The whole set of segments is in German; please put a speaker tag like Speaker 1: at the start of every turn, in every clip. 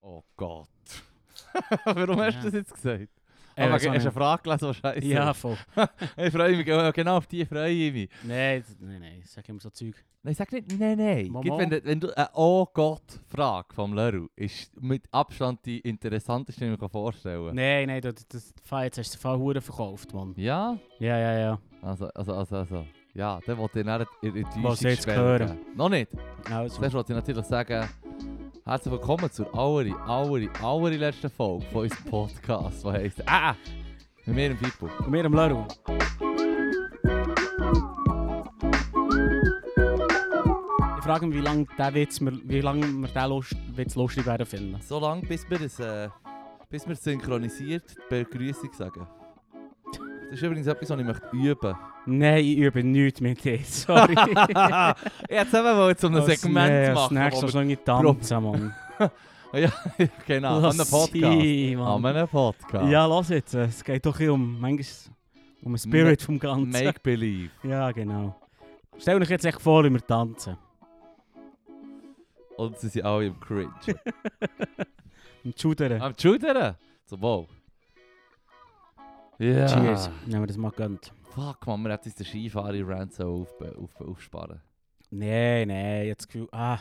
Speaker 1: Oh Gott. Warum hast
Speaker 2: Ja.
Speaker 1: du das jetzt gesagt?
Speaker 2: Eben,
Speaker 1: Aber hast
Speaker 2: so
Speaker 1: du eine
Speaker 2: eine-
Speaker 1: Frage gelesen, die scheiße
Speaker 2: Ja,
Speaker 1: ist?
Speaker 2: voll.
Speaker 1: Ich freue mich, genau genau auf die freue ich mich.
Speaker 2: Nein, d- nein, nein, ich sag immer so Zeug.
Speaker 1: Nein, sag nicht nein, nein.
Speaker 2: Mama.
Speaker 1: Gib, wenn, du- wenn du eine «Oh Gott»-Frage vom Leru ist mit Abstand die interessanteste, die ich mir vorstellen kann.
Speaker 2: Nein, nein, du, das, Fall, jetzt hast du den Fall Huren verkauft, Mann.
Speaker 1: Ja?
Speaker 2: Ja, ja, ja.
Speaker 1: Also, also, also, also. Ja, dann wollte ich dann in die
Speaker 2: Was jetzt hören?
Speaker 1: Noch nicht.
Speaker 2: Also,
Speaker 1: Zuerst wollte ich natürlich sagen, herzlich willkommen zur aller, aller, aller letzten Folge von unserem Podcast, die heisst «Ah!» mit mir und Pippo.
Speaker 2: und wir am Leru. Ich frage mich, wie lange der Witz, mir- wie lange wir diesen Lust, Witz lustig werden finden.
Speaker 1: So lange, bis wir, das, äh, bis wir synchronisiert die Begrüßung sagen. Das ist übrigens etwas, was ich möchte üben
Speaker 2: Nein, ich übe nichts mit dir, sorry.
Speaker 1: Jetzt haben wir zu einem
Speaker 2: Als- nee,
Speaker 1: Segment
Speaker 2: als
Speaker 1: machen. wo
Speaker 2: nächstes musst du irgendwie tanzen, Mann.
Speaker 1: wir- genau, an einem
Speaker 2: Lass
Speaker 1: Nou, Podcast.
Speaker 2: sein, Mann.
Speaker 1: An einem Podcast.
Speaker 2: Ja, lass jetzt. äh, Es geht doch ein bisschen um, manchmal um den Spirit vom Ganzen.
Speaker 1: Make-believe.
Speaker 2: Ja, genau. Stell euch jetzt echt vor, wie wir tanzen.
Speaker 1: Und sie sind alle im Cringe.
Speaker 2: Im Judern.
Speaker 1: Am Schudern. Zum Wohl. Ja.
Speaker 2: Cheers. Nehmen wir das mal gönnt.
Speaker 1: Fuck, man, wir hätten uns den Skifahrer-Rant so auf, auf, aufsparen.
Speaker 2: Nein, nein, jetzt das Gefühl, ah.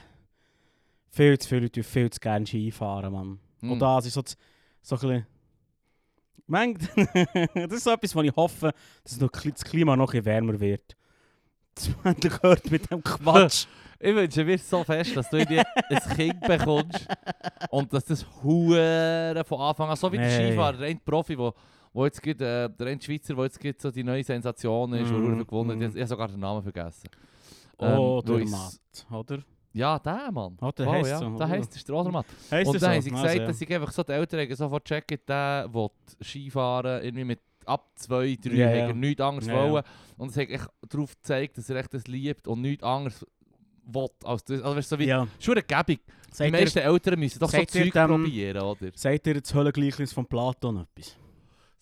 Speaker 2: Viel zu viele Leute die viel zu gerne Skifahren, Mann.
Speaker 1: Hm.
Speaker 2: Und das ist so, z- so ein bisschen... Mangt. das ist so etwas, wo ich hoffe, dass noch, kli- das Klima noch ein bisschen wärmer wird. Das man gehört mit dem Quatsch.
Speaker 1: Ich wünsche mir so fest, dass du dir ein Kind bekommst und dass das Huren von Anfang an, so wie der
Speaker 2: Nee.
Speaker 1: Skifahrer, der eine Profi, wo, wo jetzt gibt, äh, der eine Schweizer, der jetzt gibt, so die neue Sensation ist,
Speaker 2: Mhm,
Speaker 1: mm, der gewonnen
Speaker 2: mhm.
Speaker 1: hat. Ich habe sogar den Namen vergessen. Ähm,
Speaker 2: Oder
Speaker 1: wo ich's-
Speaker 2: Matt, oder?
Speaker 1: Ja, der Mann.
Speaker 2: Oh, der
Speaker 1: Voll,
Speaker 2: heisst
Speaker 1: ja.
Speaker 2: so,
Speaker 1: Der
Speaker 2: oder?
Speaker 1: heisst, das ist der Odermann.
Speaker 2: Heisst
Speaker 1: Und
Speaker 2: er
Speaker 1: dann
Speaker 2: so?
Speaker 1: haben sie
Speaker 2: Ah, Also,
Speaker 1: gesagt,
Speaker 2: ja.
Speaker 1: dass ich einfach so die Eltern haben sofort checken, der will Skifahren, irgendwie mit ab 2, 3
Speaker 2: Ja,
Speaker 1: haben
Speaker 2: ja.
Speaker 1: er nichts anderes
Speaker 2: Ja, ja.
Speaker 1: wollen. Und es hat echt darauf gezeigt, dass er echt das liebt und nichts anderes will als das. Also weißt du, so wie,
Speaker 2: Ja.
Speaker 1: schon eine Gebung. Die
Speaker 2: Sagt ihr,
Speaker 1: meisten Eltern müssen doch so
Speaker 2: sagt ihr
Speaker 1: Zeug
Speaker 2: dem-
Speaker 1: probieren, oder?
Speaker 2: sagt ihr das Höllengleichnis von Platon etwas?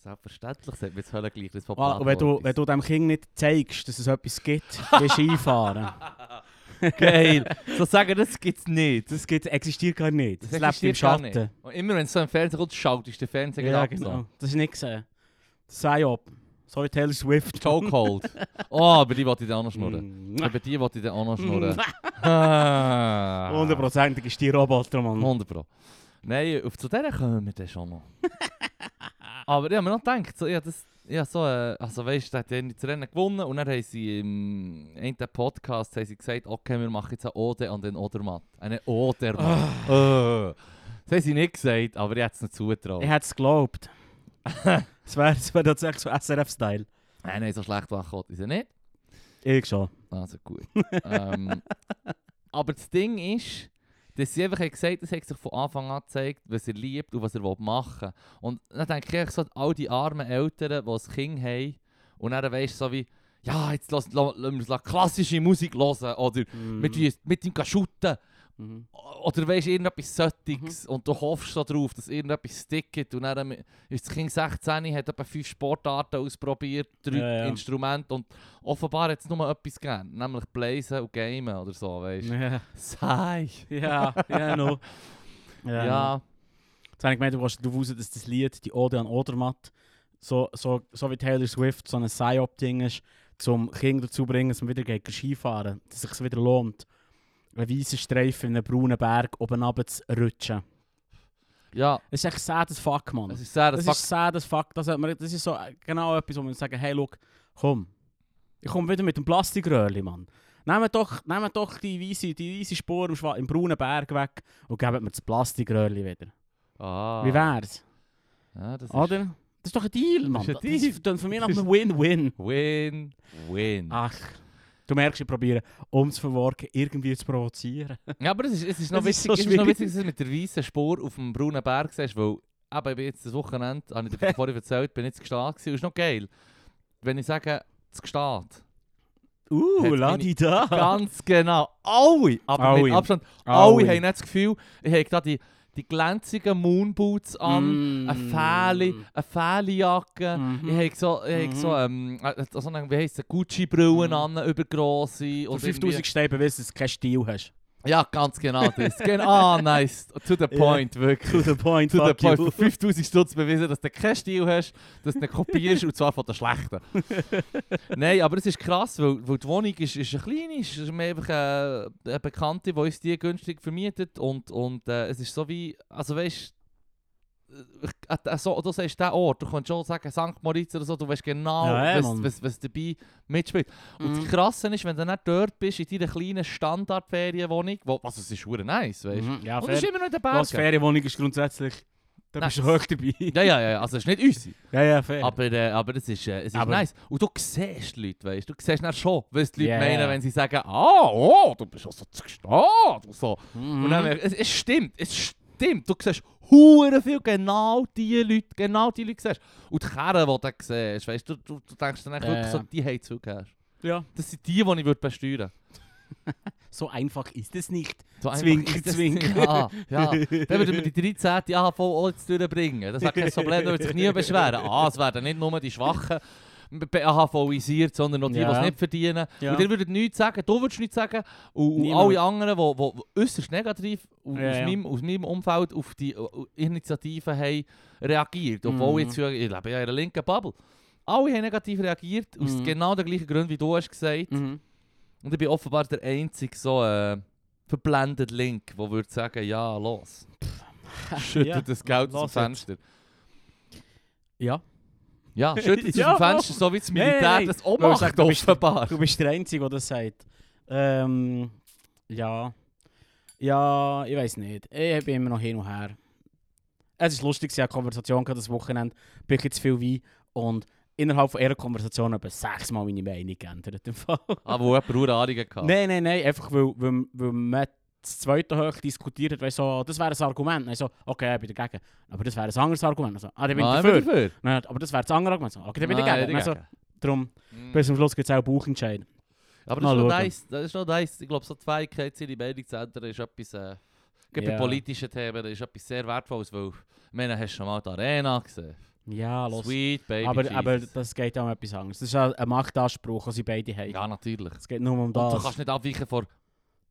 Speaker 1: Selbstverständlich sagt man jetzt Hölle gleich das von
Speaker 2: Ah, und wenn du, wenn du dem Kind nicht zeigst, dass es etwas gibt, wie Skifahren,
Speaker 1: Geil! so sagen, das gibt's nicht.
Speaker 2: das gibt, existiert gar nicht. Das, lebt im
Speaker 1: existiert gar
Speaker 2: Schatten.
Speaker 1: nicht. Und immer wenn es so im Fernsehen kommt, schaltest du den Fernseher
Speaker 2: Ja,
Speaker 1: ab, so.
Speaker 2: genau. Das ist nicht gesehen. Sei ab. Sorry, Taylor Swift.
Speaker 1: Chokehold. oh, aber die wollte ich dann auch noch
Speaker 2: Mm.
Speaker 1: schnurren.
Speaker 2: Mua.
Speaker 1: Über die wollte ich dann auch noch schnurren. Ah.
Speaker 2: Hundertprozentig ist die Roboter, Mann.
Speaker 1: 100 Pro. Nein, auf zu der kommen wir dann schon noch. Aber ich habe mir noch gedacht, so, Ah, ja, das, ja, so, äh, also weißt du, die haben das Rennen gewonnen und dann haben sie im einen ehm, Podcast haben sie gesagt, okay, wir machen jetzt eine Ode an den Odermatt. Eine Odermatt. Äh. Das haben sie nicht gesagt, aber ich hätte es nicht zutraut.
Speaker 2: Ich hätte es geglaubt. Es wäre wär tatsächlich so SRF-Style.
Speaker 1: Nein, nein, so schlecht wach konnte ich sie nicht.
Speaker 2: Ich schon.
Speaker 1: Also gut. ähm, aber das Ding ist, dass sie einfach gesagt haben, das hat sich von Anfang an gezeigt, was er liebt und was er will machen Und dann denke ich eigentlich so an all die armen Eltern, die ein Kind haben und dann weisst du so wie, ja, jetzt lassen wir klassische oh, Musik hören oder mit,
Speaker 2: Mhm.
Speaker 1: mit ihm gehen shooten
Speaker 2: Mhm.
Speaker 1: oder weisst irgendetwas Söttiges und du hoffst so drauf, dass irgendetwas stickt und dann ähm, ist das Kind 16, hat etwa fünf Sportarten ausprobiert, drei
Speaker 2: Ja, ja.
Speaker 1: Instrumente und offenbar hat es nur etwas gegeben, nämlich Blazen und Gamen oder so, weisst du.
Speaker 2: Ja,
Speaker 1: Sei!
Speaker 2: ja, ja, no. Ja, no.
Speaker 1: Ja,
Speaker 2: Jetzt habe ich gemeint, du gehst darauf raus, dass das Lied, die Ode an Odermatt, so, so, so wie Taylor Swift so ein Psy-Op-Ding ist, zum Kind dazu bringen, dass man wieder gegen Skifahren, dass es sich wieder lohnt, einen weißen Streifen in einen braunen Berg oben runter zu rutschen.
Speaker 1: ja,
Speaker 2: Das ist echt sad as fuck, Mann.
Speaker 1: es
Speaker 2: Das,
Speaker 1: ist sehr, das
Speaker 2: ist sad as fuck. Das, hat man, das ist so äh, genau etwas, wo man sagen hey, look, komm. Ich komme wieder mit dem Plastikröhrli, Mann. Nehmt doch, nehmt doch die weiße die weisse Spur im, schwa- im braunen Berg weg und gebt mir das Plastikröhrli wieder.
Speaker 1: ah,
Speaker 2: Wie Ah. wär's?
Speaker 1: Ja, das ist
Speaker 2: Oder? Das ist doch ein Deal, Mann.
Speaker 1: ist ein
Speaker 2: Das
Speaker 1: Deal.
Speaker 2: ist dann von mir nach
Speaker 1: Das
Speaker 2: einem Win-Win.
Speaker 1: Win, Win.
Speaker 2: Ach, du merkst, ich probiere, um zu verworken, irgendwie zu provozieren.
Speaker 1: Ja, aber es ist, es ist noch
Speaker 2: Das ist
Speaker 1: witzig,
Speaker 2: so
Speaker 1: es ist noch
Speaker 2: schwierig.
Speaker 1: witzig, dass du mit der weißen Spur auf dem braunen Berg siehst, weil eben, ich bin jetzt das Wochenende, habe ich dir vorhin erzählt, bin jetzt gestanden gewesen. Und ist noch geil, wenn ich sage, das gestanden.
Speaker 2: Uh,
Speaker 1: Hat
Speaker 2: la
Speaker 1: meine-
Speaker 2: di da.
Speaker 1: Ganz genau. Alle, aber mit
Speaker 2: Alle.
Speaker 1: Abstand, alle,
Speaker 2: Aui.
Speaker 1: haben nicht das Gefühl, ich habe da die, die glänzigen Moonboots an,
Speaker 2: Mm.
Speaker 1: eine Fähle, eine Fählejacke.
Speaker 2: Mhm.
Speaker 1: Ich habe so, ich habe
Speaker 2: Mhm.
Speaker 1: so, ähm, äh, so eine, wie heisst es, Gucci-Brillen
Speaker 2: Mhm.
Speaker 1: an, übergrosse.
Speaker 2: Für
Speaker 1: und
Speaker 2: 5000 Steine bewiesen, dass du keinen Stil hast.
Speaker 1: irgendwie- Ja, ganz genau das. Genau, nice. To the
Speaker 2: Ja.
Speaker 1: point, wirklich.
Speaker 2: To the point,
Speaker 1: Zu dem
Speaker 2: fuck
Speaker 1: Point
Speaker 2: you.
Speaker 1: von 5000 Stutz bewiesen, dass du keinen Stil hast, dass du ihn kopierst und zwar von der schlechten. Nein, aber es ist krass, weil, weil die Wohnung ist, ist eine kleine, ist ist mir einfach eine, eine Bekannte, die uns die günstig vermietet und, und äh, es ist so wie, also weißt äh, so, du sagst diesen Ort, du kannst schon sagen St. Moritz oder so, du weißt genau,
Speaker 2: Ja, ja,
Speaker 1: was,
Speaker 2: Mann.
Speaker 1: was, was dabei mitspielt. Und das
Speaker 2: Mhm.
Speaker 1: Krasse ist, wenn du dann dort bist, in deiner kleinen Standardferienwohnung, wo, also es ist verdammt nice, weißt
Speaker 2: Mhm, Ja,
Speaker 1: Und es ist
Speaker 2: fair.
Speaker 1: immer noch in den
Speaker 2: Was
Speaker 1: Bergen.
Speaker 2: Ferienwohnung ist grundsätzlich, da bist du
Speaker 1: Nice.
Speaker 2: hoch dabei.
Speaker 1: Ja, ja, ja, ja, also es ist nicht unsere.
Speaker 2: Ja, ja, fair.
Speaker 1: Aber, äh, aber es ist, äh, es ist
Speaker 2: Aber-
Speaker 1: nice. Und du siehst die Leute, weißt du? Du siehst dann schon, was die Leute
Speaker 2: Yeah.
Speaker 1: meinen, wenn sie sagen, ah, oh, du bist ja so zugestanden und so.
Speaker 2: Mhm.
Speaker 1: Und dann, merkst du, es, es stimmt, es stimmt. Du siehst hure viel genau diese Leute, genau die Leute siehst. Und die Kerren, die du siehst, weißt du, du, du denkst dann
Speaker 2: Ja,
Speaker 1: eigentlich wirklich so,
Speaker 2: ja.
Speaker 1: die haben zugehört.
Speaker 2: ja.
Speaker 1: Das sind die, die ich würde besteuern
Speaker 2: So einfach ist es nicht.
Speaker 1: So einfach
Speaker 2: Zwinker,
Speaker 1: ist das
Speaker 2: zwinker.
Speaker 1: Ding. Ja, Ah, ja. Dann würden wir die 13. AHV auch jetzt durchbringen. Das wäre kein Problem, da würde sich niemand beschweren. Ah, es werden nicht nur die Schwachen be- AHVisiert, sondern auch die,
Speaker 2: Ja.
Speaker 1: die es nicht verdienen.
Speaker 2: Ja.
Speaker 1: Und ihr würdet nichts sagen, du würdest nichts sagen. Und, und
Speaker 2: Niemand.
Speaker 1: alle anderen, die, die, die äußerst negativ aus,
Speaker 2: Ja, ja.
Speaker 1: Meinem, aus meinem Umfeld auf die äh, Initiativen haben reagiert. Obwohl
Speaker 2: Mhm.
Speaker 1: jetzt, ja- ich lebe ja in einer linken Bubble. Alle haben negativ reagiert, aus
Speaker 2: Mhm.
Speaker 1: genau den gleichen Gründen, wie du hast gesagt.
Speaker 2: Mhm.
Speaker 1: Und ich bin offenbar der einzige so äh, verblendet Link, der würde sagen, ja, los. Schüttet
Speaker 2: Ja,
Speaker 1: das Geld aus dem
Speaker 2: los
Speaker 1: Fenster.
Speaker 2: Ja.
Speaker 1: Ja, schüttet es
Speaker 2: Ja,
Speaker 1: aus dem Fenster, so wie das
Speaker 2: Nee, nee,
Speaker 1: Militär
Speaker 2: nee.
Speaker 1: das
Speaker 2: Weil ich
Speaker 1: auch
Speaker 2: sag,
Speaker 1: macht,
Speaker 2: du bist-
Speaker 1: offenbar.
Speaker 2: Du bist der Einzige, der das sagt. Ähm, ja. Ja, ich weiß nicht. Ich bin immer noch hin und her. Es ist lustig, ich hatte eine Konversation gehabt das Wochenende. Bin ich jetzt viel Wein und innerhalb von einer Konversation habe ich sechsmal meine Meinung geändert. Im Fall.
Speaker 1: Aber Ah, wo jemand verdammt Ahnungen hatte.
Speaker 2: Nein, nein, nein, einfach weil, weil, weil man das zweite hoch diskutiert hat, weil so, "Ah, das wäre ein Argument. Dann so, okay, ich bin dagegen. Aber das wäre ein anderes Argument. Also, ah, dann bin ich
Speaker 1: Nein,
Speaker 2: dafür.
Speaker 1: ich bin dafür.
Speaker 2: Nein, aber das wäre das andere Argument. So, okay, dann bin ich
Speaker 1: Nein,
Speaker 2: dagegen. Also,
Speaker 1: dagegen.
Speaker 2: darum,
Speaker 1: Mm.
Speaker 2: bis zum Schluss gibt es auch einen Bauchentscheid.
Speaker 1: Aber
Speaker 2: Mal
Speaker 1: das ist, noch
Speaker 2: schauen.
Speaker 1: nice, das ist noch nice. Ich glaube, so die Fähigkeit, seine Meinung zu ändern, ist etwas... Äh, gerade
Speaker 2: Ja.
Speaker 1: bei politischen Themen ist etwas sehr Wertvolles, weil... Ich meine, hast du schon mal die Arena gesehen?
Speaker 2: Ja, los.
Speaker 1: Sweet Baby
Speaker 2: aber,
Speaker 1: Jesus.
Speaker 2: aber das geht auch um etwas anderes. Das ist auch ein Machtanspruch, den sie beide haben.
Speaker 1: Ja, natürlich.
Speaker 2: Es geht nur um
Speaker 1: Und
Speaker 2: das.
Speaker 1: du kannst nicht abweichen von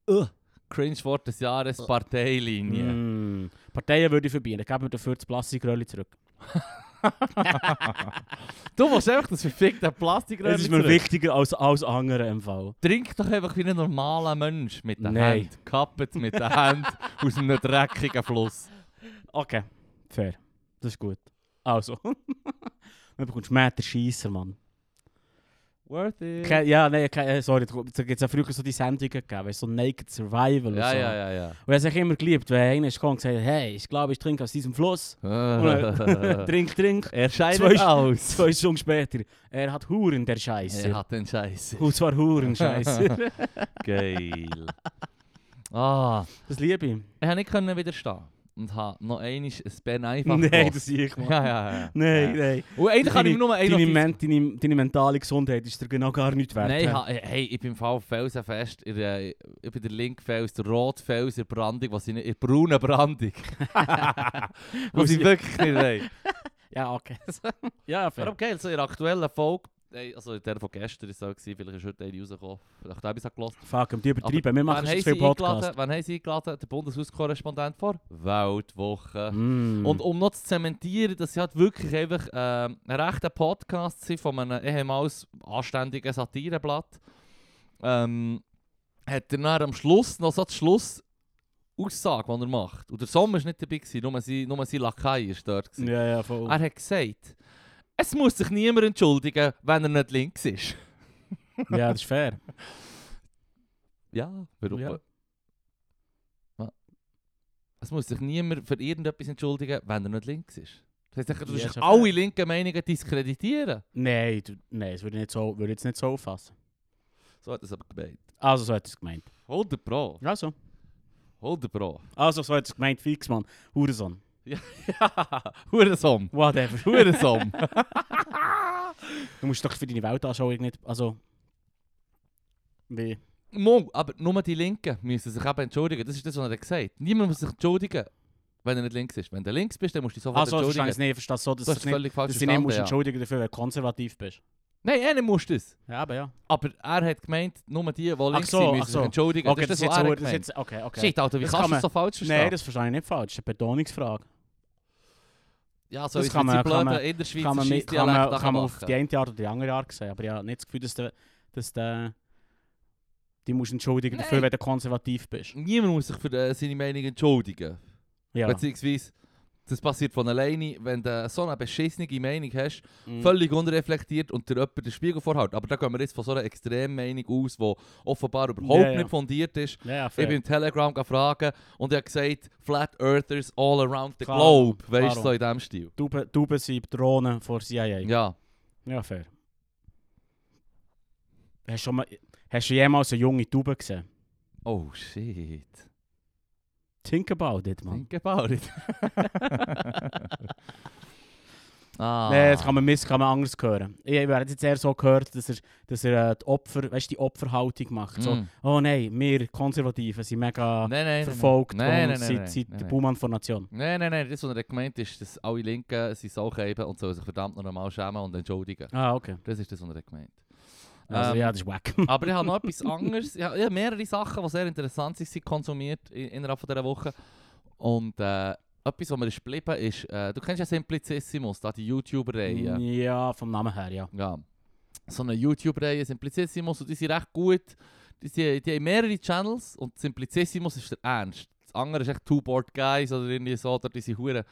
Speaker 2: Ugh.
Speaker 1: Cringe-Wort des Jahres Parteilinie.
Speaker 2: Äh, Mm. Parteien würde ich verbieten. Geben wir dafür das Plastikröllchen zurück.
Speaker 1: Du musst einfach das verfickte Plastikröhrchen
Speaker 2: Das ist mir
Speaker 1: zurück.
Speaker 2: wichtiger als alles andere im Fall.
Speaker 1: Trink doch einfach wie ein normaler Mensch mit der
Speaker 2: Nein.
Speaker 1: Hand. Kappet mit der Hand aus einem dreckigen Fluss.
Speaker 2: Okay, fair. Das ist gut. Also. Dann bekommst du mehr den Scheisser, Mann.
Speaker 1: Worth it.
Speaker 2: Ke- Ja, nein, ke- äh, sorry, da gibt es ja früher so die Sendungen gegeben, weißt du, so Naked Survival und
Speaker 1: ja,
Speaker 2: so.
Speaker 1: ja, ja, ja.
Speaker 2: Und ich habe immer geliebt, wenn einer ist gekommen und gesagt hat, hey, ich glaube, ich trinke aus diesem Fluss.
Speaker 1: Äh,
Speaker 2: trink, trink.
Speaker 1: er scheidet
Speaker 2: Zwei-
Speaker 1: aus.
Speaker 2: Zwei Stunden später, er hat Huren, der Scheisser.
Speaker 1: Er hat den Scheiß.
Speaker 2: Und zwar Huren, Scheisser.
Speaker 1: Geil. Ah,
Speaker 2: das liebe ich.
Speaker 1: ich konnte nicht können widerstehen. Und habe noch einmal ein Ben einfach
Speaker 2: Nein, das
Speaker 1: gehört.
Speaker 2: sehe ich, Mann.
Speaker 1: Ja, ja, ja.
Speaker 2: Nein,
Speaker 1: ja.
Speaker 2: nein.
Speaker 1: Und eigentlich kann ich
Speaker 2: Deine-
Speaker 1: nur einen
Speaker 2: Deine, men- deine, deine mentale Gesundheit ist dir genau gar nicht wert.
Speaker 1: Nein,
Speaker 2: hä?
Speaker 1: ha, eh, hey, ich bin im Fall felsenfest. In, äh, ich bin der Linkfels, der Rotfels, der Brandung, was ich nicht, in der braunen Brandung. was ich wirklich nicht weiß.
Speaker 2: Ja, okay. ja, fair.
Speaker 1: Warum geil, so in der aktuellen Folge, ey, also in der von gestern ist es so, gewesen, vielleicht ist heute eine rausgekommen, vielleicht habe ich es auch gehört.
Speaker 2: Fuck, und die übertreiben.
Speaker 1: Aber
Speaker 2: Wir machen
Speaker 1: wann
Speaker 2: schon
Speaker 1: haben
Speaker 2: zu viel
Speaker 1: sie eingeladen-
Speaker 2: Podcast.
Speaker 1: Wann haben sie eingeladen, der Bundeshauskorrespondent vor? Weltwoche.
Speaker 2: Mm.
Speaker 1: Und um noch zu zementieren, dass sie halt wirklich einfach ähm, ein rechter Podcast sind von einem ehemals anständigen Satireblatt, ähm, hat er dann am Schluss noch so die Schlussaussage, die er macht. Und der Sommer war nicht dabei, gewesen, nur, sein, nur sein Lakai war dort. gewesen.
Speaker 2: ja, ja, voll.
Speaker 1: Er hat gesagt, es muss sich niemand entschuldigen, wenn er nicht links ist.
Speaker 2: ja, das ist fair.
Speaker 1: Ja, warum?
Speaker 2: Ja.
Speaker 1: Ja. Es muss sich niemand für irgendetwas entschuldigen, wenn er nicht links ist. Das heißt, du
Speaker 2: Ja,
Speaker 1: musst
Speaker 2: ist ja
Speaker 1: alle
Speaker 2: fair.
Speaker 1: linken Meinungen diskreditieren.
Speaker 2: Nein, du, nein, das würde ich, nicht so, würde ich jetzt nicht so auffassen.
Speaker 1: So hat es aber gemeint.
Speaker 2: Also, so hat es gemeint.
Speaker 1: 100 Pro.
Speaker 2: Also,
Speaker 1: 100 Pro.
Speaker 2: also so hat es gemeint. Fix, Mann. Hurensohn.
Speaker 1: Hurensom.
Speaker 2: Whatever.
Speaker 1: Hurensom.
Speaker 2: du musst doch für deine Weltanschauung nicht... Also... Wie?
Speaker 1: Mo, aber nur die Linken müssen sich eben entschuldigen. Das ist das, was er gesagt hat. Niemand muss sich entschuldigen, wenn er nicht links ist. Wenn du links bist, dann musst du dich sofort
Speaker 2: Also, ich verstehe
Speaker 1: entschuldigen.
Speaker 2: es nicht. Ich verstehe es so, dass,
Speaker 1: das
Speaker 2: das
Speaker 1: ist
Speaker 2: nicht,
Speaker 1: völlig falsch
Speaker 2: dass du nicht musst
Speaker 1: verstanden,
Speaker 2: entschuldigen dafür, wenn du konservativ bist.
Speaker 1: Nein, er muss das.
Speaker 2: Ja, aber ja.
Speaker 1: Aber er hat gemeint, nur die, die links
Speaker 2: so,
Speaker 1: sind,
Speaker 2: ach
Speaker 1: müssen
Speaker 2: so.
Speaker 1: sich entschuldigen.
Speaker 2: Okay,
Speaker 1: das
Speaker 2: das,
Speaker 1: ist das, was
Speaker 2: ist
Speaker 1: er
Speaker 2: jetzt, das ist
Speaker 1: gemeint.
Speaker 2: jetzt, okay, okay.
Speaker 1: Shit, Alter, wie
Speaker 2: Das
Speaker 1: kannst
Speaker 2: kann
Speaker 1: du das so
Speaker 2: man-
Speaker 1: falsch verstehen?
Speaker 2: Nein, das verstehe ich nicht falsch. Das ist eine Betonungsfrage.
Speaker 1: ja, so
Speaker 2: das
Speaker 1: ist
Speaker 2: kann
Speaker 1: die
Speaker 2: man- kann
Speaker 1: blöde in der Schweiz
Speaker 2: kann man, mit, kann man, kann man auf die
Speaker 1: machen.
Speaker 2: eine Art oder die andere Art sehen. Aber ich habe nicht das Gefühl, dass du dass der, die musst entschuldigen dafür,
Speaker 1: Nein.
Speaker 2: wenn du konservativ bist.
Speaker 1: Niemand muss sich für äh, seine Meinung entschuldigen.
Speaker 2: Ja.
Speaker 1: Beziehungsweise, das passiert von alleine, wenn du so eine beschissene Meinung hast,
Speaker 2: Mhm.
Speaker 1: völlig unreflektiert und dir jemand den Spiegel vorhält. Aber da gehen wir jetzt von so einer extremen Meinung aus, die offenbar überhaupt
Speaker 2: Ja, ja.
Speaker 1: nicht fundiert ist.
Speaker 2: Ja, ja,
Speaker 1: Ich
Speaker 2: fair.
Speaker 1: bin im Telegram gefragt und er hat gesagt, Flat Earthers all around the
Speaker 2: Klar,
Speaker 1: globe. Weißt du,
Speaker 2: klar.
Speaker 1: so in diesem Stil.
Speaker 2: Tauben Tauben sind Drohnen vor CIA. Ja,
Speaker 1: Ja.
Speaker 2: fair. Hast du, schon mal, hast du jemals eine junge Taube gesehen?
Speaker 1: Oh shit.
Speaker 2: Think about it, man.
Speaker 1: Think about it. ah.
Speaker 2: Nein, das kann man, miss, kann man anders hören. Ich habe jetzt eher so gehört, dass er, dass er äh, die, Opfer, weißt, du, die Opferhaltung macht. So,
Speaker 1: Mm.
Speaker 2: oh nein, wir Konservativen sind mega
Speaker 1: Nein, nein,
Speaker 2: verfolgt
Speaker 1: nein, nein,
Speaker 2: und
Speaker 1: nein,
Speaker 2: sind,
Speaker 1: nein,
Speaker 2: sind
Speaker 1: nein,
Speaker 2: der
Speaker 1: nein.
Speaker 2: Buhmann von Nation.
Speaker 1: Nein, nein, nein, das, was er gemeint ist, dass alle Linken sich so geben und sollen sich verdammt noch einmal schämen und entschuldigen.
Speaker 2: Ah, okay.
Speaker 1: Das ist das, was er gemeint
Speaker 2: Also
Speaker 1: Ähm,
Speaker 2: ja, das ist wack.
Speaker 1: Aber ich habe noch etwas anderes. Ich habe ich habe mehrere Sachen, die sehr interessant sind, konsumiert in- innerhalb von dieser Woche. Und äh, etwas, was mir ist geblieben ist, äh, du kennst ja Simplicissimus, da die eh. YouTuber-Reihe.
Speaker 2: Ja, vom Namen her, ja.
Speaker 1: Ja. So eine YouTube-Reihe, Simplicissimus, und die sind recht gut. Die, sind, die haben mehrere Channels und Simplicissimus ist der Ernst. Das andere ist echt Two-Board Guys oder irgendwie so, oder die sind hure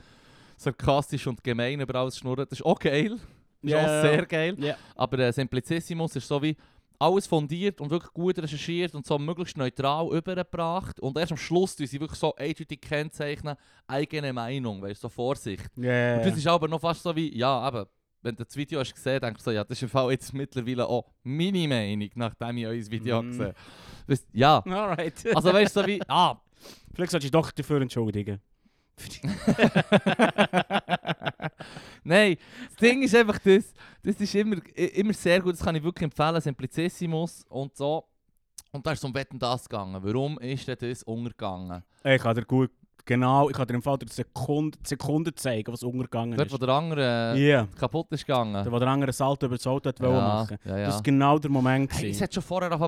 Speaker 1: sarkastisch und gemein über alles schnurren. Das ist auch geil. Das ist
Speaker 2: Ja, ja,
Speaker 1: auch sehr geil.
Speaker 2: ja.
Speaker 1: Aber äh, Simplicissimus ist so wie alles fundiert und wirklich gut recherchiert und so möglichst neutral übergebracht. Und erst am Schluss tun sie wirklich so eindeutig kennzeichnen, eigene Meinung, weißt du, so Vorsicht.
Speaker 2: Ja,
Speaker 1: Und das ist aber noch fast so wie, ja, eben, wenn du das Video hast gesehen, denkst du so, ja, das ist im Fall jetzt mittlerweile auch meine Meinung, nachdem ich euer Video
Speaker 2: Mm.
Speaker 1: gesehen habe. Weisst- Ja,
Speaker 2: Alright.
Speaker 1: also weißt du, so wie, ah.
Speaker 2: Vielleicht solltest du dich doch dafür entschuldigen.
Speaker 1: Nein, das Ding ist einfach das, das ist immer, i- immer sehr gut, das kann ich wirklich empfehlen, Simplicissimus und so. Und da ist es um Wetten das gegangen. Warum ist denn das untergegangen?
Speaker 2: Ey, Ich kann dir gut, genau, ich kann dir im Fall der Sekunde, Sekunde zeigen, was untergegangen
Speaker 1: Dort, wo
Speaker 2: ist.
Speaker 1: der andere
Speaker 2: Ja,
Speaker 1: äh,
Speaker 2: yeah.
Speaker 1: kaputt ist gegangen.
Speaker 2: der, wo der andere Salto über das Auto hat wollen
Speaker 1: ja,
Speaker 2: machen.
Speaker 1: ja,
Speaker 2: Das
Speaker 1: ja.
Speaker 2: war genau der Moment.
Speaker 1: Hey, es
Speaker 2: gewesen.
Speaker 1: hat schon vorher auf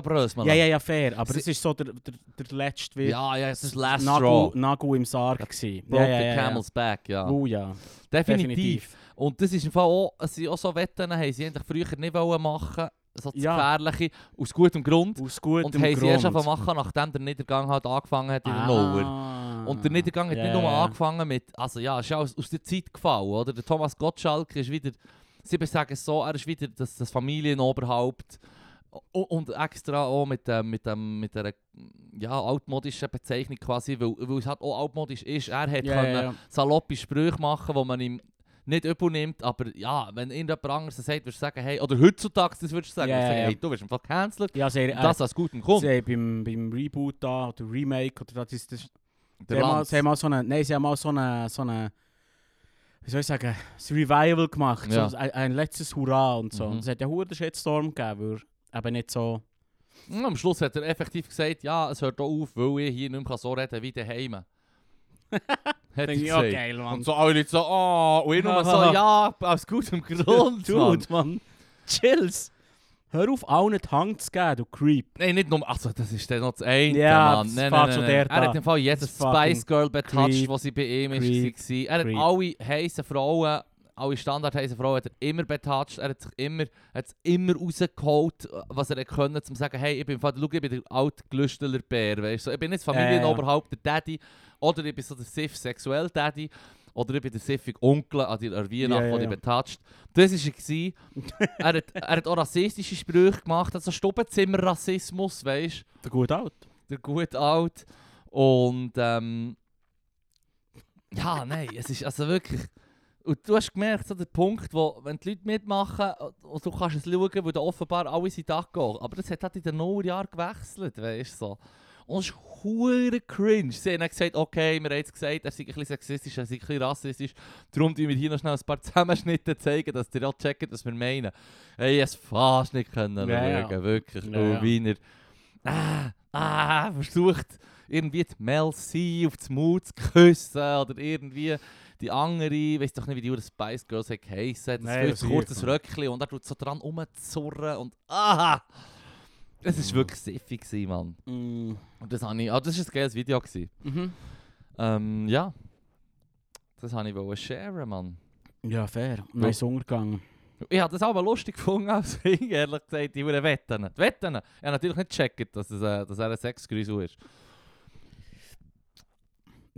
Speaker 2: ja, ja, ja, fair. Aber
Speaker 1: Sie-
Speaker 2: das ist so der, der, der letzte wie
Speaker 1: Ja, ja, es ist Last Straw.
Speaker 2: Nagel, Nagel im Sarg. gewesen.
Speaker 1: Broke
Speaker 2: Ja, ja,
Speaker 1: the
Speaker 2: ja, ja.
Speaker 1: camel's back, ja.
Speaker 2: Oh ja,
Speaker 1: definitiv.
Speaker 2: definitiv.
Speaker 1: Und das ist im Fall auch, es sind auch so Wetten, haben sie eigentlich früher nicht wollen machen so das
Speaker 2: Ja.
Speaker 1: Gefährliche, aus gutem Grund.
Speaker 2: Aus gutem
Speaker 1: und haben sie erst
Speaker 2: Grund. Ah.
Speaker 1: angefangen machen, nachdem der Niedergang halt angefangen hat in der Lower. Und der Niedergang hat
Speaker 2: Mhm. Ja,
Speaker 1: nicht nur
Speaker 2: ja, ja.
Speaker 1: angefangen mit, also ja, ist ja aus, aus der Zeit gefallen, oder? Der Thomas Gottschalk ist wieder, sie sagen es so, er ist wieder das, das Familienoberhaupt und, und extra auch mit, dem mit, dem mit der ja, altmodischen Bezeichnung quasi, weil, weil es halt auch altmodisch ist. Er hat
Speaker 2: Ja,
Speaker 1: können
Speaker 2: ja, ja.
Speaker 1: saloppe Sprüche machen, wo man ihm nicht übel nimmt, aber ja, wenn irgendjemand anderes das sagt, würdest du sagen, hey, oder heutzutage das würdest du sagen,
Speaker 2: Ja,
Speaker 1: würdest du sagen
Speaker 2: ja, ja.
Speaker 1: hey, du wirst einfach gecancelt.
Speaker 2: Ja, sie,
Speaker 1: Und das aus gutem Grund.
Speaker 2: sie haben beim, beim Reboot da, oder Remake, oder das ist das.
Speaker 1: Der
Speaker 2: sie, haben mal,
Speaker 1: Lanz.
Speaker 2: sie haben mal so eine, nein, sie haben mal so eine, so eine, wie soll ich sagen, das Revival gemacht,
Speaker 1: Ja.
Speaker 2: so ein, ein letztes Hurra und so.
Speaker 1: Mhm.
Speaker 2: Und es hat ja einen Shitstorm gegeben, weil eben nicht so.
Speaker 1: Und am Schluss hat er effektiv gesagt, ja, es hört auch auf, weil ich hier nicht mehr so reden kann wie daheim. Hätte
Speaker 2: Denk
Speaker 1: ich
Speaker 2: ich, ja,
Speaker 1: gesagt.
Speaker 2: geil, Mann.
Speaker 1: Und so alle Leute so, oh, und ich nur so, ja, aus gutem Grund, Mann.
Speaker 2: Dude, Mann. Chills. Hör auf, allen die Hand zu geben, du Creep.
Speaker 1: Nein, nicht nur, also das ist dann noch das eine,
Speaker 2: Ja,
Speaker 1: Mann.
Speaker 2: das
Speaker 1: Nein,
Speaker 2: fährt
Speaker 1: nein,
Speaker 2: schon
Speaker 1: nein, nein.
Speaker 2: dort
Speaker 1: Er hat
Speaker 2: an.
Speaker 1: im Fall jedes
Speaker 2: Das fucking
Speaker 1: Spice Girl betouched,
Speaker 2: creep,
Speaker 1: was E, sie bei ihm
Speaker 2: creep,
Speaker 1: ist, war. Er hat
Speaker 2: creep.
Speaker 1: alle heißen Frauen, alle standardheißen Frauen hat er immer betouched. Er hat sich immer, hat immer rausgeholt, was er konnte, um zu sagen, hey, ich bin, im Fall- schau, ich bin der alte Glüsteler Bär, weißt du. Ich bin nicht das
Speaker 2: Ja, ja, ja.
Speaker 1: Familienoberhaupt, der Daddy. Oder ich bin so der Sif, sexuell Daddy. Oder ich bin der siffige Onkel an der Weihnachten,
Speaker 2: Ja, ja,
Speaker 1: wo dich
Speaker 2: ja.
Speaker 1: betatscht. Das war er. gewesen. er, hat, er hat auch rassistische Sprüche gemacht, also Stubenzimmer-Rassismus, weißt du,
Speaker 2: Der gut out.
Speaker 1: der gut alt. Und ähm, ja, nein, es ist also wirklich. Und du hast gemerkt, so der Punkt, wo, wenn die Leute mitmachen äh, und du kannst es schauen, wo da offenbar alle sind gehen. Aber das hat halt in den Nullerjahren gewechselt, weißt du so. Und es ist hure cringe. Sie haben dann gesagt, okay, wir haben jetzt gesagt, er sei ein bisschen sexistisch, er sei ein bisschen rassistisch. Darum tun wir hier noch schnell ein paar Zusammenschnitte zeigen, dass ihr auch checkt, was wir meinen. Hey, es fast nicht können
Speaker 2: Ja, ja.
Speaker 1: Oh, schauen, wirklich.
Speaker 2: Ja,
Speaker 1: Ja,
Speaker 2: ja.
Speaker 1: Wiener. Ah, ah, versucht, irgendwie die Mel C auf das Mut zu küssen oder irgendwie die andere, ich weiß doch nicht, wie die Uhr Spice Girls hat geheissen, das
Speaker 2: Nein,
Speaker 1: viel
Speaker 2: das
Speaker 1: zu
Speaker 2: ist
Speaker 1: kurzes
Speaker 2: irre.
Speaker 1: Röckchen und er tut so dran rumzurren und ah! Es war wirklich siffig, gewesen, Mann.
Speaker 2: Mhm.
Speaker 1: Und das habe ich, ah, das war ein geiles Video. Gewesen.
Speaker 2: Mhm.
Speaker 1: Ähm, ja. Das wollte ich wollen sharen, Mann.
Speaker 2: Ja, fair. Nein, ist untergegangen.
Speaker 1: Ich habe das auch mal lustig gefunden, als Kind, ehrlich gesagt, die Uhren Wetten. Die Wetten! Ich habe natürlich nicht gecheckt, dass, es, äh, dass er ein Sexgrisel ist.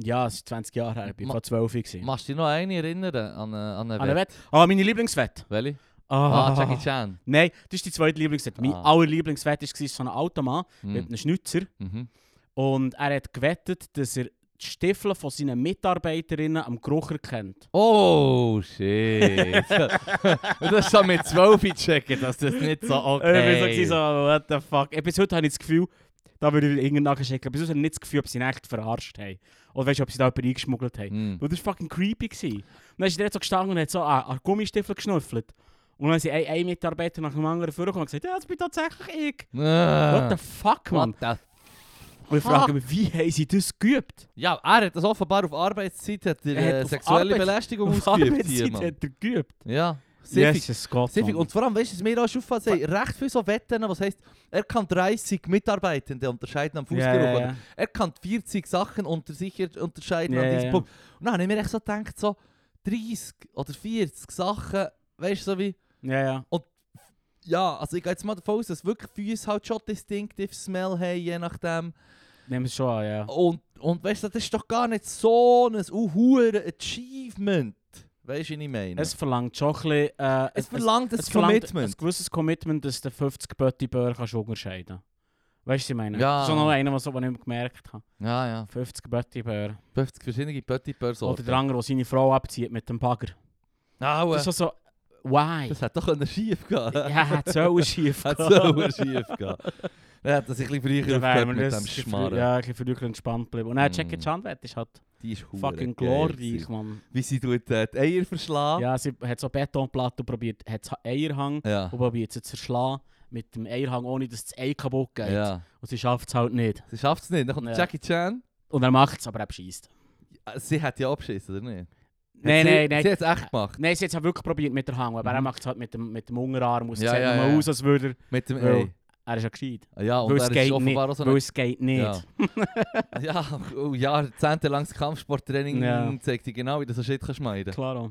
Speaker 2: Ja, es ist 20 Jahre her, ich
Speaker 1: Ma-
Speaker 2: war 12 gewesen.
Speaker 1: Machst du dich noch an eine erinnern? An eine, an eine
Speaker 2: An
Speaker 1: Wette?
Speaker 2: Wett. Ah, meine Lieblingswett.
Speaker 1: Welche?
Speaker 2: Ah,
Speaker 1: Ah, Jackie Chan.
Speaker 2: Nein, das ist die zweite Lieblingswett. Mein
Speaker 1: Ah.
Speaker 2: allerlieblingswett war so ein Automann mit
Speaker 1: Mhm.
Speaker 2: einem Schnitzer.
Speaker 1: Mhm.
Speaker 2: Und er hat gewettet, dass er die Stiefel von seinen Mitarbeiterinnen am Geruch erkennt.
Speaker 1: Oh, shit. das ist schon mit 12 gecheckt, dass das nicht so
Speaker 2: Ich war so,
Speaker 1: okay
Speaker 2: gewesen, so, what the fuck. Ey, Bis heute habe ich das Gefühl, da würde ich irgendwann nachschicken. Bis heute habe ich nicht das Gefühl, ob sie ihn echt verarscht haben. Oder weißt du, ob sie da jemanden eingeschmuggelt haben.
Speaker 1: Mhm.
Speaker 2: Und das war fucking creepy. Gewesen. Und dann ist er dort so gestanden und hat so an, an Gummistiefel geschnüffelt. Und dann sind ein, ein Mitarbeiter nach dem anderen vorgekommen und gesagt, ja, das bin tatsächlich ich. What the
Speaker 1: Ah.
Speaker 2: fuck, Mann?
Speaker 1: Äh. What the
Speaker 2: Und ich frage mich, wie haben sie das geübt?
Speaker 1: Ja, er hat das offenbar auf Arbeitszeit hat er,
Speaker 2: Er hat
Speaker 1: äh,
Speaker 2: auf
Speaker 1: sexuelle
Speaker 2: Arbeit-
Speaker 1: Belästigung
Speaker 2: Auf
Speaker 1: ausgeübt hier,
Speaker 2: Arbeitszeit
Speaker 1: Mann.
Speaker 2: hat er geübt.
Speaker 1: Ja, siffig.
Speaker 2: Jesus Gott,
Speaker 1: Siffig.
Speaker 2: Mann.
Speaker 1: Und vor allem, weißt du, was mir auch schon auffällt, sie haben recht viele so Wetten, was heisst, er kann 30 Mitarbeitende unterscheiden am Fußgeruch.
Speaker 2: Ja, ja,
Speaker 1: oder
Speaker 2: ja.
Speaker 1: Er kann 40 Sachen unter sich unterscheiden
Speaker 2: Ja,
Speaker 1: an
Speaker 2: ja,
Speaker 1: diesem
Speaker 2: ja.
Speaker 1: Punkt. Und dann habe ich mir echt so gedacht, so 30 oder 40 Sachen, weißt du, so wie,
Speaker 2: Ja, ja.
Speaker 1: ja, also ich gehe jetzt mal davon aus, dass wirklich Füße halt schon distinctive Smell haben, je nachdem.
Speaker 2: Nehmen es schon an, ja.
Speaker 1: Und, und weißt du, das ist doch gar nicht so ein hoher Achievement. Weißt du, was ich meine?
Speaker 2: Es verlangt schon ein bisschen, äh,
Speaker 1: Es verlangt ein
Speaker 2: es verlangt
Speaker 1: Commitment.
Speaker 2: ein gewisses Commitment, dass der 50 Böttibör kannst du unterscheiden Weißt du, was ich meine?
Speaker 1: Ja.
Speaker 2: Das ist auch noch einer, was ich nicht gemerkt habe.
Speaker 1: Ja, ja.
Speaker 2: 50 Böttibör.
Speaker 1: 50 verschiedene
Speaker 2: Oder
Speaker 1: Petit-Personen.
Speaker 2: der andere, der seine Frau abzieht mit dem Bagger.
Speaker 1: Aua.
Speaker 2: Das ist so, so why?
Speaker 1: äh, Das hat doch können schief gehen.
Speaker 2: ja, hat so auch schief
Speaker 1: hat
Speaker 2: gehabt.
Speaker 1: so schief gehen. Er hat das ein bisschen früher
Speaker 2: Ja,
Speaker 1: aufgehört
Speaker 2: weil
Speaker 1: mit
Speaker 2: das-
Speaker 1: dem Schmarren.
Speaker 2: Ja, ein bisschen früher entspannt geblieben. Und dann
Speaker 1: Mm.
Speaker 2: Jackie Chan Wett ist halt
Speaker 1: Die ist hure
Speaker 2: fucking
Speaker 1: geil
Speaker 2: glorreich,
Speaker 1: gewesen.
Speaker 2: Mann.
Speaker 1: Wie sie tut, äh, die Eier verschlagen.
Speaker 2: Ja, sie hat so Betonplatten probiert, hat so Eierhang
Speaker 1: Ja.
Speaker 2: und probiert sie zu zerschlagen mit dem Eierhang, ohne dass das Ei kaputt geht.
Speaker 1: ja.
Speaker 2: Und sie schafft es halt nicht.
Speaker 1: Sie schafft es nicht. Dann kommt
Speaker 2: Ja.
Speaker 1: Jackie Chan.
Speaker 2: Und er macht es, aber er bescheißt.
Speaker 1: Sie hat ja abgeschissen, oder nicht?
Speaker 2: Nein,
Speaker 1: Hat sie,
Speaker 2: nein, nein.
Speaker 1: Sie hat es echt gemacht.
Speaker 2: Nein, sie hat es wirklich probiert mit der Hang, aber er
Speaker 1: Mhm.
Speaker 2: macht es halt mit dem, mit dem Unterarm aus.
Speaker 1: Ja,
Speaker 2: Ja, sieht
Speaker 1: ja,
Speaker 2: nur
Speaker 1: ja.
Speaker 2: aus, als würde
Speaker 1: Mit dem
Speaker 2: Weil-
Speaker 1: Ei.
Speaker 2: er... Er ist ja gescheit.
Speaker 1: Ah, Ja, und
Speaker 2: Weil es
Speaker 1: er ist
Speaker 2: geht
Speaker 1: offenbar auch
Speaker 2: nicht.
Speaker 1: so
Speaker 2: Weil
Speaker 1: eine
Speaker 2: es geht nicht.
Speaker 1: Ja. Ja, oh, jahrzehntelanges Kampfsporttraining
Speaker 2: Ja.
Speaker 1: zeigt dir genau, wie du so Shit kannst meiden.
Speaker 2: Klaro.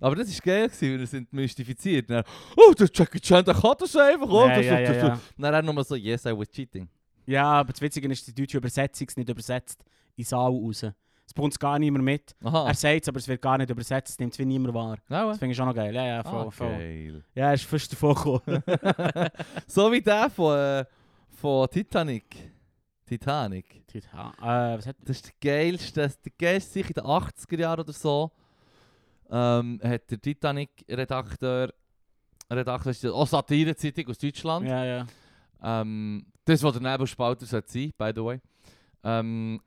Speaker 1: Aber das war geil, gewesen, weil er sind mystifiziert. Dann, oh, der Jackie Chan, der kann das einfach. Oh,
Speaker 2: Ja,
Speaker 1: das,
Speaker 2: ja,
Speaker 1: das,
Speaker 2: ja,
Speaker 1: das,
Speaker 2: ja.
Speaker 1: Dann er nochmal so, yes, I was cheating.
Speaker 2: ja, aber das Witzige ist, die deutsche Übersetzung ist nicht übersetzt in Saal raus. Es bringt es gar nicht mehr mit.
Speaker 1: Aha,
Speaker 2: Er sagt es, aber es wird gar nicht übersetzt. Es nimmt es wie niemand wahr.
Speaker 1: genau.
Speaker 2: Das finde ich schon noch geil. Ja, ja, voll,
Speaker 1: Ah,
Speaker 2: voll.
Speaker 1: geil.
Speaker 2: Ja, er ist fast davon gekommen.
Speaker 1: so wie der von, äh, von Titanic. Titanic.
Speaker 2: Ja, äh, was hat...
Speaker 1: Das ist der geilste, das der geilste sicher in den 80er Jahren oder so. Ähm, hat der Titanic-Redakteur, Redakteur, das ist auch Satirezeitung aus Deutschland.
Speaker 2: Ja, ja.
Speaker 1: Ähm, das, was der Nebelspalter sollte sein, by the way. Ähm,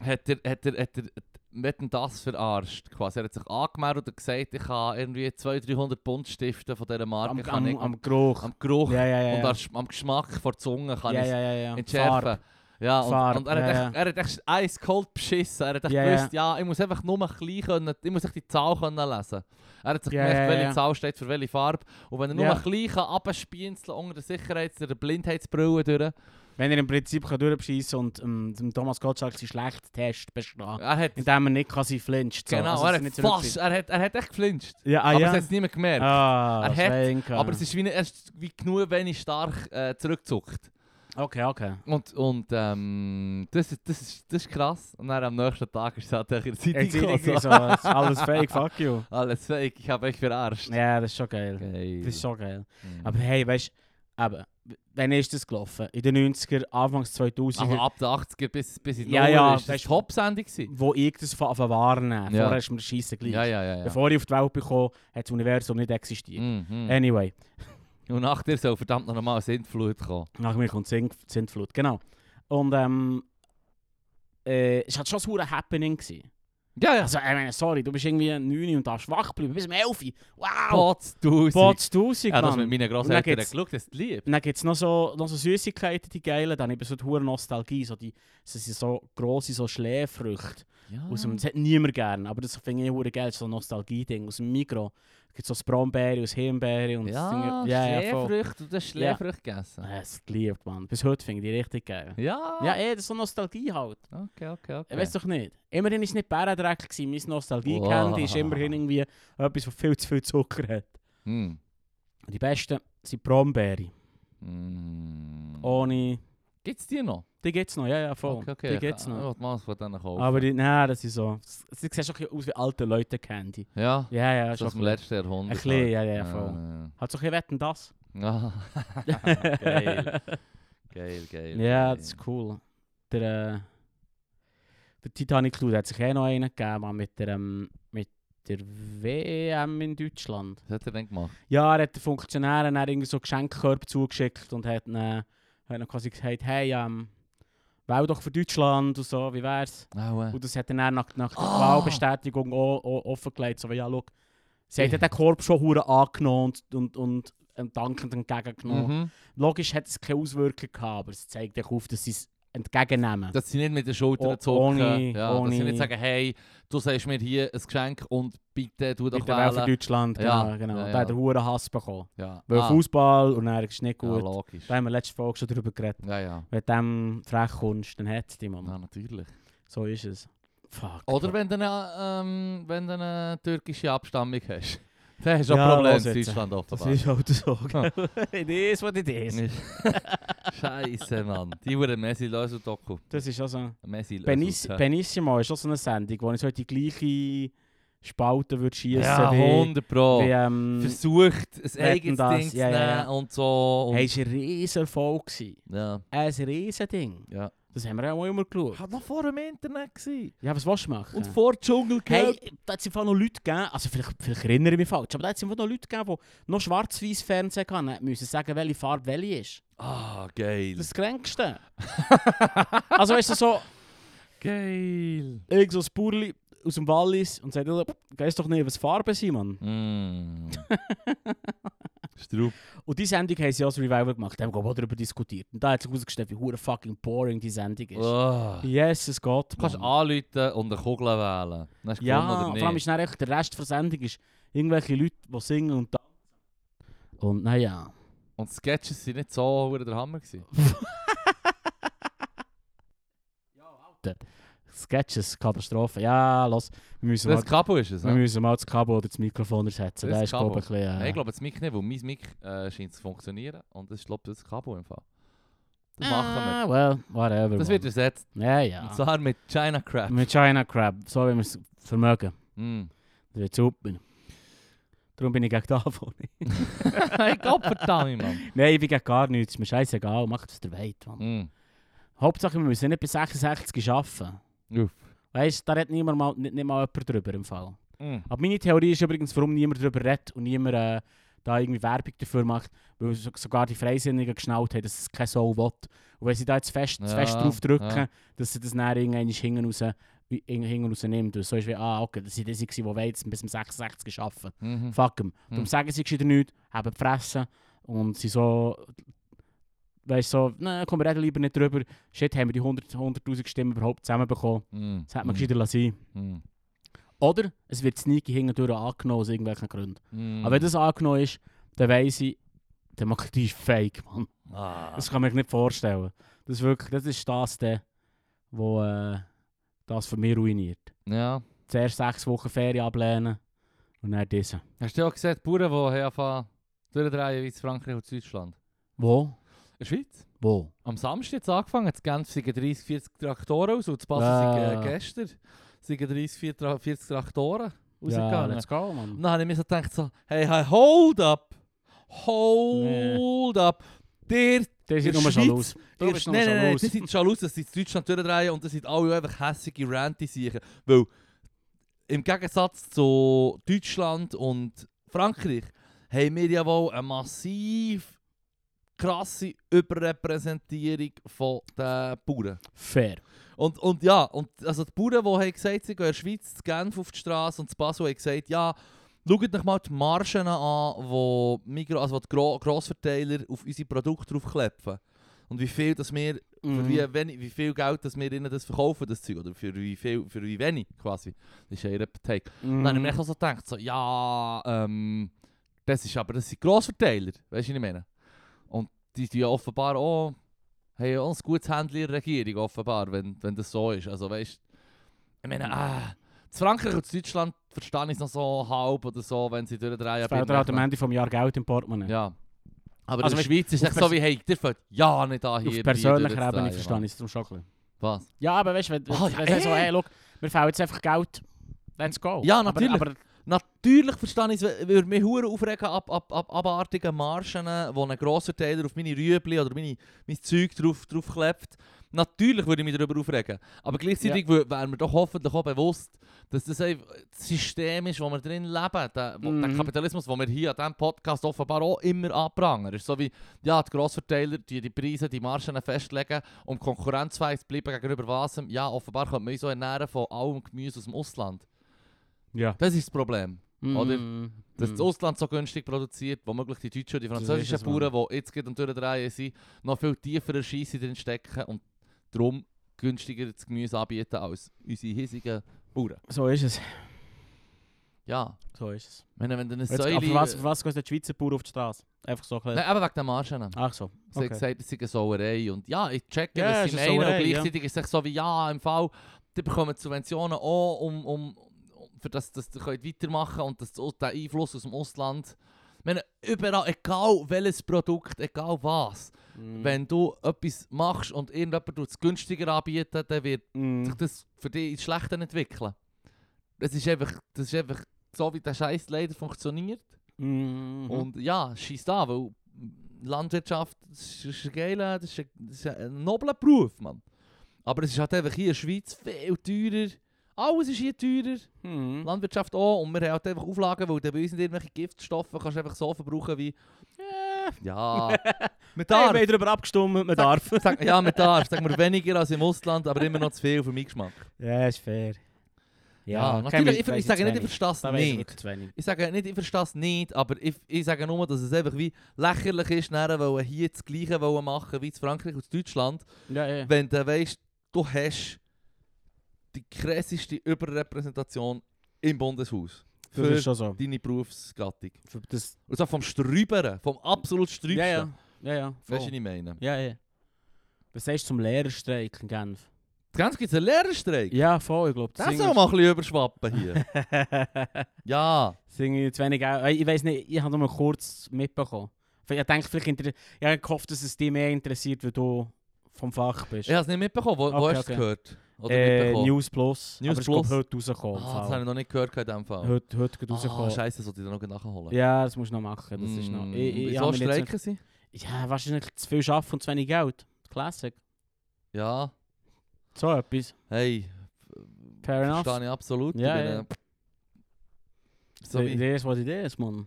Speaker 1: hat er, hat er, hat er, mit dem das verarscht quasi. Er hat sich angemeldet und gesagt, ich habe irgendwie 200, 300 Buntstifte von dieser Marke.
Speaker 2: Am,
Speaker 1: kann
Speaker 2: am,
Speaker 1: ich-
Speaker 2: am Geruch.
Speaker 1: am Geruch
Speaker 2: Ja, ja, ja.
Speaker 1: und
Speaker 2: ja.
Speaker 1: am Sch- am Geschmack vor der Zunge kann
Speaker 2: ja,
Speaker 1: ich
Speaker 2: ja, ja, ja.
Speaker 1: es entschärfen. Ja, und,
Speaker 2: Farbe,
Speaker 1: und er, hat
Speaker 2: ja,
Speaker 1: echt, er hat echt eiskalt beschissen. Er hat echt
Speaker 2: Ja, ja.
Speaker 1: gewusst, ja, ich muss einfach nur klein können, ich muss echt die Zahl können lesen. Er hat sich
Speaker 2: Ja,
Speaker 1: gemerkt,
Speaker 2: ja,
Speaker 1: welche
Speaker 2: ja.
Speaker 1: Zahl steht für welche Farbe. Und wenn er nur
Speaker 2: Ja.
Speaker 1: klein kann, abspienzeln unter der Sicherheits- oder der Blindheitsbrille durch,
Speaker 2: Wenn er im Prinzip kann durchbeschissen und ähm, dem Thomas Gottschalk seinen schlechten Test bestehen
Speaker 1: er hat,
Speaker 2: indem er nicht quasi flincht. So.
Speaker 1: genau,
Speaker 2: Also,
Speaker 1: er
Speaker 2: dass
Speaker 1: hat
Speaker 2: nicht
Speaker 1: fast,
Speaker 2: zurückzieht.
Speaker 1: er hat, er hat echt geflinscht.
Speaker 2: Ja, ah,
Speaker 1: aber
Speaker 2: ja.
Speaker 1: es hat es niemand gemerkt.
Speaker 2: Ah,
Speaker 1: Er hat,
Speaker 2: schwenken.
Speaker 1: Aber es ist wie, nicht- er ist wie genug wenig stark äh, zurückgezuckt.
Speaker 2: Okay, okay.
Speaker 1: Und, und ähm, das, ist- das, ist, das ist krass. Und dann am nächsten Tag ist es halt in der Zeitung
Speaker 2: Jetzt
Speaker 1: gekommen,
Speaker 2: ist
Speaker 1: so.
Speaker 2: so, ist alles fake, fuck you.
Speaker 1: Alles fake, ich habe euch verarscht.
Speaker 2: Ja, das ist schon geil.
Speaker 1: Geil.
Speaker 2: Das ist schon geil.
Speaker 1: Mhm.
Speaker 2: Aber hey, weißt du, eben, w- wann ist das gelaufen? In den 90er, Anfangs 2000er,
Speaker 1: Aber ab den 80er bis, bis in die
Speaker 2: Ja,
Speaker 1: Nuller
Speaker 2: ja,
Speaker 1: ist das
Speaker 2: weisst-
Speaker 1: Top-Sendung. gewesen.
Speaker 2: wo ich das fa- anfangen wahrnehmen.
Speaker 1: ah. Ja.
Speaker 2: Vorher ist mir scheiße gleich.
Speaker 1: Ja, ja, ja. ja.
Speaker 2: Bevor ich auf die Welt bekomme, hat das Universum nicht existiert.
Speaker 1: Mhm.
Speaker 2: Anyway,
Speaker 1: Und nach dir soll verdammt noch mal ein Sintflut kommen.
Speaker 2: nach mir kommt Sint Sintflut, genau. Und ähm, äh, es hat schon ein verdammtes Happening gewesen.
Speaker 1: Ja, ja.
Speaker 2: Also, ich meine, sorry, du bist irgendwie 9 und darfst wach bleiben bis um 11. Wow!
Speaker 1: Potz, du.
Speaker 2: Pots 1000,
Speaker 1: Ja, das
Speaker 2: Mann.
Speaker 1: mit meinen
Speaker 2: Und dann
Speaker 1: Grosseltern
Speaker 2: geht's-
Speaker 1: geschaut, das ist lieb.
Speaker 2: Und dann gibt es noch so, noch so Süßigkeiten, die geilen. Dann eben so die hohe Nostalgie. So die, das sind so grosse so Schläfrüchte.
Speaker 1: Ja.
Speaker 2: Aus dem, das hat niemand gern, aber das finde ich hure geil. So ein Nostalgie-Ding aus dem Mikro. Es gibt so das Brombeere aus Himbeere und das
Speaker 1: ja,
Speaker 2: Ding- ja, ja, voll.
Speaker 1: Schläfrücht, du hast Schläfrücht gegessen.
Speaker 2: Ja, Es geliebt, Mann. Bis heute finde ich die richtig geil.
Speaker 1: Ja.
Speaker 2: Ja, eh, das ist so Nostalgie halt.
Speaker 1: Okay, okay, okay.
Speaker 2: Ich weiß doch nicht. Immerhin war es nicht Bärendreck. gewesen. Mein Nostalgie-Candy ist
Speaker 1: Wow.
Speaker 2: immerhin irgendwie etwas, das viel zu viel Zucker hat.
Speaker 1: Hm.
Speaker 2: Und die besten sind Brombeere.
Speaker 1: Mm.
Speaker 2: Oh. Ohne.
Speaker 1: Gibt's die noch?
Speaker 2: Die gibt es noch, ja, ja, voll. Die gibt es
Speaker 1: Ich
Speaker 2: noch.
Speaker 1: will mal was von denen kaufen.
Speaker 2: Aber die, nein, das ist so. Sie sehen schon ein bisschen aus wie alte Leute Candy.
Speaker 1: ja,
Speaker 2: Ja, ja,
Speaker 1: das ist
Speaker 2: schon.
Speaker 1: aus
Speaker 2: ein
Speaker 1: dem
Speaker 2: bisschen.
Speaker 1: letzten Jahrhundert.
Speaker 2: Ein bisschen, ja, ja, voll.
Speaker 1: voll.
Speaker 2: Hat so ein bisschen wetten das.
Speaker 1: Ah, geil. Geil, geil.
Speaker 2: ja,
Speaker 1: geil.
Speaker 2: das ist cool. Der, äh, der Titanic Clue hat sich eh noch einen gegeben Mann, mit der, ähm, mit der WM in Deutschland.
Speaker 1: Was hat er denn gemacht?
Speaker 2: Ja, er hat den Funktionären dann irgendwie so Geschenkkörbe zugeschickt und hat ihnen hat ihnen quasi gesagt, hey, ähm, wähl doch für Deutschland und so, wie wär's?
Speaker 1: Oh, äh.
Speaker 2: Und das hat er dann nach, nach der
Speaker 1: Ah.
Speaker 2: Wahlbestätigung auch, auch offengelegt, so wie, ja, schau, sie hat den Korb schon hure angenommen und, und, und, und dankend entgegengenommen.
Speaker 1: Mhm.
Speaker 2: Logisch hat es keine Auswirkungen gehabt, aber es zeigt auch auf, dass sie es entgegennehmen.
Speaker 1: Dass sie nicht mit den Schultern
Speaker 2: Oh-
Speaker 1: zucken.
Speaker 2: ohne-
Speaker 1: ja, Dass sie
Speaker 2: ohne-
Speaker 1: nicht sagen, hey, du sagst mir hier ein Geschenk und bitte tu doch
Speaker 2: Mit der Wahl für
Speaker 1: wählen.
Speaker 2: Deutschland, genau.
Speaker 1: Ja,
Speaker 2: genau.
Speaker 1: ja,
Speaker 2: Da hat
Speaker 1: ja.
Speaker 2: er hure Hass bekommen.
Speaker 1: Ja.
Speaker 2: Weil
Speaker 1: ah,
Speaker 2: Fußball und er ist nicht
Speaker 1: Ja,
Speaker 2: gut.
Speaker 1: logisch.
Speaker 2: da haben wir letzte Folge schon drüber geredet.
Speaker 1: Ja, Nou, ja.
Speaker 2: Wenn du dem frech kommst, dann hat es dich, Mann.
Speaker 1: Ja, natürlich.
Speaker 2: So ist es. Fuck.
Speaker 1: Oder wenn du eine, ähm, wenn du eine türkische Abstammung hast. Dann hast du
Speaker 2: Ja,
Speaker 1: ein Problem
Speaker 2: los
Speaker 1: in
Speaker 2: jetzt.
Speaker 1: Deutschland
Speaker 2: Das
Speaker 1: offenbar.
Speaker 2: ist halt so. gell? it is what it is.
Speaker 1: Scheiße, Mann. Die wurde Messi lösen Doku.
Speaker 2: Das ist also...
Speaker 1: Messi lösen.
Speaker 2: Beniss Benissimo ist auch so eine Sendung, wo ich so in die gleiche Spalte würde schiessen
Speaker 1: Ja,
Speaker 2: wie...
Speaker 1: 100 Pro.
Speaker 2: wie ähm,
Speaker 1: Versucht, ein
Speaker 2: Wetten,
Speaker 1: eigenes
Speaker 2: dass-
Speaker 1: Ding zu
Speaker 2: ja,
Speaker 1: nehmen
Speaker 2: ja, ja.
Speaker 1: und so. Und,
Speaker 2: hey, es war ein riesen Erfolg. gewesen. Äh,
Speaker 1: ja.
Speaker 2: Ein riesen Ding.
Speaker 1: Ja.
Speaker 2: Das haben wir auch immer geschaut.
Speaker 1: Hat noch vor dem Internet gewesen.
Speaker 2: Ja, was willst du machen?
Speaker 1: Und vor Dschungel
Speaker 2: Hey, da hat es einfach noch Leute gegeben, also vielleicht, vielleicht erinnere ich mich falsch, aber da hat es einfach noch Leute gegeben, die noch schwarz-weiß Fernsehen hatten, und müssen sagen, welche Farbe welche ist.
Speaker 1: Ah, geil.
Speaker 2: Das Kränkste. also weißt du, so
Speaker 1: geil.
Speaker 2: irgend so ein Burli aus dem Wallis und sagt, weiss doch nicht, was Farben sind, Mann.
Speaker 1: Mm. Strupp.
Speaker 2: Und diese Sendung haben sie auch als Revival gemacht, da haben wir glaub ich, auch darüber diskutiert. Und da hat sich herausgestellt, wie hure fucking boring die Sendung ist.
Speaker 1: Oh. Du
Speaker 2: Yes, es geht,
Speaker 1: kannst
Speaker 2: Mann.
Speaker 1: anrufen und eine Kugel wählen. Dann hast du gewonnen
Speaker 2: Hmm. Ja,
Speaker 1: oder
Speaker 2: und
Speaker 1: nicht.
Speaker 2: vor allem ist dann echt der Rest der Sendung ist irgendwelche Leute, die singen und tanzen. Und naja...
Speaker 1: Und die Sketches waren nicht so verdammt der Hammer. Gewesen.
Speaker 2: Sketches, Katastrophe. Ja, los. Wir müssen,
Speaker 1: Das
Speaker 2: mal,
Speaker 1: Kapo ist es,
Speaker 2: wir
Speaker 1: ne?
Speaker 2: müssen mal das Kabel oder das Mikrofon ersetzen.
Speaker 1: Das
Speaker 2: Das ist, glaube ich, ein bisschen...
Speaker 1: Nein,
Speaker 2: Äh,
Speaker 1: ich glaube, das Mic nicht, weil mein Mic äh, scheint zu funktionieren. Und das ist, glaube ich, das Kapo im Fall. Das machen
Speaker 2: Ah, well, whatever.
Speaker 1: wir. Das wird
Speaker 2: man.
Speaker 1: ersetzt.
Speaker 2: Ja,
Speaker 1: Und
Speaker 2: ja.
Speaker 1: zwar mit China Crab.
Speaker 2: Mit China Crab. So wie wir es vermögen.
Speaker 1: Mm.
Speaker 2: Das wird super. Darum bin ich gegen davon.
Speaker 1: hey, Gottverdammt, Mann.
Speaker 2: Nein, ich bin gegen gar nichts. Ist mir scheißegal. Macht was der weit. Mann.
Speaker 1: Mm.
Speaker 2: Hauptsache, wir müssen nicht bis 66 arbeiten.
Speaker 1: Uff.
Speaker 2: Weißt du, da redet niemand mal, nicht, nicht mal jemand drüber im Fall.
Speaker 1: Mm.
Speaker 2: Aber meine Theorie ist übrigens, warum niemand darüber redet und niemand äh, da irgendwie Werbung dafür macht, weil so, sogar die Freisinnigen geschnallt haben, dass es kein Soul will. Und wenn sie da jetzt fest, zu
Speaker 1: Ja,
Speaker 2: fest drauf drücken,
Speaker 1: ja.
Speaker 2: dass sie das dann irgendwann hinten raus, irgendwann hinten raus nimmt. Und so ist wie, ah, okay, das sind die, die jetzt bis zum 66 arbeiten.
Speaker 1: Mhm.
Speaker 2: Fuck 'em. Darum
Speaker 1: Mhm.
Speaker 2: sagen sie gescheiter nichts, haben gefressen und sie so, weißt so, nein, komm, wir reden lieber nicht drüber. Shit, haben wir die 100 100'000 Stimmen überhaupt zusammenbekommen.
Speaker 1: Mm.
Speaker 2: Das hätte man gescheiter lassen. sein.
Speaker 1: Mm.
Speaker 2: Oder es wird sneaky hintendurch angenommen aus irgendwelchen Gründen.
Speaker 1: Mm.
Speaker 2: Aber wenn das angenommen ist, dann weiss ich, Demokratie ist fake, Mann.
Speaker 1: Ah.
Speaker 2: Das kann man sich nicht vorstellen. Das ist wirklich, das ist das, der, wo äh, das für mich ruiniert.
Speaker 1: Ja.
Speaker 2: Zuerst sechs Wochen Ferien ablehnen und dann diese.
Speaker 1: Hast du ja auch gesehen, die Bauern, die haben angefangen durchdrehen wie in Frankreich und Deutschland?
Speaker 2: Wo?
Speaker 1: In der Schweiz?
Speaker 2: Wo?
Speaker 1: Am Samstag hat es angefangen, jetzt Genf sind 30, 40 Traktoren raus und zu Basel
Speaker 2: Ja.
Speaker 1: sind äh, gestern sind 30, 40 Tra- 40 Traktoren
Speaker 2: Ja,
Speaker 1: rausgegangen.
Speaker 2: let's go, Mann.
Speaker 1: Und dann habe ich mir so gedacht, so, hey, hey, hold up, hold up, der,
Speaker 2: Der ist
Speaker 1: In
Speaker 2: nicht nur
Speaker 1: der
Speaker 2: schon
Speaker 1: Schweiz-
Speaker 2: los.
Speaker 1: der,
Speaker 2: bist nur
Speaker 1: nein, nein, nein,
Speaker 2: Schalus.
Speaker 1: die sind Schalus, dass sie in Deutschland durchdrehen und das sind alle einfach hässige Ranty sicher, weil im Gegensatz zu Deutschland und Frankreich haben wir ja wohl eine massiv krasse Überrepräsentierung von den Bauern.
Speaker 2: Fair.
Speaker 1: Und, und ja, und also die Bauern, die haben gesagt, sie gehen in der Schweiz, zu Genf auf die Straße und zu Basel haben gesagt, ja, schaut euch mal die Margen an, wo Migros, also wo die Gro Grossverteiler auf unsere Produkte draufklepfen. Und wie viel, dass wir,
Speaker 2: Mhm.
Speaker 1: für wie, wenig, wie viel Geld dass wir ihnen das verkaufen, das Zeug, oder für wie viel, für wie wenig quasi. Das ist ja ihr Take. Und dann habe
Speaker 2: Mhm.
Speaker 1: ich mir echt so gedacht, so, ja, ähm, das ist aber, das sind Grossverteiler, weißt du, was ich meine? Und die sind ja offenbar auch, haben ja auch ein gutes Händchen in der Regierung, offenbar, wenn, wenn das so ist. Also weißt du, ich meine, ah, zu Frankreich und zu Deutschland verstehe ich es noch so halb oder so, wenn sie durchdrehen.
Speaker 2: Es fehlt dir halt am Ende vom Jahr Geld im Portemonnaie.
Speaker 1: Ja. Aber
Speaker 2: Also
Speaker 1: in der
Speaker 2: weißt-
Speaker 1: Schweiz ist es
Speaker 2: auf
Speaker 1: echt so wie, hey, ihr fällt ja nicht an hier.
Speaker 2: Auf
Speaker 1: die
Speaker 2: persönlicher
Speaker 1: durchzudrehen,
Speaker 2: Ebene
Speaker 1: Mann.
Speaker 2: verstehe ich es zum Schocken.
Speaker 1: Was?
Speaker 2: Oh, Ja, aber weißt du, wenn, wenn,
Speaker 1: Ah, ja,
Speaker 2: wenn sie so,
Speaker 1: eh.
Speaker 2: hey, look, wir fehlen jetzt einfach Geld, let's go.
Speaker 1: Ja, natürlich.
Speaker 2: Aber, aber
Speaker 1: Natürlich verstehe ich es, würde mich hure aufregen ab, ab, ab abartigen Marschen, wo ein grosser Teiler auf meine Rüebli oder meine, mein Zeug drauf, drauf klebt. Natürlich würde ich mich darüber aufregen. Aber gleichzeitig wär wäre mir doch hoffentlich auch bewusst, dass das einfach das System ist, wo wir drin leben. Der, wo, der
Speaker 2: Mhm.
Speaker 1: Kapitalismus, den wir hier an diesem Podcast offenbar auch immer anprangern. Ist so wie, ja, die Grossverteiler, die die Preise, die Margen festlegen, um konkurrenzfähig zu bleiben gegenüber was. Ja, offenbar könnte man uns so ernähren von allem Gemüse aus dem Ausland.
Speaker 2: ja.
Speaker 1: Das ist das Problem. Oder- Dass das
Speaker 2: Mm.
Speaker 1: Ausland so günstig produziert, womöglich die Deutschen und die
Speaker 2: Das ist eh
Speaker 1: französischen
Speaker 2: es, Mann.
Speaker 1: Bauern, die jetzt gerade am Durchdrehen sind, noch viel tiefer Scheisse drin stecken und darum günstiger das Gemüse anbieten als unsere hiesigen Bauern.
Speaker 2: So ist es.
Speaker 1: Ja,
Speaker 2: So ist es.
Speaker 1: ich meine, wenn du eine
Speaker 2: Jetzt,
Speaker 1: Säule...
Speaker 2: aber für was, für was geht der Schweizer Bauer auf die Straße? Einfach so ein bisschen-
Speaker 1: Nein, eben wegen den Margen.
Speaker 2: Ach so.
Speaker 1: Sie
Speaker 2: Okay.
Speaker 1: haben gesagt, es sei eine Sauerei und ja, ich checke,
Speaker 2: Ja,
Speaker 1: was sie
Speaker 2: es ist
Speaker 1: meinen
Speaker 2: eine
Speaker 1: und
Speaker 2: Sauerei, ja.
Speaker 1: gleichzeitig ist es echt so wie, ja, im Fall, die bekommen Subventionen auch, um, um, um für das, dass sie könnt weitermachen und dass der Einfluss aus dem Ausland... Ich meine, überall, egal welches Produkt, egal was,
Speaker 2: Mm.
Speaker 1: Wenn du etwas machst und irgendjemand tut es günstiger anbieten, dann wird
Speaker 2: Mm.
Speaker 1: sich das für dich ins Schlechte entwickeln. Das ist einfach, das ist einfach so, wie der Scheiß leider funktioniert.
Speaker 2: Mhm.
Speaker 1: Und ja, scheiß da, weil Landwirtschaft das ist, das ist ein geiler, das ist ein, das ist ein nobler Beruf, Mann. Aber es ist halt einfach hier in der Schweiz viel teurer. Alles ist hier teurer.
Speaker 2: Mhm.
Speaker 1: Landwirtschaft auch. Und wir haben halt einfach Auflagen, weil du bei uns nicht irgendwelche Giftstoffe kannst du einfach so verbrauchen wie... Ja, mit
Speaker 2: Hey, wir haben darüber abgestimmt, man darf.
Speaker 1: Sag, ja, man darf. Sagen wir weniger als im Ausland, aber immer noch zu viel für meinen Geschmack.
Speaker 2: Ja, ist fair.
Speaker 1: Ja, natürlich. Ich, ich sage nicht, ich verstehe es nicht.
Speaker 2: zu wenig.
Speaker 1: Ich sage nicht, ich verstehe es nicht, aber ich, ich sage nur, dass es einfach wie lächerlich ist, nachher wollen hier das Gleiche wollen machen wie in Frankreich und in Deutschland,
Speaker 2: Ja, ja.
Speaker 1: wenn du weißt, du hast die krasseste Überrepräsentation im Bundeshaus
Speaker 2: Das
Speaker 1: für
Speaker 2: ist schon so.
Speaker 1: deine Berufsgattung.
Speaker 2: Für das,
Speaker 1: Und zwar vom Strüberen, vom absolut Strüberen.
Speaker 2: ja, ja. Ja, ja. voll.
Speaker 1: Weißt du, was ich meine?
Speaker 2: Ja, ja. Was sagst du zum Lehrerstreik in Genf?
Speaker 1: Ganz gibt es einen Lehrerstreik.
Speaker 2: Ja, voll, ich glaube.
Speaker 1: Das soll mal ein bisschen überschwappen hier. ja.
Speaker 2: Sind ich zu wenig auch. Ich weiß nicht, ich habe nur kurz mitbekommen. Ich denke, vielleicht inter ich hab gehofft, dass es dich mehr interessiert, weil du vom Fach bist.
Speaker 1: Ich habe es nicht mitbekommen. Wo, wo
Speaker 2: Okay,
Speaker 1: hast du es
Speaker 2: okay.
Speaker 1: gehört? Oder
Speaker 2: äh,
Speaker 1: mitbekommen?
Speaker 2: News Plus.
Speaker 1: News
Speaker 2: aber ich glaube,
Speaker 1: Plus?
Speaker 2: heute rausgekommen. im
Speaker 1: ah, das
Speaker 2: Fall.
Speaker 1: habe ich noch nicht gehört in diesem Fall.
Speaker 2: Heute, heute geht
Speaker 1: Ah,
Speaker 2: rausgekommen.
Speaker 1: scheiße, sollte ich da noch nachholen. Mm,
Speaker 2: ja, das musst du noch machen. Das ist noch. Ich, ich, ich
Speaker 1: Wieso
Speaker 2: hab mich jetzt
Speaker 1: streiken sie?
Speaker 2: nicht- Ja, wahrscheinlich zu viel Schaffen und zu wenig Geld. Classic.
Speaker 1: Ja.
Speaker 2: So etwas.
Speaker 1: Hey,
Speaker 2: Fair enough.
Speaker 1: verstehe ich absolut.
Speaker 2: Ja,
Speaker 1: ich bin,
Speaker 2: ja.
Speaker 1: äh, So
Speaker 2: It
Speaker 1: wie,
Speaker 2: is what it is, Mann.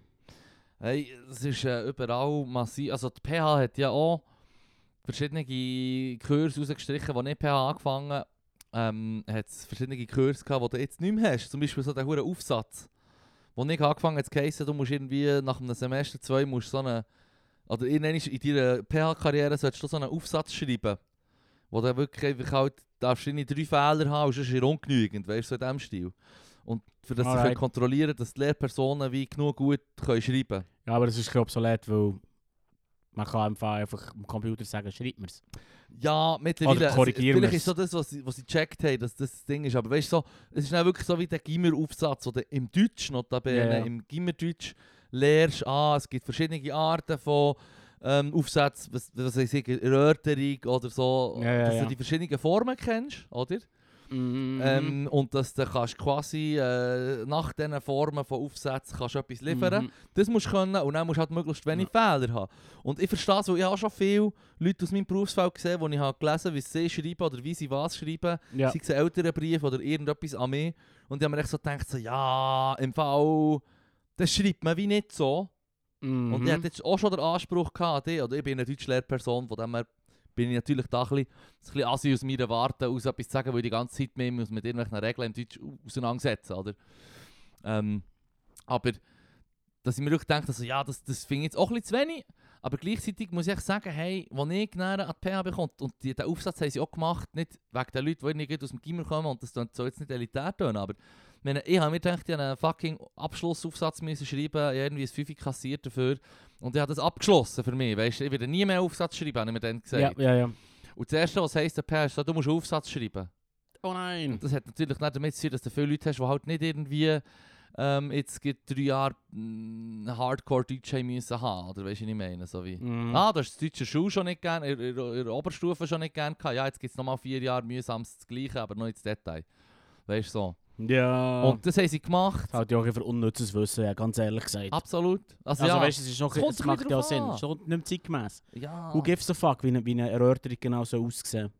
Speaker 1: hey, es ist äh, überall massiv. Also die PH hat ja auch verschiedene Kurse rausgestrichen, die nicht PH angefangen ähm, hat es verschiedene Kurse gehabt, die du jetzt nicht mehr hast. Zum Beispiel so der hure Aufsatz, wo ich angefangen hat zu heissen, du musst irgendwie nach einem Semester zwei musst so eine, oder irgendwann in deiner PH-Karriere solltest du so einen Aufsatz schreiben, wo du wirklich einfach halt, darfst du nicht drei Fehler haben, und sonst ist er ungenügend, weißt du, so in diesem Stil. Und für das sie
Speaker 2: Alright.
Speaker 1: können kontrollieren, dass die Lehrpersonen wie genug gut können schreiben können.
Speaker 2: Ja, aber das ist glaub, obsolet, weil man kann einfach, einfach am Computer sagen, schreibt mir's.
Speaker 1: Ja, mittlerweile.
Speaker 2: Oder
Speaker 1: es-
Speaker 2: korrigieren
Speaker 1: Vielleicht
Speaker 2: wir's.
Speaker 1: ist so das, was sie, was sie gecheckt haben, dass das das Ding ist. Aber weißt du, so, es ist dann wirklich so wie der Gimmer-Aufsatz, oder im Deutsch notabene,
Speaker 2: Ja, ja.
Speaker 1: im Gimmer-Deutsch lehrst du an, es gibt verschiedene Arten von ähm, Aufsätzen, was, was ich sage, Erörterung oder so,
Speaker 2: Ja, ja,
Speaker 1: dass
Speaker 2: ja.
Speaker 1: du die verschiedenen Formen kennst, oder?
Speaker 2: Mhm.
Speaker 1: Ähm, und dass du kannst quasi äh, nach diesen Formen von Aufsätzen kannst du etwas liefern
Speaker 2: Mhm.
Speaker 1: das musst du können und dann musst du halt möglichst wenig Fehler haben. Und ich verstehe es, weil ich habe schon viele Leute aus meinem Berufsfeld gesehen, die ich habe gelesen wie sie schreiben oder wie sie was schreiben,
Speaker 2: Ja.
Speaker 1: sei es ein älterer Brief oder irgendetwas an mich. Und ich habe mir echt so gedacht, so, ja, im Fall, das schreibt man wie nicht so.
Speaker 2: Mhm.
Speaker 1: Und ich hatte jetzt auch schon den Anspruch gehabt, an dich, oder ich bin eine Deutschlehrperson, von dem her bin ich natürlich da ein bisschen, ein bisschen assi aus meiner Warte aus etwas zu sagen, weil ich die ganze Zeit mich muss mit irgendwelchen Regeln im Deutsch au- auseinandersetzen, oder? Ähm, aber dass ich mir auch gedacht also, ja, das, das finde ich jetzt auch ein bisschen zu wenig, aber gleichzeitig muss ich echt sagen, hey, als ich näher an die PH bekomme, und die, den Aufsatz haben sie auch gemacht, nicht wegen den Leuten, die irgendwie gerade aus dem Gimmer kommen, und das tönt- soll jetzt nicht elitär tönen, aber ich meine, ich habe mir gedacht, ich habe einen fucking Abschlussaufsatz müssen schreiben, ich habe irgendwie ein Fünfe kassiert dafür. Und ich habe das abgeschlossen für mich. Weißt, du, ich werde nie mehr Aufsatz schreiben, habe ich mir dann gesagt.
Speaker 2: ja, ja, ja.
Speaker 1: Und das Erste, was heisst, der PR ist, so, du musst einen Aufsatz schreiben.
Speaker 2: Oh nein!
Speaker 1: Das hat natürlich nicht damit zu tun, dass du viele Leute hast, die halt nicht irgendwie ähm, jetzt gibt drei Jahre mm, Hardcore-Deutsch haben müssen haben. Oder weißt du, was ich meine? So wie,
Speaker 2: Mhm.
Speaker 1: Ah, du hast das deutsche Schule schon nicht gern, in, in, in der Oberstufe schon nicht gern gehabt. Ja, jetzt gibt es nochmal vier Jahre mühsames das Gleiche, aber noch ins Detail. Weißt du so.
Speaker 2: Ja.
Speaker 1: Und das haben sie gemacht.
Speaker 2: das halt ja auch für unnützes Wissen, ja, ganz ehrlich gesagt.
Speaker 1: Absolut. Also,
Speaker 2: also
Speaker 1: ja.
Speaker 2: weißt du, es ist noch,
Speaker 1: Es kommt
Speaker 2: es
Speaker 1: ein
Speaker 2: macht
Speaker 1: bisschen
Speaker 2: ja
Speaker 1: drauf
Speaker 2: Sinn.
Speaker 1: an. Ah.
Speaker 2: Es ist schon nicht mehr zeitgemäss.
Speaker 1: ja.
Speaker 2: Who gives a fuck, wie eine, wie eine Erörterung genau so aussehen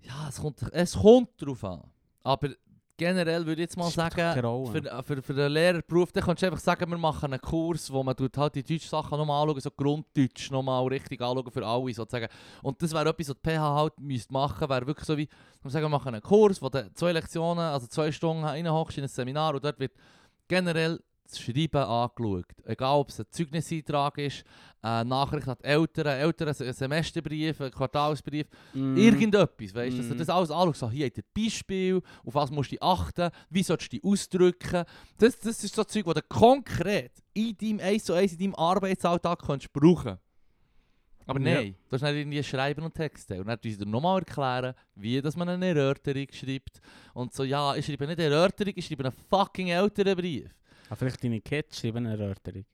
Speaker 1: Ja, es kommt, es kommt drauf an. Aber generell würde ich jetzt mal
Speaker 2: Das spielt
Speaker 1: sagen,
Speaker 2: keine Rolle.
Speaker 1: für, für, für den Lehrerberuf, dann kannst du einfach sagen, wir machen einen Kurs, wo man tut halt die deutschen Sachen nochmal anschauen, so Grunddeutsch nochmal richtig anschauen für alle sozusagen. Und das wäre etwas, was die PH halt müsste machen, wäre wirklich so wie, wir sagen, wir machen einen Kurs, wo du zwei Lektionen, also zwei Stunden reinhockst in ein Seminar und dort wird generell das Schreiben angeschaut. Egal, ob es ein Zeugniseintrag ist, eine Nachricht an die Eltern, Eltern, ein Semesterbrief, ein Quartalsbrief,
Speaker 2: Mm.
Speaker 1: Irgendetwas, weißt du, dass du
Speaker 2: Mhm.
Speaker 1: das alles anschaust. So, Hier hat ein Beispiel, auf was musst du dich achten, wie sollst du dich ausdrücken. Das, das ist so Zeug, das du konkret in deinem 1 zu 1, in deinem Arbeitsalltag kannst brauchen Aber
Speaker 2: Ja.
Speaker 1: nein, du hast nicht irgendwie Schreiben und Texte. Und dann tust du dir nochmal erklären, wie dass man eine Erörterung schreibt. Und so, ja, ich schreibe nicht eine Erörterung, ich schreibe einen fucking Elternbrief.
Speaker 2: Ah, vielleicht deine Kids schreiben eine Erörterung.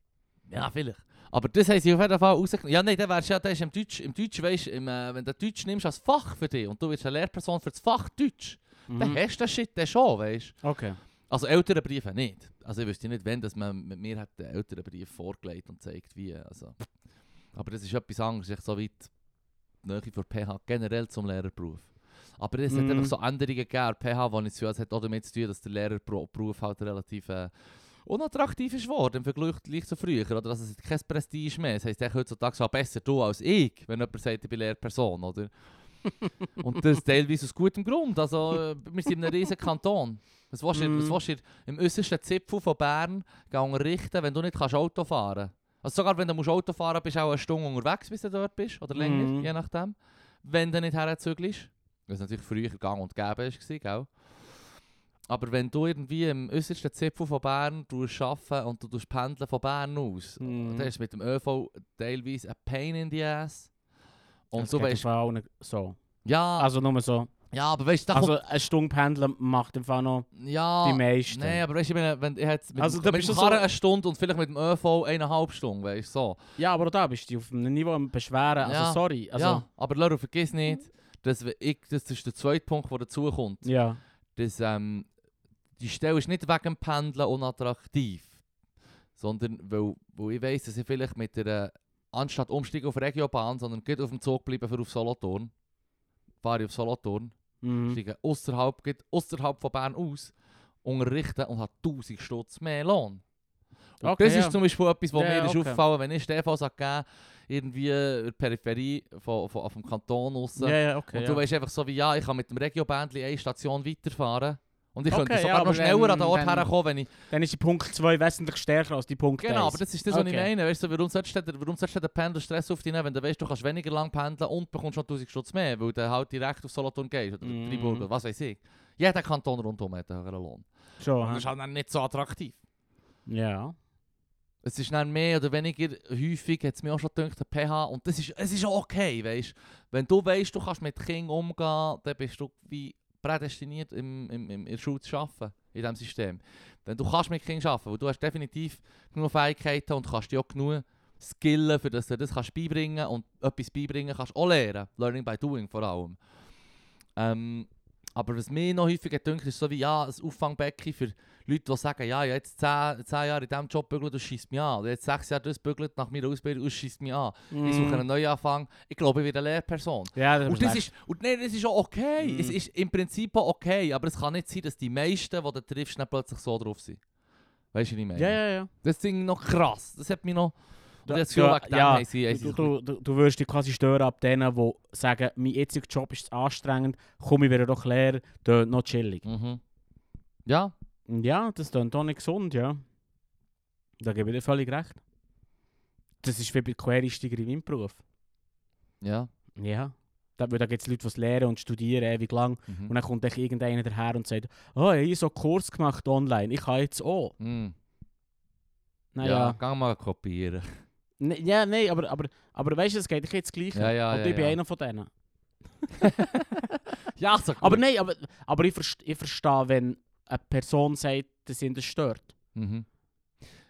Speaker 1: Ja, vielleicht. Aber das haben sie auf jeden Fall rausgenommen. Ja, nein, dann wärst du ja, dann ist im Deutsch, im Deutsch weißt, im, äh, wenn du Deutsch nimmst als Fach für dich und du wirst eine Lehrperson für das Fach Deutsch, dann
Speaker 2: Mhm.
Speaker 1: hast du den Shit dann schon, weißt du.
Speaker 2: Okay.
Speaker 1: Also ältere Briefe nicht. Also ich wüsste nicht, wenn dass man mit mir hat den älteren Brief vorgelegt und zeigt wie. Also. Aber das ist etwas anderes, echt so weit die Nähe von PH generell zum Lehrerberuf. Aber es hat
Speaker 2: Mhm.
Speaker 1: einfach so Änderungen gegeben, PH, wo ich das Gefühl habe, es hat auch damit zu tun, dass der Lehrerberuf halt relativ äh, unattraktiv ist geworden im Vergleich gleich zu früher. Oder dass es kein Prestige mehr ist. Das heisst, ich heutzutage so besser du als ich, wenn jemand sagt, ich bin Lehrperson, oder? Und das teilweise aus gutem Grund. Also, äh, wir sind in einem riesen Kanton. Was willst du, was
Speaker 2: Mhm.
Speaker 1: willst du im äußersten Zipfel von Bern gehen unterrichten, wenn du nicht kannst Auto fahren kannst? Also sogar wenn du musst Auto fahren musst, bist du auch eine Stunde unterwegs, bis du dort bist. Oder länger,
Speaker 2: Mhm.
Speaker 1: je nachdem. Wenn du nicht herzügelst. Was natürlich früher gang und gäbe war, gell? Aber wenn du irgendwie im äußersten Zipfel von Bern arbeiten und du tust pendeln von Bern aus,
Speaker 2: Mhm.
Speaker 1: dann ist es mit dem ÖV teilweise ein Pain in the Ass. Und
Speaker 2: Das
Speaker 1: du
Speaker 2: geht im
Speaker 1: weißt,
Speaker 2: Fall auch nicht so.
Speaker 1: ja,
Speaker 2: Also nur so.
Speaker 1: ja, aber weißt du, da kommt- Ah.
Speaker 2: Also eine Stunde pendeln macht im Fall noch die
Speaker 1: ja,
Speaker 2: meisten.
Speaker 1: Nein, aber weißt du, ich meine, wenn ich jetzt mit,
Speaker 2: Also,
Speaker 1: dem,
Speaker 2: da
Speaker 1: mit
Speaker 2: bist
Speaker 1: dem
Speaker 2: du so-
Speaker 1: Karren eine Stunde und vielleicht mit dem ÖV eineinhalb Stunden, weißt du, so.
Speaker 2: Ja, aber auch da bist du auf einem Niveau am Beschweren. Also
Speaker 1: Ja.
Speaker 2: sorry. Also,
Speaker 1: ja, aber Leute, vergiss nicht, dass wenn ich, das ist der zweite Punkt, der dazukommt.
Speaker 2: ja.
Speaker 1: Dass, ähm, die Stelle ist nicht wegen dem Pendeln unattraktiv, sondern weil, weil ich weiss, dass ich vielleicht mit der, äh, anstatt Umstieg auf Regiobahn, sondern geht auf dem Zug bleiben für auf Solothurn, fahre ich auf Solothurn,
Speaker 2: Mhm.
Speaker 1: steige außerhalb, geht außerhalb von Bern aus, unterrichten und habe 1000 Stutz mehr Lohn. Und
Speaker 2: Okay,
Speaker 1: das ist
Speaker 2: ja.
Speaker 1: zum Beispiel etwas, was
Speaker 2: Ja,
Speaker 1: mir
Speaker 2: ja,
Speaker 1: ist
Speaker 2: okay.
Speaker 1: aufgefallen wenn ich Stefan sage, irgendwie in der Peripherie von, von, vom Kanton raus.
Speaker 2: Ja, ja, okay.
Speaker 1: und du
Speaker 2: ja.
Speaker 1: weißt einfach so wie, ja, ich kann mit dem Regiobändli eine Station weiterfahren. Und ich könnte
Speaker 2: Okay,
Speaker 1: sogar
Speaker 2: ja,
Speaker 1: noch
Speaker 2: aber
Speaker 1: schneller
Speaker 2: wenn-
Speaker 1: an den Ort
Speaker 2: wenn-
Speaker 1: herkommen, wenn ich...
Speaker 2: Dann ist die Punkt 2 wesentlich stärker als die Punkt 1.
Speaker 1: Genau, aber das ist das, was ich
Speaker 2: Okay.
Speaker 1: meine. Weißt du, warum sollst du, den- warum sollst du den Pendel Stress auf dich nehmen, wenn du weißt, du kannst weniger lang pendeln und bekommst noch 1000 Stutz mehr, weil du halt direkt auf Solothurn gehst oder
Speaker 2: Mhm.
Speaker 1: Freiburg oder was weiß ich. Jeder Kanton rundherum hat einen höheren Lohn.
Speaker 2: Schon,
Speaker 1: Und
Speaker 2: hä?
Speaker 1: das ist halt dann nicht so attraktiv.
Speaker 2: Ja.
Speaker 1: Es ist dann mehr oder weniger häufig, hat es mir auch schon gedacht, der pH. Und das ist, es ist auch okay, weißt Wenn du weißt, du kannst mit Kindern umgehen, dann bist du wie prädestiniert im, im, im, in der Schule zu arbeiten, in diesem System. Wenn du kannst mit Kindern arbeiten, weil du hast definitiv genug Fähigkeiten und kannst dir auch genug skillen, für dass du das kannst beibringen und etwas beibringen kannst auch lernen. Learning by doing vor allem. Ähm, aber was mir noch häufig gedacht ist so wie, ja, ein Auffangbecken für Leute, die sagen, ja, ich habe jetzt 10, 10 Jahre in diesem Job bügelt, das schießt mich an. Oder jetzt 6 Jahre das bügelt, nach meiner Ausbildung, das schießt mich an. Ich suche einen Neuanfang. Ich glaube, ich werde eine Lehrperson.
Speaker 2: Mhm. Ja,
Speaker 1: Und das ist, und nein, das ist auch okay.
Speaker 2: Mhm.
Speaker 1: Es ist im Prinzip auch okay, aber es kann nicht sein, dass die meisten, die du triffst, nicht plötzlich so drauf sind. Weißt du, was ich meine?
Speaker 2: Ja, ja, ja.
Speaker 1: Das Ding noch krass. Das hat mich noch. Und
Speaker 2: Da-
Speaker 1: jetzt Gefühl,
Speaker 2: ja,
Speaker 1: wegen dem
Speaker 2: ja.
Speaker 1: haben sie, haben sie
Speaker 2: Du,
Speaker 1: sich ein
Speaker 2: du, du, du wirst dich quasi stören ab denen, die sagen, mein jetziger Job ist zu anstrengend, komm ich wieder doch leer, tönt noch chillig.
Speaker 1: bisschen- Mhm. Ja,
Speaker 2: Und ja, das tönt auch nicht gesund, ja. Da gebe ich dir völlig recht. Das ist wie bei Quereinsteiger in meinem Beruf.
Speaker 1: ja.
Speaker 2: Ja. Da, weil da gibt es Leute, die es lehren und studieren ewig lang.
Speaker 1: Mhm.
Speaker 2: Und dann kommt echt irgendeiner daher und sagt, «Oh, ich habe so einen Kurs gemacht online, ich kann jetzt auch.»
Speaker 1: Mhm. Ja,
Speaker 2: Naja.
Speaker 1: geh mal kopieren.
Speaker 2: Ne- Ja, nein, aber, aber, aber weißt du, es geht dich jetzt gleich.
Speaker 1: Ja, ja,
Speaker 2: und
Speaker 1: ja,
Speaker 2: ich bin
Speaker 1: ja.
Speaker 2: einer von denen.
Speaker 1: Ja, so gut.
Speaker 2: Aber nein, aber, aber ich, verst ich verstehe, wenn eine Person sagt, dass ihn das stört.
Speaker 1: Mhm.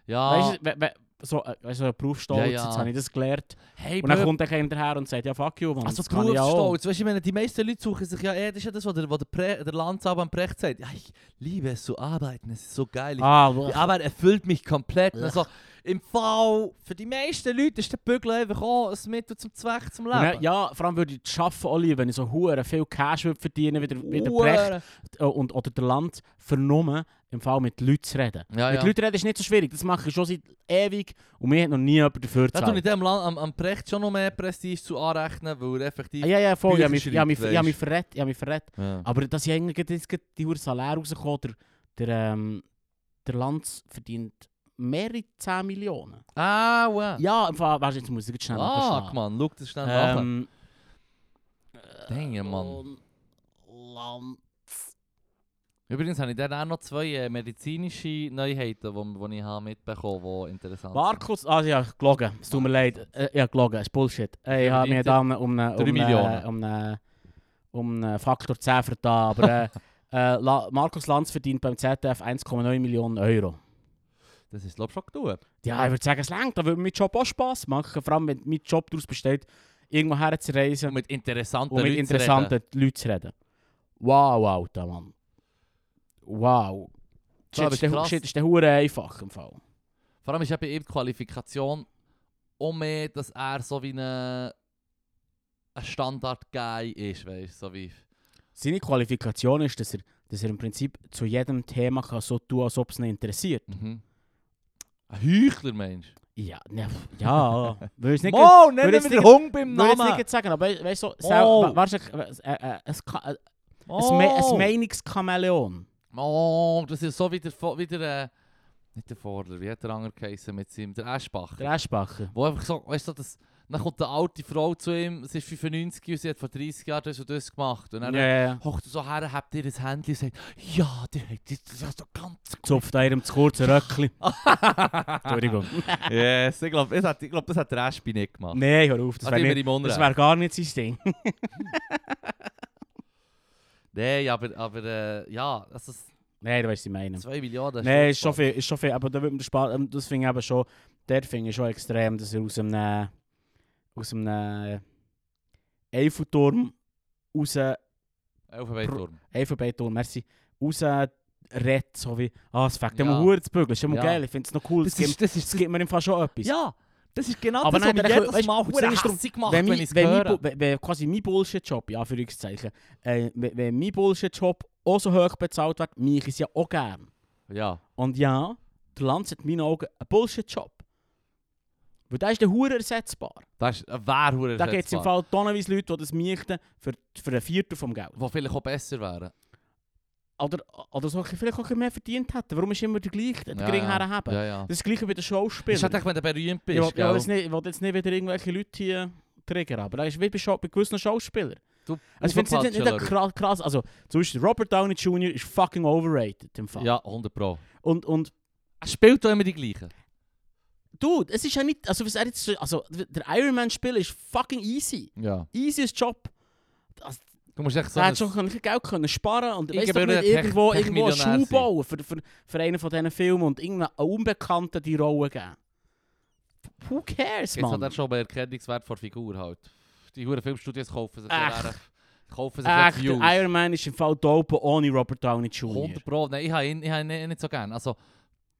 Speaker 1: Ja.
Speaker 2: Weißt du, we, we, so, äh, weißt du, so ein Berufsstolz,
Speaker 1: Ah. Ja, ja.
Speaker 2: jetzt habe ich das gelernt.
Speaker 1: hey,
Speaker 2: und dann
Speaker 1: Bub,
Speaker 2: kommt dann einer daher und sagt, ja fuck you, Mann,
Speaker 1: also
Speaker 2: das kann ich ja auch.
Speaker 1: Berufsstolz. Weißt du, ich meine, die meisten Leute suchen sich ja, eh, das ist ja das, was der, was der, Pre der Landsab am Precht sagt. Ja, ich liebe es zu arbeiten, es ist so geil. Ich
Speaker 2: Ah,
Speaker 1: Die
Speaker 2: blech.
Speaker 1: Arbeit erfüllt mich komplett.
Speaker 2: Ugh.
Speaker 1: Also, Im Fall, für die meisten Leute ist der Bügel einfach auch ein Mittel zum Zweck zum Leben.
Speaker 2: Und dann, ja, vor allem würde ich das arbeiten, Oli, wenn ich so hure viel Cash würde verdienen würde, wie der Brecht
Speaker 1: Hure.
Speaker 2: äh, und, oder der Land, vernommen, im Fall mit Leuten zu reden.
Speaker 1: Ah, Ja,
Speaker 2: mit
Speaker 1: ja.
Speaker 2: Leuten reden ist nicht so schwierig, das mache ich schon seit ewig und mir hat noch nie jemand dafür
Speaker 1: Da tue
Speaker 2: gezahlt.
Speaker 1: ich dem Land, am, am Brecht schon noch mehr Prestige zu anrechnen, weil er effektiv...
Speaker 2: Ah, ja, ja, voll, ich habe mich,
Speaker 1: Bücher
Speaker 2: ich habe mich,
Speaker 1: schreibt,
Speaker 2: ich habe mich
Speaker 1: weisst.
Speaker 2: verrät, ich habe mich verrät.
Speaker 1: Ja.
Speaker 2: Aber dass ich eigentlich jetzt gerade die Uhr Salär rausgekommen der, der, ähm, der Lanz verdient mehrere 10 Millionen.
Speaker 1: Ah, wow.
Speaker 2: Ja, im Fall, weißt du, jetzt muss ich jetzt schnell
Speaker 1: ah,
Speaker 2: nachschlagen.
Speaker 1: Mann, schau das schnell nach.
Speaker 2: ähm,
Speaker 1: Dinge, Mann.
Speaker 2: Und Lanz.
Speaker 1: Übrigens habe ich dann auch noch zwei äh, medizinische Neuheiten, die, die ich habe mitbekommen habe, die interessant
Speaker 2: Markus, ah ja, gelogen. Es tut mir leid. Äh, ja, gelogen, es ist Bullshit. Äh, ich
Speaker 1: Ja,
Speaker 2: habe mir
Speaker 1: verdient
Speaker 2: da um, um, um,
Speaker 1: drei Millionen.
Speaker 2: um, um, um einen Faktor 10 vertan, aber äh, äh, La Markus Lanz verdient beim ZDF 1,9 Millionen Euro.
Speaker 1: sind. Das ist, glaube ich, schon genug.
Speaker 2: Ja, ich würde sagen, es längt, da würde mein Job auch Spass machen. Vor allem, wenn mein Job daraus besteht, irgendwo herzureisen
Speaker 1: Und mit interessanten
Speaker 2: und mit
Speaker 1: Leuten zu reden.
Speaker 2: interessanten Leuten zu reden. Wow, Alter, Mann. Wow.
Speaker 1: Ja,
Speaker 2: Shit,
Speaker 1: aber
Speaker 2: ist der,
Speaker 1: krass.
Speaker 2: Shit ist der Hure einfach im Fall.
Speaker 1: Vor allem ist eben eben die Qualifikation auch mehr, dass er so wie ein ein Standard-Guy ist, weißt du, so wie...
Speaker 2: Seine Qualifikation ist, dass er, dass er im Prinzip zu jedem Thema kann so tun als ob es ihn interessiert.
Speaker 1: Mhm. Ein Heuchler, Mensch.
Speaker 2: Ja, ne, ja. Würde ich nicht
Speaker 1: Mo, nenn
Speaker 2: würde
Speaker 1: mir
Speaker 2: jetzt
Speaker 1: den
Speaker 2: nicht-
Speaker 1: Hung beim
Speaker 2: würde ich jetzt
Speaker 1: Namen!
Speaker 2: nicht gerade sagen, aber we- weißt du, so,
Speaker 1: Oh.
Speaker 2: sel- wa- wahrscheinlich äh, äh, ein, Ka- äh, ein, Me-
Speaker 1: oh.
Speaker 2: ein Meinungschamäleon.
Speaker 1: Mo, das ist so wie der... Vo- Wie der äh, nicht der Vorder, wie hat der andere geheißen mit seinem... Der Eschbacher.
Speaker 2: Der Aschbacher.
Speaker 1: Wo einfach so, weißt du, das... Dann kommt eine alte Frau zu ihm, sie ist 95 und sie hat vor 30 Jahren das und das gemacht. Und
Speaker 2: Ja,
Speaker 1: dann
Speaker 2: ja, ja.
Speaker 1: hocht er so her, habt ihr das Handy und sagt, ja, die hat das das ist ja so ganz
Speaker 2: zupft an ihrem zu kurzen Röckli. Entschuldigung.
Speaker 1: Yes, ich glaube, das, glaub, das hat der Ashby nicht gemacht.
Speaker 2: Nein, hör auf, das
Speaker 1: Hat immer
Speaker 2: wäre
Speaker 1: im Mund
Speaker 2: wär gar nicht sein Ding.
Speaker 1: Nein, aber, aber äh, ja, das ist
Speaker 2: Nein, du weißt, was ich meine.
Speaker 1: 2 Milliarden.
Speaker 2: Nein, ist schon viel, ist schon viel, aber da wird man Spaß, ähm, das finde ich eben schon, der finde ich schon extrem, dass er aus einem, äh, aus einem äh, Eiffelturm raus,
Speaker 1: Elfenbeinturm.
Speaker 2: Eiffelbeinturm, merci, raus redet, so wie, ah, es fängt
Speaker 1: Ja.
Speaker 2: immer Huren zu bügeln, ist immer
Speaker 1: Ja.
Speaker 2: geil, ich finde es noch cool, es
Speaker 1: Das
Speaker 2: gibt,
Speaker 1: ist, das
Speaker 2: es
Speaker 1: ist,
Speaker 2: gibt mir im Fall schon etwas.
Speaker 1: ja, das ist genau
Speaker 2: Aber
Speaker 1: das,
Speaker 2: dann
Speaker 1: was
Speaker 2: hat
Speaker 1: mich
Speaker 2: er-
Speaker 1: jedes
Speaker 2: weißt-
Speaker 1: Mal
Speaker 2: und das Ding
Speaker 1: verdammt
Speaker 2: ist darum,
Speaker 1: hässig macht,
Speaker 2: wenn,
Speaker 1: wenn,
Speaker 2: mein,
Speaker 1: ich es
Speaker 2: wenn, mein,
Speaker 1: höre.
Speaker 2: Bu- wenn, wenn quasi mein Bullshit-Job, ja, für Zeichen, äh, wenn, wenn mein Bullshit-Job auch so hoch bezahlt wird, mache ich es ja auch gern.
Speaker 1: Ja,
Speaker 2: Und ja, der Lanz hat in meinen Augen einen Bullshit-Job. Weil der ist der Hure ersetzbar.
Speaker 1: das ist äh, ein Wehrhuren.
Speaker 2: Da gibt es im Fall tonnenweise Leute, die das miechten für, für ein Viertel vom Geld.
Speaker 1: Die vielleicht auch besser wären.
Speaker 2: Oder, oder so, vielleicht auch ein bisschen mehr verdient hätten. Warum ist immer der gleiche, der
Speaker 1: Ja,
Speaker 2: gering
Speaker 1: ja.
Speaker 2: haben?
Speaker 1: Ja, ja.
Speaker 2: Das ist das gleiche wie der Schauspieler.
Speaker 1: Ist halt echt, wenn du berühmt
Speaker 2: ich
Speaker 1: bist,
Speaker 2: will- ich will
Speaker 1: gell?
Speaker 2: jetzt nicht, ich will jetzt nicht wieder irgendwelche Leute hier triggern, aber das ist wie bei, Schau- bei gewissen Schauspielern.
Speaker 1: Du
Speaker 2: Also ich finde es nicht, nicht
Speaker 1: Aufpatschler.
Speaker 2: krass, krass. Also zum Beispiel Robert Downey Jr. ist fucking overrated im Fall.
Speaker 1: Ja, 100 Pro.
Speaker 2: Und, und
Speaker 1: Er spielt doch immer die gleichen.
Speaker 2: Dude, es ist ja nicht. Also, was er jetzt, also der Ironman spielen ist fucking easy.
Speaker 1: Ja.
Speaker 2: Easiest Job.
Speaker 1: Du musst echt so
Speaker 2: er
Speaker 1: ein
Speaker 2: hat schon ein bisschen Geld können sparen und
Speaker 1: Ich
Speaker 2: weißt
Speaker 1: gebe
Speaker 2: doch
Speaker 1: nur
Speaker 2: nicht,
Speaker 1: einen Tech-
Speaker 2: irgendwo, irgendwo einen
Speaker 1: Tech-Millionär
Speaker 2: Schuh
Speaker 1: sein.
Speaker 2: bauen für, für, für einen von diesen Filmen und irgendeinen Unbekannten die Rolle geben. Who cares,
Speaker 1: Jetzt hat er
Speaker 2: man?
Speaker 1: schon einen Erkennungswert von der Figur halt. Die hohen Filmstudios kaufen sich
Speaker 2: Echt?
Speaker 1: ja kaufen sich ja
Speaker 2: Echt,
Speaker 1: Views.
Speaker 2: der Iron Man ist im Fall dope ohne Robert Downey Jr.
Speaker 1: 100 Pro. Nein, ich habe ihn, ich habe ihn nicht- nicht so gerne. Also,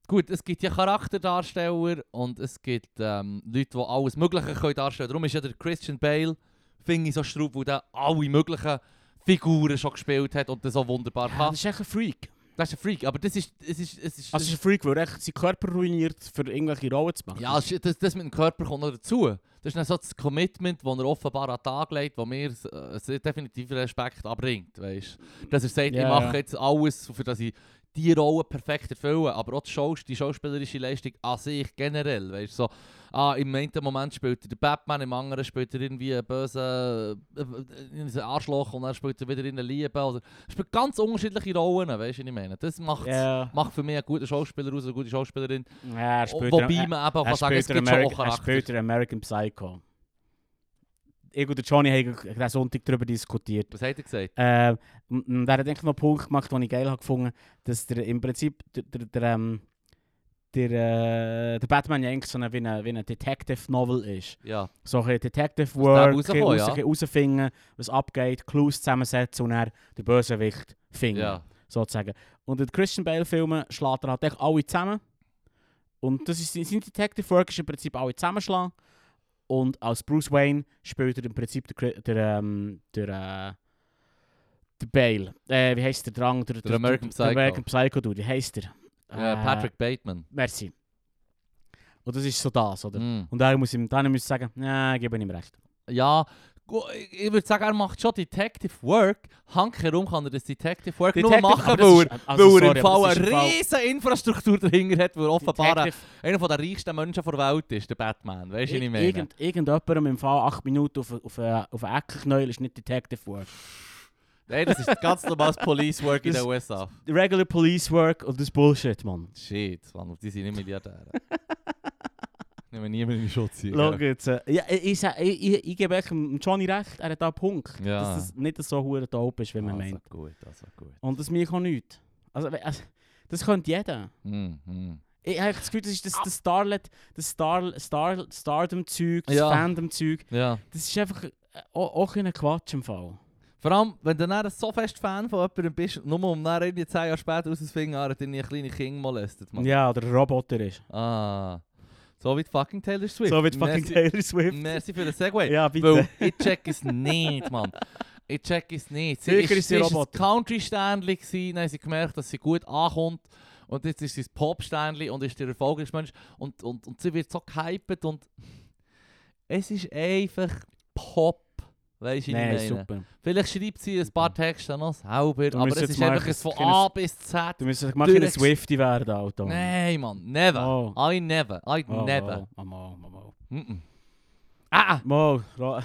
Speaker 1: gut, es gibt ja Charakterdarsteller und es gibt ähm, Leute, die alles Mögliche können darstellen können. Darum ist ja der Christian Bale, finde ich so straub, weil der alle möglichen Figuren schon gespielt hat und das so wunderbar
Speaker 2: Ja,
Speaker 1: kann.
Speaker 2: das ist echt ein Freak.
Speaker 1: Das ist ein Freak, aber das ist... Es ist, es ist,
Speaker 2: Also, es ist ein Freak, weil er echt seinen Körper ruiniert, für irgendwelche Rollen zu machen.
Speaker 1: ja, es ist- das, das mit dem Körper kommt noch dazu. Das ist dann so das Commitment, das er offenbar an den Tag legt, das mir äh, sehr definitiv Respekt anbringt, weißt Dass er sagt, ich
Speaker 2: Ja,
Speaker 1: mache
Speaker 2: ja.
Speaker 1: jetzt alles, für das ich die Rolle perfekt erfülle, aber auch die, Schau- die schauspielerische Leistung an sich generell, weißt So, ah, im einen Moment spielt er den Batman, im anderen spielt er irgendwie einen bösen äh, äh, äh, Arschloch und dann spielt er wieder in der Liebe. Oder, er spielt ganz unterschiedliche Rollen, weißt du, was ich meine? Das macht
Speaker 2: Ja.
Speaker 1: macht für mich einen guten Schauspieler aus, eine gute Schauspielerin.
Speaker 2: Ja, er spielt
Speaker 1: Oh, Wobei
Speaker 2: er-
Speaker 1: man eben auch
Speaker 2: er
Speaker 1: kann sagen, es
Speaker 2: spielt
Speaker 1: gibt
Speaker 2: den
Speaker 1: schon auch
Speaker 2: Ameri- er
Speaker 1: Charakter.
Speaker 2: spielt den American Psycho. Ich und der Johnny haben diesen Sonntag darüber diskutiert.
Speaker 1: Was hat er gesagt?
Speaker 2: Äh, und- und er hat eigentlich noch einen Punkt gemacht, den ich geil habe gefunden, dass der im Prinzip der, der, der, ähm, der, äh, der Batman ja eigentlich so eine, wie eine, wie eine Detective Novel ist.
Speaker 1: Ja,
Speaker 2: So ein Detective
Speaker 1: da
Speaker 2: Work, ein bisschen
Speaker 1: rauskommt, ja.
Speaker 2: raus- ein bisschen herausfinden, was abgeht, Clues zusammensetzen und dann den Bösewicht finden.
Speaker 1: ja.
Speaker 2: Sozusagen. Und in den Christian Bale Filmen schlägt er halt echt alle zusammen. Und das ist, sein sein Detective Work ist im Prinzip alle zusammenschlagen. Und als Bruce Wayne spielt er im Prinzip der, Chri- der, ähm, der, äh, der Bale. Äh, wie heißt der Drang? Der,
Speaker 1: American
Speaker 2: Der
Speaker 1: Psycho.
Speaker 2: American Psycho, Dude. Wie heißt der?
Speaker 1: Äh,
Speaker 2: Ah.
Speaker 1: Patrick Bateman.
Speaker 2: Merci. Und das ist so das, oder?
Speaker 1: Mm.
Speaker 2: Und daher muss ich, daher muss ich sagen, nein, gebe ihm recht.
Speaker 1: Ja, gu- ich- ich würde sagen, er macht schon Detective Work. Hank herum kann er das Detective Work
Speaker 2: Detective-
Speaker 1: nur machen,
Speaker 2: aber das
Speaker 1: weil
Speaker 2: ist-
Speaker 1: er,
Speaker 2: also
Speaker 1: weil er
Speaker 2: sorry,
Speaker 1: im
Speaker 2: aber
Speaker 1: Fall
Speaker 2: das ist
Speaker 1: eine
Speaker 2: im Fall-
Speaker 1: riesige Infrastruktur dahinter hat, weil er offenbar
Speaker 2: Detective-
Speaker 1: einer der reichsten Menschen der Welt ist, der Batman. Weißt du, was ich meine?
Speaker 2: Irgend, irgendjemandem im Fall 8 Minuten auf, auf, äh, auf einen Ecken knäueln ist nicht Detective Work.
Speaker 1: Nein, das ist ganz normales Police Work in
Speaker 2: Das-
Speaker 1: den USA.
Speaker 2: Regular Police Work und das ist Bullshit, Mann.
Speaker 1: Shit, Mann, die sind nicht Milliardäre. Nehmen niemanden in Schutz hier.
Speaker 2: Schau
Speaker 1: gell?
Speaker 2: jetzt. äh, Ja, ich, ich, sag- ich, ich, ich gebe echt dem Johnny recht, er hat da einen Punkt.
Speaker 1: Ja.
Speaker 2: Dass es nicht so hure dope ist, wie man
Speaker 1: Also
Speaker 2: meint.
Speaker 1: gut, also gut.
Speaker 2: Und das mir kann nichts. Also, we- also, das könnte jeder.
Speaker 1: Mm, mm.
Speaker 2: Ich habe das Gefühl, das ist das, das Starlet, das Star, Star, Stardom-Zeug, das
Speaker 1: Ja.
Speaker 2: Fandom-Zeug.
Speaker 1: Ja.
Speaker 2: Das ist einfach äh, auch, auch ein Quatsch im Fall.
Speaker 1: Vor allem, wenn du dann so fest Fan von jemandem bist, nur um dann irgendwie zehn Jahre später herauszufinden, ah, er hat irgendwie ein kleines Kind molestet. Mann.
Speaker 2: Ja, oder ein Roboter ist.
Speaker 1: Ah. So wie die fucking Taylor Swift.
Speaker 2: So wie die fucking
Speaker 1: Merci-
Speaker 2: Taylor Swift.
Speaker 1: Merci für den Segway.
Speaker 2: Ja,
Speaker 1: Weil
Speaker 2: bitte.
Speaker 1: ich check es nicht, Mann. Ich check es nicht. Sie
Speaker 2: Sicher
Speaker 1: ist,
Speaker 2: ist sie
Speaker 1: sie ist ein
Speaker 2: Roboter.
Speaker 1: Country-Sternli gewesen, dann haben sie gemerkt, dass sie gut ankommt. Und jetzt ist sie ein Pop-Sternli und ist der erfolgreichste Mensch. Und, und, und sie wird so gehypet und... Es ist einfach Pop. Weißt du, wie ich
Speaker 2: Nein,
Speaker 1: meine?
Speaker 2: super.
Speaker 1: Vielleicht schreibt sie ein paar Texte noch selber,
Speaker 2: Du
Speaker 1: aber
Speaker 2: musst
Speaker 1: es
Speaker 2: jetzt
Speaker 1: ist
Speaker 2: mal
Speaker 1: einfach ein
Speaker 2: etwas
Speaker 1: von
Speaker 2: kleines-
Speaker 1: A bis Z.
Speaker 2: Du müsstest mal ein
Speaker 1: Durchs-
Speaker 2: Swifty werden, Alter.
Speaker 1: Nein, Mann, never.
Speaker 2: Oh.
Speaker 1: I never, I
Speaker 2: Oh,
Speaker 1: never.
Speaker 2: Oh, oh, mal, mal, mal.
Speaker 1: Mm -mm. Ah,
Speaker 2: Mal, Ro-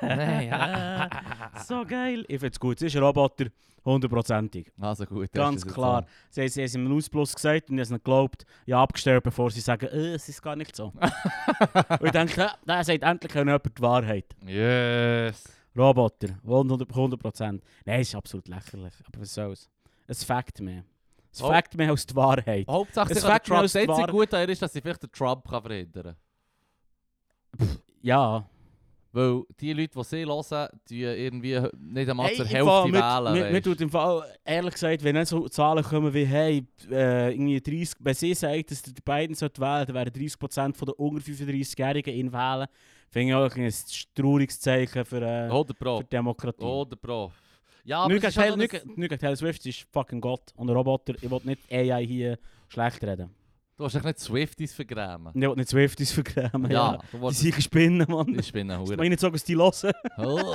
Speaker 1: nein, ah, ah, ah, ah.
Speaker 2: so geil. Ich finde es gut. Es ist ein Roboter, hundertprozentig.
Speaker 1: Also gut. das
Speaker 2: Ganz
Speaker 1: ist jetzt
Speaker 2: klar. Sie haben sie haben es im Ausplus gesagt und ich habe es nicht geglaubt. Ich habe abgestellt, bevor sie sagen, äh, es ist gar nicht so. und ich denke, ja, da sagt endlich jemand die Wahrheit.
Speaker 1: so. Yes.
Speaker 2: Roboter, 100%. Nein, es ist absolut lächerlich. Aber was soll's. Es fängt mehr. Es
Speaker 1: Oh.
Speaker 2: fängt mehr als die Wahrheit.
Speaker 1: Hauptsache,
Speaker 2: Es
Speaker 1: sie kann den
Speaker 2: fängt mir
Speaker 1: Trump.
Speaker 2: aus
Speaker 1: Das einzige
Speaker 2: wahr-
Speaker 1: Gute an ihr ist, dass sie vielleicht den Trump kann verhindern kann.
Speaker 2: Ja.
Speaker 1: Weil die Leute, die sie hören, die irgendwie nicht einmal
Speaker 2: Hey,
Speaker 1: zur
Speaker 2: im Fall,
Speaker 1: Hälfte
Speaker 2: mit-
Speaker 1: wählen.
Speaker 2: Mir, mir
Speaker 1: weisst.
Speaker 2: tut im Fall, ehrlich gesagt, wenn nicht so Zahlen kommen wie, hey, äh, irgendwie 30, wenn sie sagt, dass der Biden sollte wählen, dann wären 30% von der unter 35-Jährigen ihn wählen. Finde ich auch ein trauriges Zeichen für, äh,
Speaker 1: Oder Pro.
Speaker 2: für die Demokratie.
Speaker 1: Oder Pro. Ja, aber
Speaker 2: Nicht
Speaker 1: es
Speaker 2: gegen
Speaker 1: ist halt
Speaker 2: Taylor-
Speaker 1: noch
Speaker 2: nicht
Speaker 1: ein-
Speaker 2: gegen- nicht gegen Taylor Swift sie ist fucking Gott und ein Roboter. Ich will nicht AI hier eh, schlecht reden.
Speaker 1: du hast dich nicht Swifties vergrämen.
Speaker 2: Ich will nicht Swifties vergrämen.
Speaker 1: Ja,
Speaker 2: Ja.
Speaker 1: du
Speaker 2: Die
Speaker 1: wolltest.
Speaker 2: sind Spinnen, Mann.
Speaker 1: Ich bin ein
Speaker 2: Ich
Speaker 1: Hure.
Speaker 2: meine nicht sagen, dass die hören.
Speaker 1: Oh.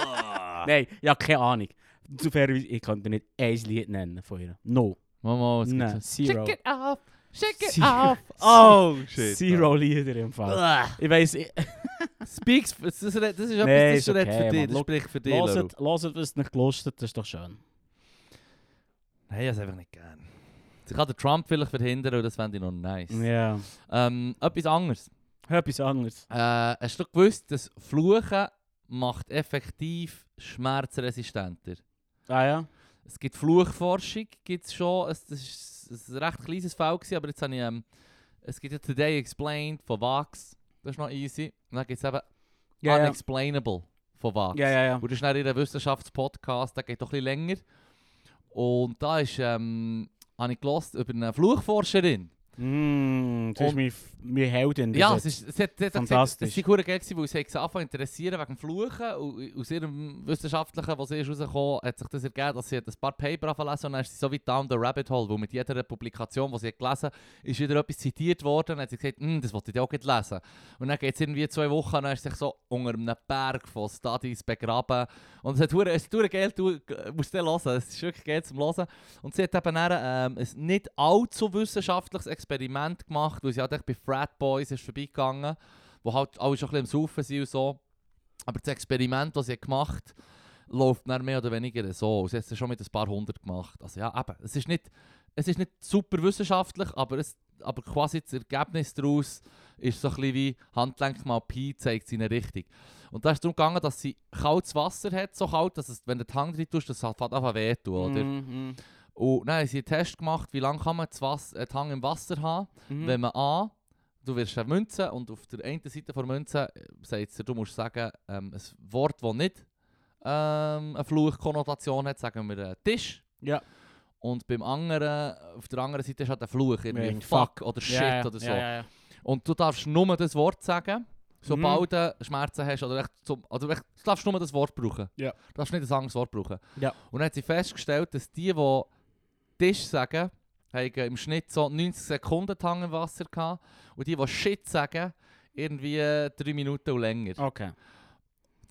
Speaker 2: Nein, ja, keine Ahnung. Zu fair, ich kann dir nicht ein Lied nennen von ihr. No.
Speaker 1: Mama, es
Speaker 2: Nein,
Speaker 1: gibt so.
Speaker 2: zero.
Speaker 1: Shake it off, shake it
Speaker 2: Zero.
Speaker 1: off. Oh shit.
Speaker 2: Zero Lieder im Fall.
Speaker 1: Uah.
Speaker 2: Ich weiss, ich-
Speaker 1: Speaks, das ist, das ist etwas,
Speaker 2: Nee,
Speaker 1: das
Speaker 2: ist
Speaker 1: ist nicht
Speaker 2: okay,
Speaker 1: für dich,
Speaker 2: Mann.
Speaker 1: das
Speaker 2: Schau,
Speaker 1: spricht für dich. Laru.
Speaker 2: hört, hört, was nicht gelustet, das ist doch
Speaker 1: Nein,
Speaker 2: schön.
Speaker 1: ich habe es einfach nicht gern. Ich kann den Trump vielleicht verhindern, und das fände ich noch nice.
Speaker 2: Ja.
Speaker 1: Ähm, etwas anderes.
Speaker 2: Etwas anderes.
Speaker 1: Äh, hast du gewusst, dass Fluchen macht effektiv schmerzresistenter?
Speaker 2: Ah ja?
Speaker 1: Es gibt Fluchforschung, gibt's schon. Es, das ist ein recht kleines Feld, gewesen, aber jetzt habe ich. Ähm, es gibt ja Today Explained von Vax. Das ist noch easy. Und dann gibt es eben
Speaker 2: Ja, ja.
Speaker 1: Unexplainable von Vax.
Speaker 2: Ja, ja, ja.
Speaker 1: Und das ist dann ihr Wissenschaftspodcast, der geht doch ein bisschen länger. Und da ist, ähm, habe ich gelernt über eine Fluchforscherin.
Speaker 2: Mm, du bist
Speaker 1: Und-
Speaker 2: meine, F- meine Heldin.
Speaker 1: Ja, es
Speaker 2: besetzt.
Speaker 1: ist sie hat- sie hat auch gesagt,
Speaker 2: Fantastisch.
Speaker 1: es sei verdammt geil gewesen, weil sie hat sich angefangen zu interessieren wegen dem Fluchen. Und aus ihrem Wissenschaftlichen, was sie ist rausgekommen, hat sich das ergeben, dass sie hat ein paar Paper angelesen und dann ist sie so wie down the rabbit hole, weil mit jeder Publikation, die sie hat gelesen hat, ist wieder etwas zitiert worden. Und dann hat sie gesagt, «Hm, das wollte ich auch gleich lesen. Und dann geht es irgendwie zwei Wochen und dann ist sie sich so unter einem Berg von Studies begraben. Und es hat hure- es ist geil, du musst den hören, es ist wirklich geil zum Hören. Und sie hat eben dann, ähm, ein nicht allzu wissenschaftliches Experiment gemacht, weil sie halt echt bei Frat Boys ist vorbeigegangen, wo halt alle schon ein bisschen am Saufen sind und so. Aber das Experiment, das sie hat gemacht läuft dann mehr oder weniger so. Und Sie hat es schon mit ein paar hundert gemacht. Also ja, eben, es ist nicht, es ist nicht super wissenschaftlich, aber, es, aber quasi das Ergebnis daraus ist so ein bisschen wie Handgelenk mal Pi zeigt seine Richtung. Und da ist es darum gegangen, dass sie kaltes Wasser hat, so kalt, dass es, wenn du die Hand rein tust, das halt fängt an wehtun, oder?
Speaker 2: Mhm,
Speaker 1: Und dann haben sie einen Test gemacht, wie lange kann man das Wasser, äh, die Hand im Wasser haben,
Speaker 2: mhm.
Speaker 1: wenn man an, du wirst eine Münze und auf der einen Seite der Münze äh, sagt sie, du musst sagen, ähm, ein Wort, das nicht ähm, eine Fluchkonnotation hat, sagen wir äh, Tisch.
Speaker 2: Ja.
Speaker 1: Und beim anderen, auf der anderen Seite ist halt ein Fluch, irgendwie
Speaker 2: Ja,
Speaker 1: Fuck oder Shit
Speaker 2: Ja, ja,
Speaker 1: oder so.
Speaker 2: Ja, ja, ja.
Speaker 1: Und du darfst nur das Wort sagen,
Speaker 2: Mhm.
Speaker 1: sobald du Schmerzen hast. Oder echt zum, also echt, du darfst nur das Wort brauchen.
Speaker 2: Ja.
Speaker 1: Du darfst nicht ein anderes Wort brauchen.
Speaker 2: Ja.
Speaker 1: Und dann hat sie festgestellt, dass die, die Tisch sagen, haben im Schnitt so 90 Sekunden die Hand im Wasser gehabt. Und die, die Shit sagen, irgendwie 3 Minuten und länger.
Speaker 2: Okay.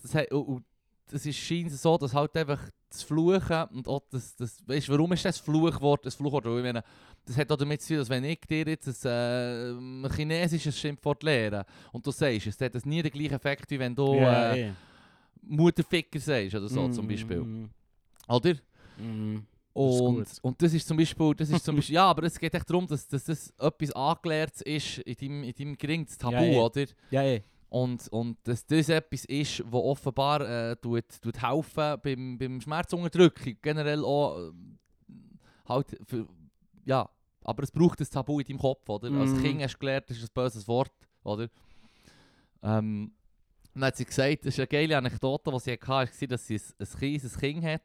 Speaker 1: Das, he- und, und das ist scheint so, dass halt einfach das Fluchen und auch das, das weißt, warum ist das Fluchwort ein Fluchwort? Weil ich meine, das hat auch damit zu tun, dass wenn ich dir jetzt ein äh, chinesisches Schimpfwort lehre und du sagst es, dann hat das nie den gleichen Effekt, wie wenn du
Speaker 2: Ja,
Speaker 1: äh,
Speaker 2: eh.
Speaker 1: Mutterficker sagst oder so
Speaker 2: Mhm,
Speaker 1: zum Beispiel.
Speaker 2: mhm,
Speaker 1: Oder?
Speaker 2: mhm. ist
Speaker 1: Und
Speaker 2: gut.
Speaker 1: das, und das ist zum Beispiel, das ist zum Beispiel ja, aber es geht echt darum, dass, dass das etwas angelehrt ist in deinem, in deinem geringsten Tabu,
Speaker 2: Ja, ja.
Speaker 1: oder?
Speaker 2: Ja, eh.
Speaker 1: Und, und dass das etwas ist, was offenbar äh, tut, tut helfen beim, beim Schmerzunterdrückung. Generell auch äh, halt für, ja, aber es braucht ein Tabu in deinem Kopf, oder? Als
Speaker 2: Mhm.
Speaker 1: Kind hast du gelernt, das ist ein böses Wort, oder? Ähm, dann hat sie gesagt, das ist eine geile Anekdote, die sie hatte, war, dass sie ein, ein kleines Kind hat.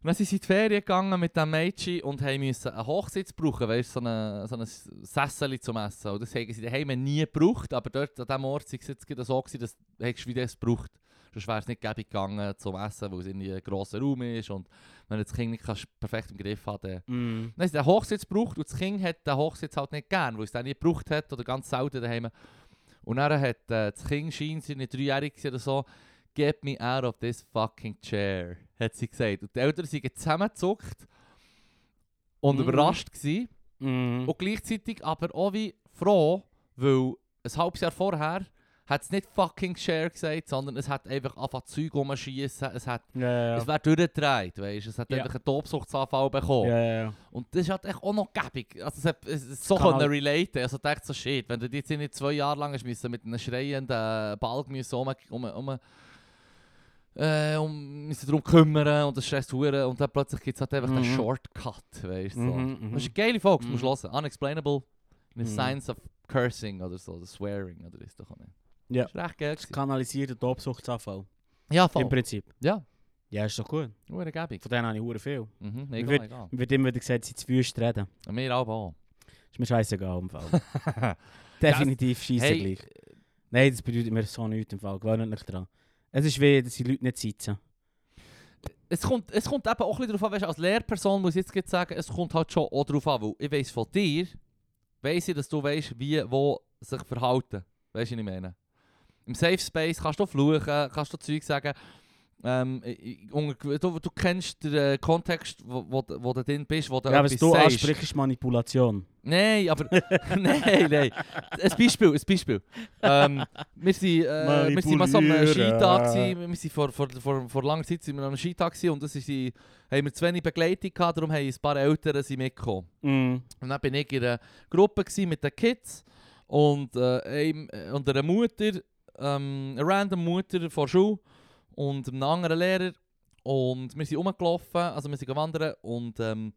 Speaker 1: Und dann sind sie in die Ferien gegangen mit diesem Mädchen und haben müssen einen Hochsitz brauchen, weißt, so einen so eine Sessel zum Essen. Und das haben sie daheim nie gebraucht, aber dort an diesem Ort war es jetzt gerade so, gewesen, dass hättest du wieder es gebraucht. Sonst wäre es nicht gäbig gegangen zum Essen, weil es irgendwie ein grosser Raum ist und wenn du das Kind nicht kannst, perfekt im Griff hat, dann
Speaker 2: Mhm.
Speaker 1: dann haben sie den Hochsitz gebraucht und das Kind hat den Hochsitz halt nicht gern, weil es den nie gebraucht hat oder ganz selten daheim. Und dann hat äh, das Kind scheint, sie war nicht dreijährig gewesen oder so, «Get me out of this fucking chair», hat sie gesagt. Und die Eltern sind zusammengezuckt und
Speaker 2: Mhm.
Speaker 1: überrascht gewesen.
Speaker 2: Mhm.
Speaker 1: Und gleichzeitig aber auch wie froh, weil ein halbes Jahr vorher hat es nicht fucking chair gesagt, sondern es hat einfach angefangen Zeug rumschiessen, es hat,
Speaker 2: Ja, ja,
Speaker 1: es wäre durchgedreht, weißt du, es hat
Speaker 2: Ja.
Speaker 1: einfach einen Tobsuchtsanfall bekommen.
Speaker 2: ja. ja, ja.
Speaker 1: Und das ist halt echt auch noch gäbig. Also, es hat es ist so
Speaker 2: Kann
Speaker 1: können
Speaker 2: halt-
Speaker 1: relaten. Also, ich dachte so, shit, wenn du jetzt nicht zwei Jahre lang hast müssen, mit einem schreienden Balg müssen um, um, um, äh, um müssen darum kümmern und das stresst hure und dann plötzlich gibt es halt einfach den
Speaker 2: Mhm.
Speaker 1: Shortcut, weißt du. So.
Speaker 2: Mhm, mhm.
Speaker 1: Das ist eine geile Folge, das musst
Speaker 2: Mhm.
Speaker 1: du hören. Unexplainable, in the
Speaker 2: Mhm.
Speaker 1: science of cursing oder so, oder swearing oder ist doch auch nicht.
Speaker 2: Ja.
Speaker 1: Das ist recht geil. gewesen.
Speaker 2: Kanalisierte Tobsuchtsanfall.
Speaker 1: Ja,
Speaker 2: Im
Speaker 1: voll.
Speaker 2: Prinzip.
Speaker 1: Ja,
Speaker 2: Ja, ist doch gut.
Speaker 1: hure gäbig.
Speaker 2: Von denen habe ich hure viel.
Speaker 1: Mhm,
Speaker 2: Ich
Speaker 1: mega,
Speaker 2: würd-
Speaker 1: mega.
Speaker 2: Wird immer wieder gesagt, sie zu wüst reden.
Speaker 1: Mir auch.
Speaker 2: Ist mir scheißegal im Fall. Definitiv scheiße
Speaker 1: also, hey. äh,
Speaker 2: gleich. Nein, das bedeutet mir so nichts im Fall. Gewöhnt nicht dran. Es ist weh, dass die Leute nicht sitzen.
Speaker 1: es kommt, es kommt eben auch ein bisschen darauf an, weißt, du, als Lehrperson muss ich jetzt gerade sagen, es kommt halt schon auch darauf an, weil ich weiss von dir, weiss ich, dass du weißt, wie, wo sich verhalten. Weißt du, was ich meine? Im Safe Space kannst du fluchen, kannst du Zeug sagen. Ähm, ich- ich- unter- du, du kennst den äh, Kontext, wo, wo, du- wo du drin bist, wo du
Speaker 2: ja, was
Speaker 1: etwas
Speaker 2: du
Speaker 1: sagst.
Speaker 2: ansprichst, ist Manipulation.
Speaker 1: Nein, aber. nein, nein. Ein Beispiel, ein Beispiel. Ähm, wir sind, äh, wir sind mal so an einem
Speaker 2: Manipulieren.
Speaker 1: Skitag. gewesen. Wir sind vor, vor, vor, vor langer Zeit sind wir an einem Skitag gewesen und das ist die, haben wir zu wenig Begleitung gehabt, darum haben ein paar Eltern sind mitgekommen.
Speaker 2: Mhm.
Speaker 1: Und dann bin ich in einer Gruppe gsi mit den Kids und, äh, einem, äh, und einer Mutter, ähm, einer random Mutter von der Schule und einem anderen Lehrer. Und wir sind rumgelaufen, also wir sind wandern und ähm,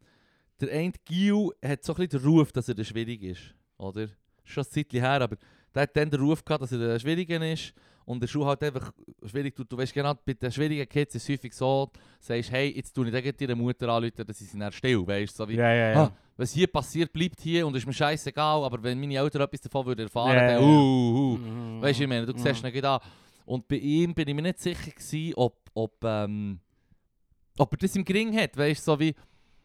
Speaker 1: der eine Gil hat so ein bisschen den Ruf, dass er schwierig ist, oder? Ist Schon ein Zeitchen her, aber der hat dann den Ruf gehabt, dass er der Schwierige ist. und der Schuh halt einfach schwierig tut. Du weißt genau, bei den schwierigen Kids ist es häufig so, du sagst, hey, jetzt tue ich dir deine Mutter anrufen, dass sie sind dann still, weißt du? So wie,
Speaker 2: Ja, ja,
Speaker 1: ah, was hier passiert, bleibt hier und ist mir scheißegal, aber wenn meine Eltern etwas davon würden erfahren,
Speaker 2: Ja,
Speaker 1: dann
Speaker 2: ja.
Speaker 1: uh, uh, uh.
Speaker 2: Mhm.
Speaker 1: Weißt du, ich meine, du
Speaker 2: Mhm.
Speaker 1: siehst ihn gerade an. Und bei ihm bin ich mir nicht sicher gewesen, ob, ob, ähm, ob er das im Gring hat. Weißt du, so wie,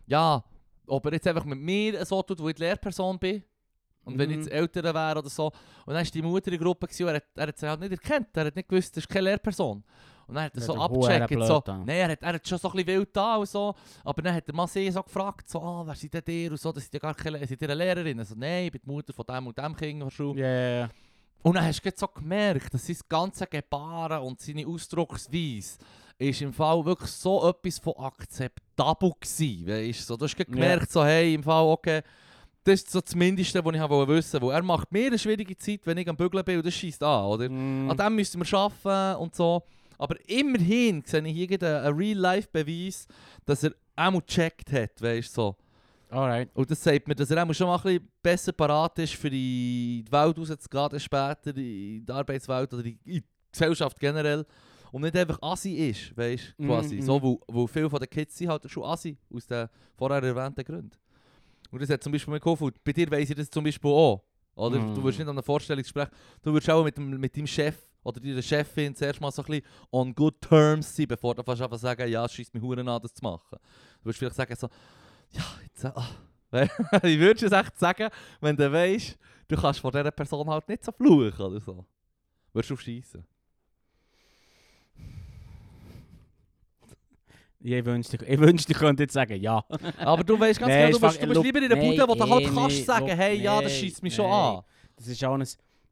Speaker 1: ja, ob er jetzt einfach mit mir so tut, wo ich die Lehrperson bin. Und wenn ich
Speaker 2: Mhm.
Speaker 1: jetzt Eltern wäre oder so. Und dann war die Mutter in der Gruppe gewesen, und er, hat, er hat sie halt nicht erkannt. Er hat nicht gewusst, das ist keine Lehrperson. Und dann hat er
Speaker 2: Ja,
Speaker 1: so
Speaker 2: der Huere
Speaker 1: abgecheckt.
Speaker 2: blöd
Speaker 1: So,
Speaker 2: da.
Speaker 1: nein, er hat, er hat schon so ein bisschen wild da und so. Aber dann hat der Mann sie so gefragt, so, ah, wer seid denn ihr? Und so, das sind ja gar keine, Le- seid ihr eine Lehrerin? Also, nein, ich bin die Mutter von dem und dem Kind von der Schule.
Speaker 2: Ja, ja, ja.
Speaker 1: Und dann hast du grad so gemerkt, dass sein ganze Gebaren und seine Ausdrucksweise ist im Fall wirklich so etwas von akzeptabel gewesen, weißt du? so, Du hast grad
Speaker 2: Ja.
Speaker 1: gemerkt, so hey, im Fall, okay, das ist so das Mindeste, was ich wollte wissen wollte. Er macht mir eine schwierige Zeit, wenn ich am Bügeln bin und das scheisst an, oder?
Speaker 2: Mhm.
Speaker 1: An dem müssen wir arbeiten und so. Aber immerhin sehe ich hier gerade einen Real-Life-Beweis, dass er auch mal gecheckt hat, weißt du, so.
Speaker 2: Alright.
Speaker 1: Und das sagt mir, dass er auch schon mal ein bisschen besser parat ist, für die Welt rauszugehen, dann später in die Arbeitswelt oder in die Gesellschaft generell. Und nicht einfach Assi ist, weißt du,
Speaker 2: Mhm,
Speaker 1: quasi.
Speaker 2: mhm.
Speaker 1: So, wo, wo viele von den Kids sind halt schon Assi, aus den vorher erwähnten Gründen. Und das hat zum Beispiel mir geholfen. Und Bei dir weiss ich das zum Beispiel auch. Oder
Speaker 2: Mhm.
Speaker 1: du würdest nicht an einem Vorstellungsgespräch, du würdest auch mit, dem, mit deinem Chef oder deiner Chefin zuerst mal so ein bisschen on good terms sein, bevor du fast einfach sagen, ja, schießt mich Huren an, das zu machen. Du würdest vielleicht sagen so, ja, jetzt, äh, ah. Weil- ich würde es echt sagen, wenn du weißt, du kannst von dieser Person halt nicht so fluchen oder so. Würdest du schießen?
Speaker 2: Ja, Ich wünschte, ich, wünschte, ich könnte jetzt sagen, ja.
Speaker 1: Aber du weißt ganz
Speaker 2: Nee,
Speaker 1: genau,
Speaker 2: ist
Speaker 1: du bist, du
Speaker 2: fuck-
Speaker 1: bist
Speaker 2: look,
Speaker 1: lieber in der
Speaker 2: nee,
Speaker 1: Bude, wo du
Speaker 2: eh
Speaker 1: halt
Speaker 2: nicht,
Speaker 1: kannst sagen,
Speaker 2: look,
Speaker 1: hey, ja, das
Speaker 2: nee,
Speaker 1: schießt mich schon
Speaker 2: nee.
Speaker 1: an.
Speaker 2: Das ist auch ein,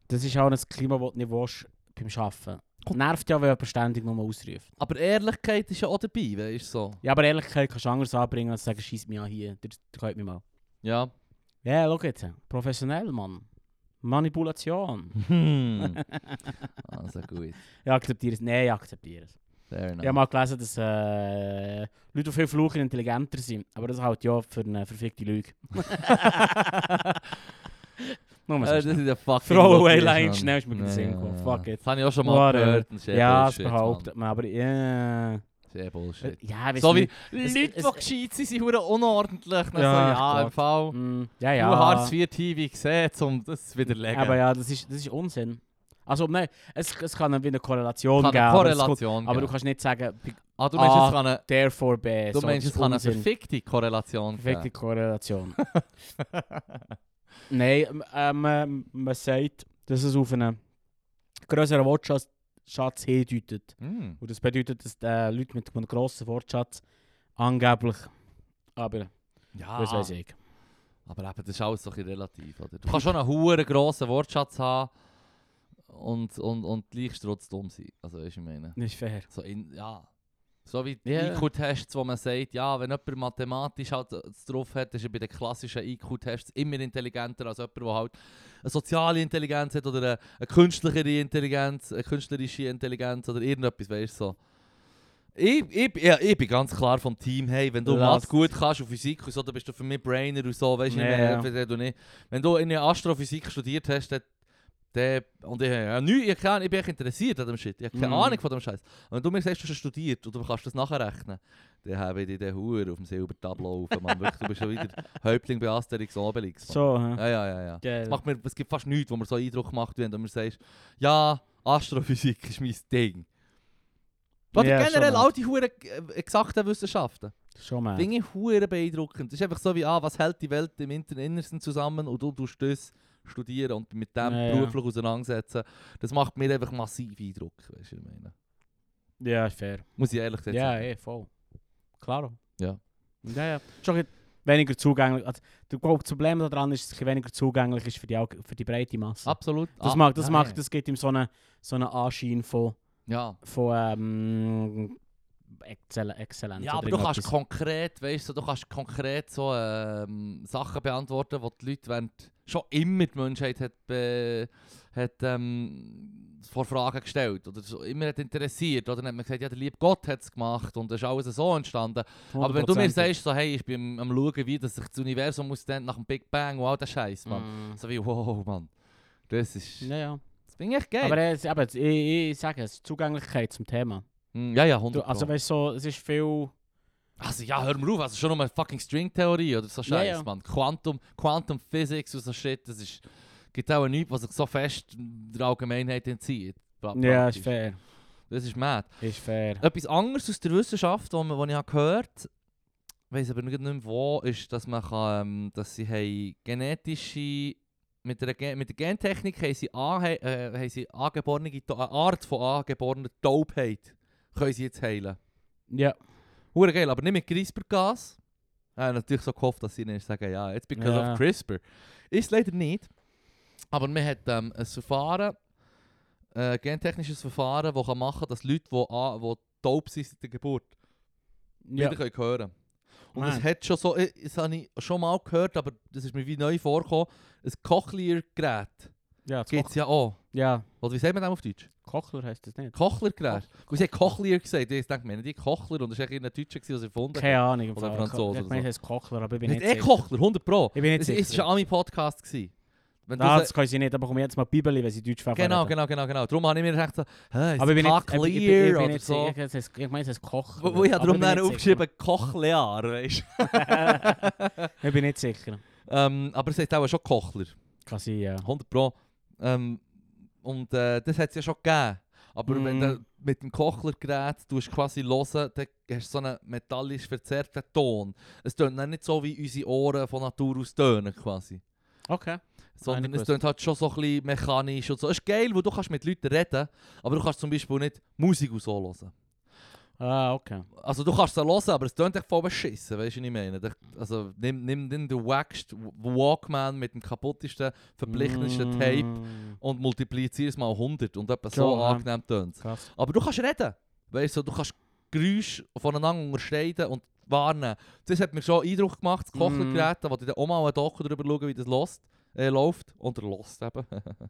Speaker 2: das ist auch ein Klima, das du nicht willst beim Arbeiten. Nervt ja, wenn jemand ständig nur ausruft.
Speaker 1: Aber Ehrlichkeit ist ja auch dabei, weißt du so.
Speaker 2: Ja, aber Ehrlichkeit kannst du anders anbringen, als zu sagen, schieß mich an hier, der, der könnt mich mal.
Speaker 1: Ja.
Speaker 2: Ja, schau jetzt. Professionell, Mann. Manipulation.
Speaker 1: Hm. also gut.
Speaker 2: Ich akzeptiere es. Nein, ich akzeptiere es.
Speaker 1: Fair
Speaker 2: Ich habe
Speaker 1: enough.
Speaker 2: mal gelesen, dass äh, Leute, die viel fluchen, intelligenter sind. Aber das halt ja für eine verfickte Lüge. Nur mal so
Speaker 1: Äh, das
Speaker 2: schnell.
Speaker 1: ist ja fucking...
Speaker 2: Throwaway
Speaker 1: Lucky,
Speaker 2: line,
Speaker 1: Mann.
Speaker 2: schnell ist mir gerade
Speaker 1: Ja,
Speaker 2: in den Sinn
Speaker 1: ja,
Speaker 2: gekommen.
Speaker 1: ja.
Speaker 2: Fuck it.
Speaker 1: Das habe ich auch schon mal
Speaker 2: Whatever.
Speaker 1: gehört. Das ist eh
Speaker 2: Ja, das
Speaker 1: Bullshit, Mann.
Speaker 2: behauptet man, aber ja.
Speaker 1: Das ist eh Bullshit.
Speaker 2: Ja, weiss
Speaker 1: So wie
Speaker 2: nicht. Es-
Speaker 1: Leute, die
Speaker 2: es-
Speaker 1: gescheit sind, sind verdammt unordentlich. Dann so,
Speaker 2: Ja,
Speaker 1: ja, im
Speaker 2: Gott.
Speaker 1: Fall...
Speaker 2: Mm, ja,
Speaker 1: Ja.
Speaker 2: ja.
Speaker 1: Du Hartz IV TV gesehen, um das zu widerlegen.
Speaker 2: Aber ja, das ist, das ist Unsinn. Also, nein, es, es kann wie eine Korrelation
Speaker 1: kann
Speaker 2: geben.
Speaker 1: eine
Speaker 2: aber es kommt-
Speaker 1: Korrelation
Speaker 2: Aber du
Speaker 1: geben.
Speaker 2: kannst nicht sagen, be-
Speaker 1: ah, du meinst,
Speaker 2: Ah,
Speaker 1: es kann eine,
Speaker 2: therefore be.
Speaker 1: du
Speaker 2: so,
Speaker 1: meinst,
Speaker 2: das
Speaker 1: es
Speaker 2: ist
Speaker 1: kann eine
Speaker 2: Unsinn.
Speaker 1: verfickte Korrelation
Speaker 2: Perfekte
Speaker 1: geben.
Speaker 2: Korrelation. Nein, ähm, ähm, man sagt, dass es auf einen größeren Wortschatz Schatz hindeutet.
Speaker 1: Hm.
Speaker 2: Und das bedeutet, dass äh, Leute mit einem grossen Wortschatz angeblich. Aber
Speaker 1: Ja,
Speaker 2: das weiß ich.
Speaker 1: aber eben, das ist alles so ein bisschen relativ. Oder? Du kannst schon einen hohen grossen Wortschatz haben und, und, und gleich trotzdem dumm sein. Also, weißt du, ich meine.
Speaker 2: Das ist fair.
Speaker 1: So, in, ja. so wie die
Speaker 2: Ja.
Speaker 1: IQ-Tests, wo man sagt, ja, wenn jemand mathematisch halt es drauf hat, ist er bei den klassischen IQ-Tests immer intelligenter als jemand, der halt eine soziale Intelligenz hat oder eine, eine künstlichere Intelligenz, eine künstlerische Intelligenz oder irgendetwas, weißt du so. Ich, ich, ja, ich bin ganz klar vom Team, hey, wenn du
Speaker 2: Lass-
Speaker 1: Mathe gut kannst und Physik und so, dann bist du für mich Brainer und so, weißt du,
Speaker 2: Ja, ja.
Speaker 1: yeah. wenn du nicht. Wenn du in Astrophysik studiert hast, dann der, und ich, ja, nü, ich, kann, ich bin echt interessiert an dem Shit. Ich habe keine
Speaker 2: Mhm.
Speaker 1: Ahnung von dem Scheiß. Und wenn du mir sagst, du hast studiert und du kannst das nachrechnen, dann habe ich dich den Hauer auf dem Silbertableau auf. Mann. Wirklich, du bist schon wieder Häuptling bei Asterix Obelix. Mann.
Speaker 2: So, hä?
Speaker 1: Ja, ja, ja. ja.
Speaker 2: Geil.
Speaker 1: Es, macht mir, es gibt fast nichts, wo mir so Eindruck macht, wenn du mir sagst, ja, Astrophysik ist mein Ding. Oder
Speaker 2: Ja,
Speaker 1: generell
Speaker 2: schon,
Speaker 1: all die Huren äh, exakten Wissenschaften.
Speaker 2: Schon mal.
Speaker 1: Finde ich hure beeindruckend. Das ist einfach so wie, ah, was hält die Welt im Inter- Innersten zusammen und du tust das studieren und mit dem
Speaker 2: Ja, ja.
Speaker 1: beruflich auseinandersetzen. Das macht mir einfach massiv Eindruck, weißt du, was ich meine.
Speaker 2: Ja, ist fair.
Speaker 1: Muss ich ehrlich gesagt
Speaker 2: Ja,
Speaker 1: sagen.
Speaker 2: eh, voll. Klaro.
Speaker 1: Ja.
Speaker 2: Ja, ja. Schon ein bisschen weniger zugänglich. Also, ich glaube, das Problem daran ist, dass es ein bisschen weniger zugänglich ist für die, Allg- für die Dus breite Masse.
Speaker 1: Absolut.
Speaker 2: Das,
Speaker 1: Ah,
Speaker 2: macht, das,
Speaker 1: ja,
Speaker 2: macht,
Speaker 1: ja.
Speaker 2: das gibt ihm so einen so eine Anschein von,
Speaker 1: Ja.
Speaker 2: von ähm, Excel Exzellenz.
Speaker 1: Ja,
Speaker 2: oder
Speaker 1: aber du kannst
Speaker 2: irgendetwas.
Speaker 1: konkret, weißt du, du kannst konkret so ähm, Sachen beantworten, die die Leute während schon immer die Menschheit hat, be, hat ähm, vor Fragen gestellt oder so, immer hat interessiert oder dann hat man gesagt, ja, der liebe Gott hat es gemacht und es ist alles so entstanden. Aber wenn du mir
Speaker 2: 100%.
Speaker 1: sagst, so, hey, ich bin am, am schauen, wie das sich das Mm. Universum ausdehnt nach dem Big Bang und all der Scheiß, Mann.
Speaker 2: Mm.
Speaker 1: So wie, wow, Mann. Das ist,
Speaker 2: Ja, ja.
Speaker 1: das Das finde ich echt geil.
Speaker 2: Aber äh, es, eben, ich, ich ich sage es, Zugänglichkeit zum Thema.
Speaker 1: Hm, ja, ja,
Speaker 2: Du,
Speaker 1: 100
Speaker 2: also
Speaker 1: Pro.
Speaker 2: weißt du, so, es ist viel...
Speaker 1: Also ja, hör mal auf, also schon nochmal fucking Stringtheorie oder so Scheiß,
Speaker 2: Ja, ja.
Speaker 1: Mann. Quantum, Quantum Physics und so Shit, das ist, gibt auch nichts, was sich so fest der Allgemeinheit entzieht. Pra-
Speaker 2: Ja, ist
Speaker 1: praktisch.
Speaker 2: fair.
Speaker 1: Das ist mad.
Speaker 2: Ist fair.
Speaker 1: Etwas anderes aus der Wissenschaft, was wo, wo ich habe gehört weiß aber nicht mehr wo, ist, dass man kann, ähm, dass sie haben genetische, mit der, Gen- mit der Gentechnik haben sie, anhe- äh, haben sie angeborene, Ta- eine Art von angeborener Taubheit, können sie jetzt heilen.
Speaker 2: Ja.
Speaker 1: Hure geil, aber nicht mit CRISPR-Gas. Ich habe natürlich so gehofft, dass sie nicht sagen, ja, it's because
Speaker 2: Ja.
Speaker 1: of CRISPR. Ist leider nicht. Aber man hat ähm, ein Verfahren, äh, gentechnisches Verfahren, das kann machen dass Leute, die an- die taub sind seit der Geburt,
Speaker 2: ja.
Speaker 1: wieder können hören Und
Speaker 2: Man.
Speaker 1: das hat schon so, äh, das habe ich schon mal gehört, aber das ist mir wie neu vorgekommen. Ein Cochlear-Gerät
Speaker 2: Ja, das
Speaker 1: gibt es ja auch.
Speaker 2: Koch- ja.
Speaker 1: Oder wie sagt man das auf Deutsch?
Speaker 2: Kochler heisst das nicht.
Speaker 1: Cochlear-Gerät. Und sie haben Cochlear gesagt. Ich denke mir, die Kochler. Und das war eigentlich ein Deutscher, gewesen, der es erfunden hat.
Speaker 2: Keine Ahnung. im
Speaker 1: Oder
Speaker 2: Fall.
Speaker 1: Franzose
Speaker 2: Ich
Speaker 1: oder
Speaker 2: meine,
Speaker 1: so.
Speaker 2: es heisst Kochler, aber ich bin
Speaker 1: Nicht
Speaker 2: nicht
Speaker 1: eh
Speaker 2: sicher.
Speaker 1: Kochler, 100 Pro. Dus
Speaker 2: Ich bin nicht
Speaker 1: Es
Speaker 2: sicher.
Speaker 1: es war ein Ami-Podcast. gewesen. Wenn du
Speaker 2: ah,
Speaker 1: sagst-
Speaker 2: das kann ich nicht, aber komm jetzt mal die Bibel, wenn sie Deutsch sprechen.
Speaker 1: genau, genau, genau, genau. Darum habe ich mir gedacht, eh, so, hä, ist
Speaker 2: Aber ich bin nicht, ich, bin- ich, bin- ich
Speaker 1: Cochlear
Speaker 2: bin
Speaker 1: oder
Speaker 2: nicht
Speaker 1: so.
Speaker 2: sicher. es heisst- Ich meine, es ist Kochler.
Speaker 1: Wo, wo ich habe
Speaker 2: aber
Speaker 1: darum
Speaker 2: bin
Speaker 1: dann
Speaker 2: nicht
Speaker 1: aufgeschrieben, Cochlear, weißt du.
Speaker 2: sicher. Ich bin nicht sicher.
Speaker 1: ähm, aber es heißt auch schon Kochler,
Speaker 2: Kann sein, ja.
Speaker 1: 100 Pro. Ähm, und äh, das hat es ja schon gegeben. Aber
Speaker 2: Mhm.
Speaker 1: wenn du mit dem Kochlergerät tust quasi hören, dann hast du so einen metallisch verzerrten Ton. Es tönt dann nicht so, wie unsere Ohren von Natur aus tönen quasi.
Speaker 2: Okay.
Speaker 1: Sondern
Speaker 2: Habe ich
Speaker 1: es klingt halt schon so ein bisschen mechanisch und so. Es ist geil, weil du kannst mit Leuten reden, aber du kannst zum Beispiel nicht Musik und so hören.
Speaker 2: Ah, okay.
Speaker 1: Also du kannst es hören, aber es klingt echt voll beschissen, weißt du, was ich meine? Dich- Also nimm, nimm, nimm den wackst Walkman mit dem kaputtesten, verblichtensten Tape
Speaker 2: Mm,
Speaker 1: und multiplizier es mal 100 und etwa so
Speaker 2: Schon, ja.
Speaker 1: angenehm tönt
Speaker 2: Krass.
Speaker 1: Aber du kannst reden, weißt du, du kannst Geräusche voneinander unterscheiden und warnen. Das hat mir schon Eindruck gemacht, das
Speaker 2: Mhm.
Speaker 1: Kochlergerät, da wollte ich dann auch mal einen Doku darüber schauen, wie das lost, äh, läuft. Oder lost eben.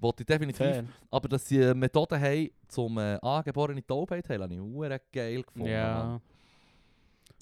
Speaker 1: wollte ich definitiv.
Speaker 2: Fair.
Speaker 1: Aber dass sie äh, Methoden haben, zum äh, angeborene Taubheit heilen, habe ich hure geil gefunden. Mann.
Speaker 2: Ja. nou-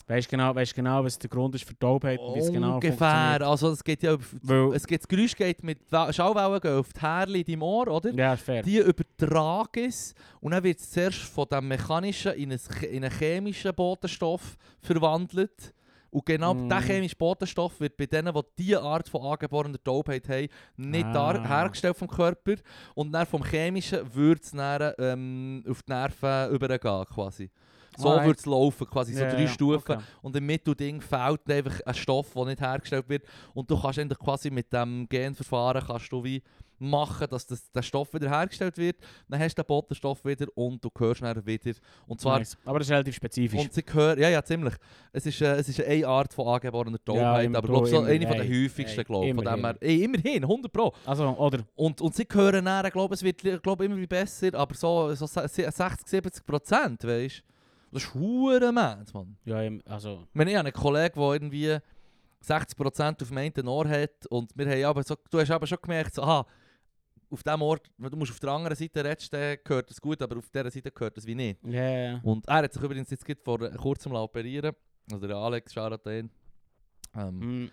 Speaker 2: Weißt genau, weißt genau, was der Grund ist für die Taubheit und wie es genau
Speaker 1: Ungefähr. Also es geht ja über,
Speaker 2: funktioniert.
Speaker 1: es geht, das Geräusch geht mit Wa- Schallwellen gehen auf die Härchen in deinem Ohr, oder?
Speaker 2: Weil, ja, ist fair.
Speaker 1: Die übertragen es und dann wird es zuerst von dem mechanischen in, ein, Ch- in einen chemischen Botenstoff verwandelt. Und genau
Speaker 2: Mm.
Speaker 1: dieser chemische Botenstoff wird bei denen, die diese Art von angeborener Taubheit haben, nicht
Speaker 2: Ah.
Speaker 1: dar- hergestellt vom Körper. Und dann vom chemischen würde es dann, ähm, auf die Nerven übergehen quasi. So
Speaker 2: Alright.
Speaker 1: würde es laufen, quasi
Speaker 2: Ah, Ja,
Speaker 1: so drei
Speaker 2: ja,
Speaker 1: Stufen.
Speaker 2: okay.
Speaker 1: Und im Mittelding fehlt einfach ein Stoff, der nicht hergestellt wird. Und du kannst eigentlich quasi mit dem Genverfahren kannst du wie machen, dass das, der Stoff wieder hergestellt wird. Dann hast du den Botenstoff wieder und du hörst ihn wieder. Und zwar,
Speaker 2: Nice. Aber das ist relativ spezifisch.
Speaker 1: und sie hören, ja, ja, ziemlich. Es ist, äh, es ist eine Art von angeborener
Speaker 2: Ja,
Speaker 1: Taubheit,
Speaker 2: immer
Speaker 1: aber glaube ich, so
Speaker 2: pro,
Speaker 1: eine
Speaker 2: immer,
Speaker 1: von der
Speaker 2: ey,
Speaker 1: häufigsten,
Speaker 2: ey,
Speaker 1: glaube ich. Von dem
Speaker 2: immerhin.
Speaker 1: her, ey, immerhin, 100 Pro.
Speaker 2: also, oder?
Speaker 1: Und, und sie hören dann, glaube ich, es wird glaub, immer wie besser, aber so, so se- se- 60, 70 Prozent, weißt du? Das ist hure mad, Mann.
Speaker 2: Ja, im- also,
Speaker 1: Ich meine, ich habe einen Kollegen, der irgendwie 60% auf dem einen Ohr hat und wir haben aber so, du hast aber schon gemerkt, so, aha, auf dem Ohr, wenn du musst auf der anderen Seite redest, dann gehört es gut, aber auf dieser Seite gehört es wie nicht.
Speaker 2: ja, ja, ja.
Speaker 1: Und er hat sich übrigens jetzt gerade vor kurzem operieren lassen, also der Alex Charatan. Ähm,
Speaker 2: Mm,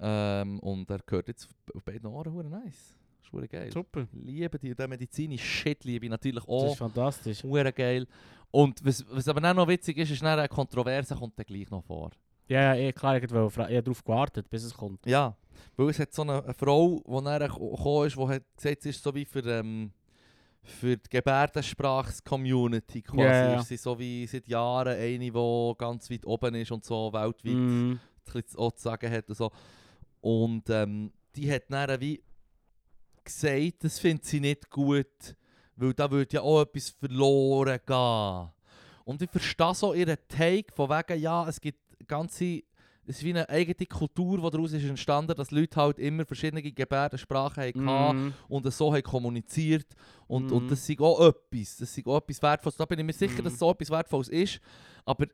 Speaker 1: ähm, und er gehört jetzt auf- auf beiden Ohren, hure nice. Ist hure geil.
Speaker 2: super.
Speaker 1: Liebe die, der medizinische Shit liebe ich natürlich
Speaker 2: Das
Speaker 1: auch.
Speaker 2: ist fantastisch.
Speaker 1: Hure geil. Und was, was aber dann noch witzig ist, ist, dann eine Kontroverse kommt dann gleich noch vor.
Speaker 2: Ja, ja, ich, klar, ich habe darauf gewartet, bis es kommt.
Speaker 1: Ja, weil es hat so eine, eine Frau, die nachher ko- gekommen ist, die hat gesagt, sie ist so wie für, ähm, für die Gebärdensprachs-Community quasi.
Speaker 2: Ja, ja.
Speaker 1: Ist sie so wie seit Jahren eine, die ganz weit oben ist und so weltweit
Speaker 2: Mm,
Speaker 1: ein bisschen auch zu sagen hat und so. Und ähm, die hat dann wie gesagt, das findet sie nicht gut, weil da würde ja auch etwas verloren gehen. Und ich verstehe so ihren Take von wegen, ja, es gibt ganze, es ist wie eine eigene Kultur, die daraus ist entstanden, dass Leute halt immer verschiedene Gebärdensprachen hatten
Speaker 2: mm,
Speaker 1: und so haben kommuniziert und,
Speaker 2: Mhm.
Speaker 1: und das ist auch etwas, das ist auch etwas Wertvolles. Da bin ich mir sicher,
Speaker 2: Mhm.
Speaker 1: dass so etwas Wertvolles ist, aber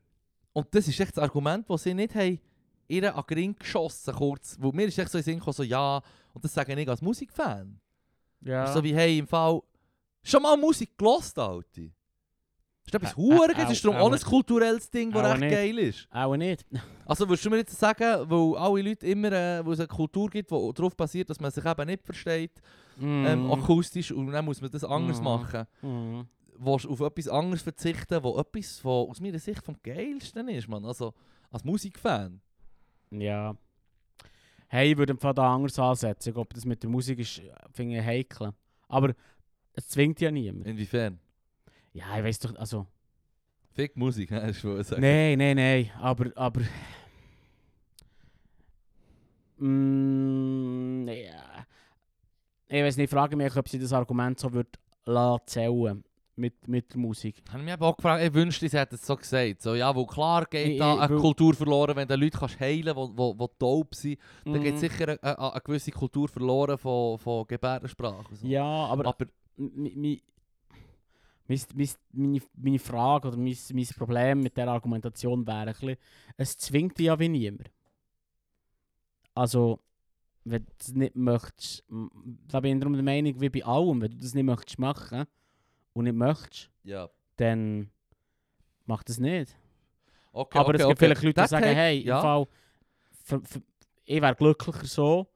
Speaker 1: und das ist echt das Argument, das sie nicht haben, ihre an den Ring geschossen kurz, wo mir ist echt so in den Sinn gekommen, so ja, und das sage ich als Musikfan.
Speaker 2: ja.
Speaker 1: So wie, hey, im Fall, schon mal Musik gelost, Alte. Das ist etwas
Speaker 2: Ä-
Speaker 1: Huren,
Speaker 2: ä-
Speaker 1: das ist
Speaker 2: au,
Speaker 1: darum
Speaker 2: au
Speaker 1: auch ein
Speaker 2: nicht.
Speaker 1: kulturelles Ding, das
Speaker 2: Au
Speaker 1: echt
Speaker 2: nicht.
Speaker 1: geil ist.
Speaker 2: Auch nicht.
Speaker 1: Also würdest du mir jetzt sagen, weil alle Leute immer, äh, weil es eine Kultur gibt, die darauf basiert, dass man sich eben nicht versteht,
Speaker 2: Ehm,
Speaker 1: ähm,
Speaker 2: oh,
Speaker 1: akustisch, und dann muss man das anders
Speaker 2: Mhm.
Speaker 1: machen.
Speaker 2: Mm.
Speaker 1: Willst du auf etwas anderes verzichten, wo etwas von, aus meiner Sicht vom Geilsten ist, man. Also als Musikfan.
Speaker 2: Ja. Hey, ich würde im Fall da anders ansetzen. Ich glaube, das mit der Musik ist, äh, finde ich, heikel. Aber es zwingt ja niemand.
Speaker 1: Inwiefern?
Speaker 2: Ja, ich weiß doch, also...
Speaker 1: Fick Musik, ne? Ich würde sagen.
Speaker 2: Nein, nein, nein, aber... aber mm, ja. Ich weiß nicht, ich frage mich, ob sie das Argument so würde lassen zählen mit, mit der Musik.
Speaker 1: Ich habe mich eben auch gefragt, ich wünschte, sie hätten es so gesagt. So, ja, wo klar geht
Speaker 2: Ich-
Speaker 1: da
Speaker 2: ich-
Speaker 1: eine
Speaker 2: weil-
Speaker 1: Kultur verloren, wenn du Leute kannst heilen kannst, die wo, wo dope sind.
Speaker 2: Mhm.
Speaker 1: Dann geht sicher eine, eine, eine gewisse Kultur verloren von, von Gebärdensprache. und So.
Speaker 2: Ja, aber...
Speaker 1: Aber
Speaker 2: mi- mi- mis- mis- meine, meine Frage oder mein, mein Problem mit der Argumentation wäre ein bisschen, es zwingt dich ja wie niemand. Also, wenn du es nicht möchtest, m- da bin ich darum der Meinung, wie bei allem, wenn du das nicht möchtest machen und nicht möchtest,
Speaker 1: ja,
Speaker 2: dann mach das nicht.
Speaker 1: okay,
Speaker 2: Aber
Speaker 1: okay,
Speaker 2: es gibt
Speaker 1: okay.
Speaker 2: vielleicht Leute, die
Speaker 1: Der
Speaker 2: sagen,
Speaker 1: Take-
Speaker 2: hey, im
Speaker 1: ja.
Speaker 2: Fall, für, für, ich wäre glücklicher so,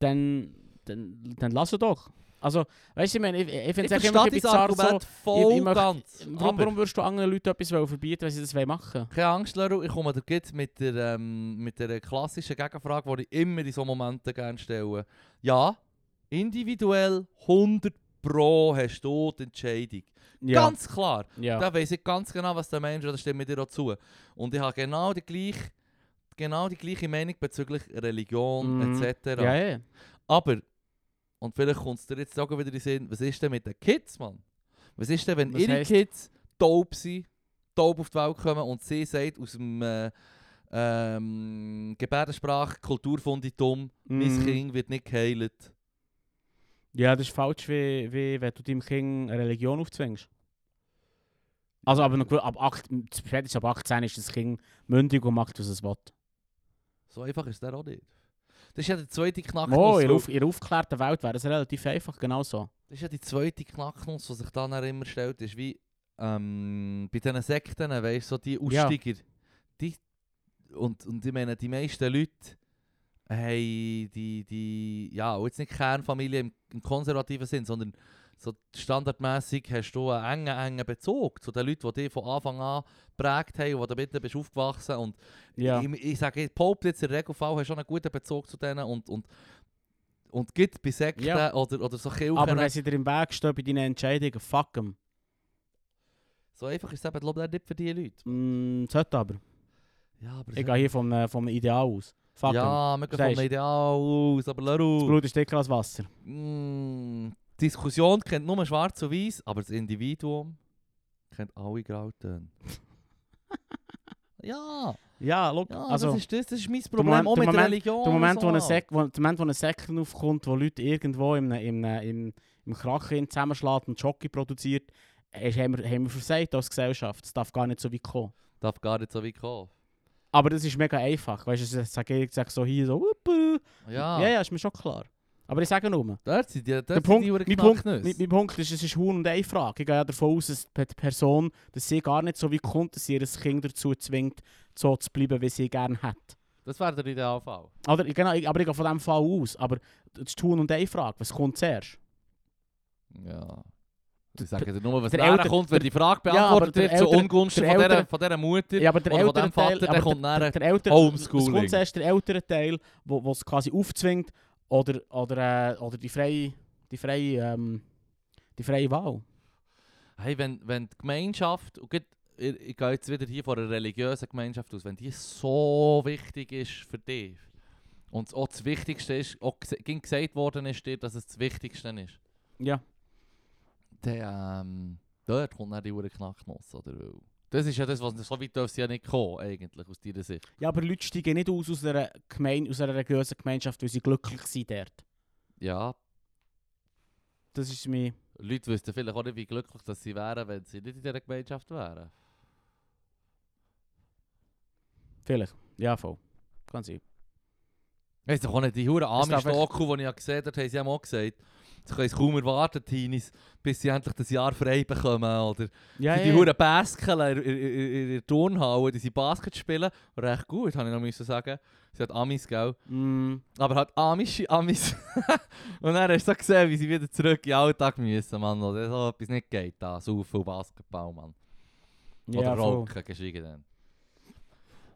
Speaker 2: dann, dann, dann lass es doch. Also, weißt du, ich, meine, ich, ich
Speaker 1: ich
Speaker 2: finde es
Speaker 1: verstehe
Speaker 2: immer ein
Speaker 1: dieses
Speaker 2: bisschen bizarr so,
Speaker 1: Argument voll
Speaker 2: ich möchte-
Speaker 1: ganz.
Speaker 2: Warum,
Speaker 1: aber
Speaker 2: warum würdest du anderen Leuten etwas wollen verbieten, wenn sie das wollen machen
Speaker 1: keine Angst, Leru, ich komme dir jetzt mit der, ähm, mit der klassischen Gegenfrage, die ich immer in so Momenten gerne stelle. Ja, individuell 100 Pro hast du die Entscheidung. Ganz klar.
Speaker 2: ja.
Speaker 1: Da weiss ich ganz genau, was der Mensch ist, da stimme ich dir auch zu. Und ich habe genau die gleiche, genau die gleiche Meinung bezüglich Religion
Speaker 2: Mhm.
Speaker 1: etc.
Speaker 2: ja, ja.
Speaker 1: Aber, und vielleicht kommt es dir jetzt auch wieder in den Sinn, was ist denn mit den Kids, Mann? Was ist denn, wenn
Speaker 2: Was
Speaker 1: ihre
Speaker 2: heisst-
Speaker 1: Kids taub sind, taub auf die Welt kommen und sie sagt aus dem äh, ähm, Gebärdensprache, Kulturfunditum, mein
Speaker 2: Mhm.
Speaker 1: Kind wird nicht geheilt.
Speaker 2: Ja, das ist falsch, wie, wie wenn du deinem Kind eine Religion aufzwingst. Also, aber noch gut, ab, 8, spätestens ab 18 ist das Kind mündig und macht, was es will.
Speaker 1: So einfach ist der auch nicht. Das ist ja der zweite Knacknuss.
Speaker 2: Oh,
Speaker 1: weil-
Speaker 2: in, der auf, in der aufgeklärten Welt wäre es relativ einfach, genau so.
Speaker 1: Das ist ja die zweite Knacknuss, die sich dann auch immer stellt, ist wie ähm, bei diesen Sekten, weißt du, so die
Speaker 2: Ja.
Speaker 1: Aussteiger. Die, und, und ich meine, die meisten Leute haben die, die ja, auch jetzt nicht Kernfamilie im, im konservativen Sinn, sondern so standardmäßig hast du einen engen, engen Bezug zu den Leuten, die dich von Anfang an geprägt haben und die du bitte bist aufgewachsen und
Speaker 2: Ja.
Speaker 1: ich, ich sage, ich behaupte jetzt, im Regelfall hast du auch einen guten Bezug zu denen und, und, und gibt bei Sekten
Speaker 2: Ja.
Speaker 1: oder, oder so Kirchen...
Speaker 2: Aber wenn sie dir im Weg stehen bei deinen Entscheidungen, fuck 'em.
Speaker 1: So einfach ist es eben, glaube ich, nicht für die Leute.
Speaker 2: Mm, sollte aber.
Speaker 1: Ja, aber
Speaker 2: Ich gehe hier vom, äh, vom Ideal aus. Fuck 'em.
Speaker 1: Ja, wir gehen vom
Speaker 2: Verstehst du?
Speaker 1: Ideal aus, aber
Speaker 2: Das
Speaker 1: Leru.
Speaker 2: Blut ist dicker als Wasser.
Speaker 1: Mm, die Diskussion kennt nur schwarz und weiß, aber das Individuum kennt alle Grautöne. ja, dus,
Speaker 2: Ja, schau,
Speaker 1: ja
Speaker 2: also...
Speaker 1: das, ist das, das ist mein Problem,
Speaker 2: Moment-
Speaker 1: auch
Speaker 2: der
Speaker 1: mit
Speaker 2: Moment-
Speaker 1: Religion.
Speaker 2: Der Moment,
Speaker 1: und
Speaker 2: wo
Speaker 1: so.
Speaker 2: eine, Sek wo, der Moment, wo eine Sekte aufkommt, wo Leute irgendwo eh, im, im, im, im Krachen zusammenschlägt und Jockey produziert, ist, haben, wir, haben wir versagt als Gesellschaft. Das darf gar nicht so weit kommen.
Speaker 1: Darf gar nicht so weit kommen.
Speaker 2: Aber das ist mega einfach. Weißt du, ich sage ich sag so hier so, «Uppu.»
Speaker 1: Ja,
Speaker 2: ja, ja, ist mir schon klar. Aber ich sage nur,
Speaker 1: dort sind die, dort
Speaker 2: der
Speaker 1: sind
Speaker 2: Punkt,
Speaker 1: die
Speaker 2: mein,
Speaker 1: Uhren
Speaker 2: Punkt, mein, mein Punkt ist, es ist Huhn und Ei Frage. Ich gehe ja davon aus, dass die Person, dass sie gar nicht so weit kommt, dass sie ihr Kind dazu zwingt, so zu bleiben, wie sie gerne hat.
Speaker 1: Das wäre der Idealfall.
Speaker 2: Oder, genau, ich, aber ich gehe von diesem Fall aus. Aber das ist Tun und eine Frage. Was kommt zuerst?
Speaker 1: Ja. Ich sage dir nur, was
Speaker 2: der
Speaker 1: nachher
Speaker 2: Eltern-
Speaker 1: kommt, wenn die Frage
Speaker 2: Ja, aber
Speaker 1: beantwortet
Speaker 2: der
Speaker 1: wird, zu
Speaker 2: Eltern-
Speaker 1: Ungunsten
Speaker 2: der
Speaker 1: von dieser,
Speaker 2: Eltern-
Speaker 1: von dieser Mutter.
Speaker 2: Ja, aber der
Speaker 1: Oder von dem
Speaker 2: ältere Teil,
Speaker 1: Vater,
Speaker 2: aber
Speaker 1: der kommt nachher
Speaker 2: der, der ältere,
Speaker 1: Homeschooling.
Speaker 2: Es kommt zuerst der ältere Teil, wo, wo es quasi aufzwingt oder, oder, äh, oder die freie, die freie, ähm, die freie Wahl.
Speaker 1: Hey, wenn, wenn die Gemeinschaft, und grad- ich, ich gehe jetzt wieder hier von einer religiösen Gemeinschaft aus, wenn die so wichtig ist für dich und es auch das Wichtigste ist, auch gse- ging gesagt worden ist dir, dass es das Wichtigste ist,
Speaker 2: Ja.
Speaker 1: dann ähm, dort kommt dann die Uhr Knacknuss, oder? Weil Das ist ja das, was so weit darf sie ja nicht kommen, eigentlich, aus deiner Sicht.
Speaker 2: ja, aber Leute steigen nicht aus aus einer, Gemein aus einer religiösen Gemeinschaft, weil sie glücklich sind dort.
Speaker 1: Ja,
Speaker 2: Das ist mir...
Speaker 1: Leute wüssten vielleicht auch nicht, wie glücklich dass sie wären, wenn sie nicht in dieser Gemeinschaft wären.
Speaker 2: Vielleicht. Ja, voll. Kann sein.
Speaker 1: Weißt du, auch nicht die Huren
Speaker 2: darf
Speaker 1: Amish
Speaker 2: echt-
Speaker 1: Doku, die ich ja gesehen habe, haben sie ja auch gesagt, Sie können es kaum erwarten, Teenies, bis sie endlich das Jahr frei bekommen. Oder
Speaker 2: Ja,
Speaker 1: die Huren Baskeln in, in, in, in der Turnhalle, die sie Basket spielen. Recht gut, habe ich noch müssen sagen. Sie hat Amis, gell?
Speaker 2: Mm,
Speaker 1: Aber halt Amische Amis. und dann hast du so gesehen, wie sie wieder zurück in den Alltag müssen, Mann. Oder so etwas nicht geht da. So viel Basketball, Mann. Oder
Speaker 2: ja, voll.
Speaker 1: Rocken, geschwiegen dann.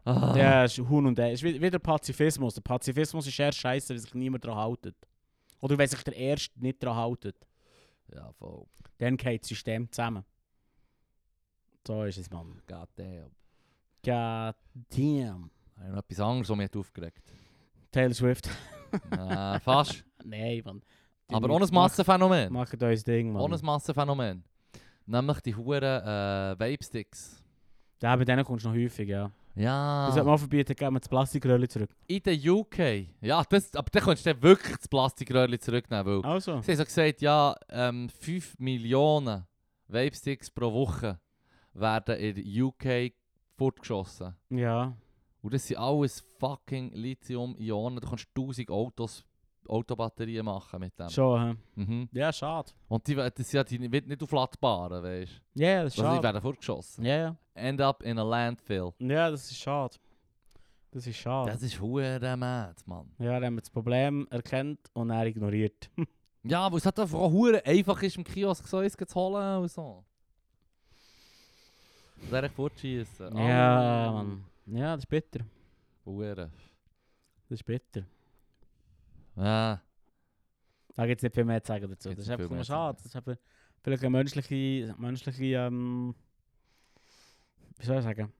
Speaker 1: Ah.
Speaker 2: Ja, es ist Huhn und Ei. Es ist wie- wieder Pazifismus. Der Pazifismus ist eher scheiße, wenn sich niemand daran hält. Oder wenn sich der Erste nicht daran hält.
Speaker 1: Ja, voll.
Speaker 2: Dann geht das System zusammen. So ist es, Mann.
Speaker 1: Goddamn.
Speaker 2: God damn.
Speaker 1: Ich noch etwas anderes, was mich hat aufgeregt
Speaker 2: Taylor Swift.
Speaker 1: äh, Fast.
Speaker 2: Nein, Mann. Die
Speaker 1: Aber
Speaker 2: Leute
Speaker 1: ohne ein Massenphänomen.
Speaker 2: Macht macht euer Ding, Mann.
Speaker 1: Ohne ein Massenphänomen. Nämlich die Huren äh, Vape-Sticks.
Speaker 2: Ja, bei denen kommst du noch häufig, ja.
Speaker 1: Ja.
Speaker 2: Das sollte man verbieten, geben wir das Plastikröllchen zurück.
Speaker 1: In den UK. Ja, das, aber da könntest du dann wirklich das Plastikröhrchen zurücknehmen. Weil
Speaker 2: Also.
Speaker 1: Sie haben so gesagt, ja, ähm, 5 Millionen Vape-Sticks pro Woche werden in der UK fortgeschossen.
Speaker 2: Ja.
Speaker 1: Und das sind alles fucking Lithium-Ionen. Du kannst 1000 Autos, Autobatterien machen mit dem.
Speaker 2: Schon, hä?
Speaker 1: Mhm.
Speaker 2: Ja, schade.
Speaker 1: Und die, we- das ja, die wird nicht aufladbaren, weißt du?
Speaker 2: Ja, ja, das ist
Speaker 1: Also die
Speaker 2: schade.
Speaker 1: werden fortgeschossen.
Speaker 2: Ja, ja.
Speaker 1: End up in a landfill.
Speaker 2: Ja, das ist schade. Das ist schade.
Speaker 1: Das ist hure mad, Mann.
Speaker 2: Ja, dann haben wir das Problem erkannt und er ignoriert.
Speaker 1: Ja, aber es hat einfach auch hure einfach ist, im Kiosk so eins zu holen und so. Und dann fortschießen. Ah,
Speaker 2: Ja, Mann. Ja, das ist bitter.
Speaker 1: Hure.
Speaker 2: Das ist bitter.
Speaker 1: Ja.
Speaker 2: Da gibt es nicht viel mehr zu sagen dazu.
Speaker 1: Gibt's
Speaker 2: Das ist
Speaker 1: nicht
Speaker 2: einfach
Speaker 1: viel
Speaker 2: nur
Speaker 1: mehr zu
Speaker 2: schade. Das ist einfach vielleicht eine menschliche, menschliche ähm, wie soll ich sagen,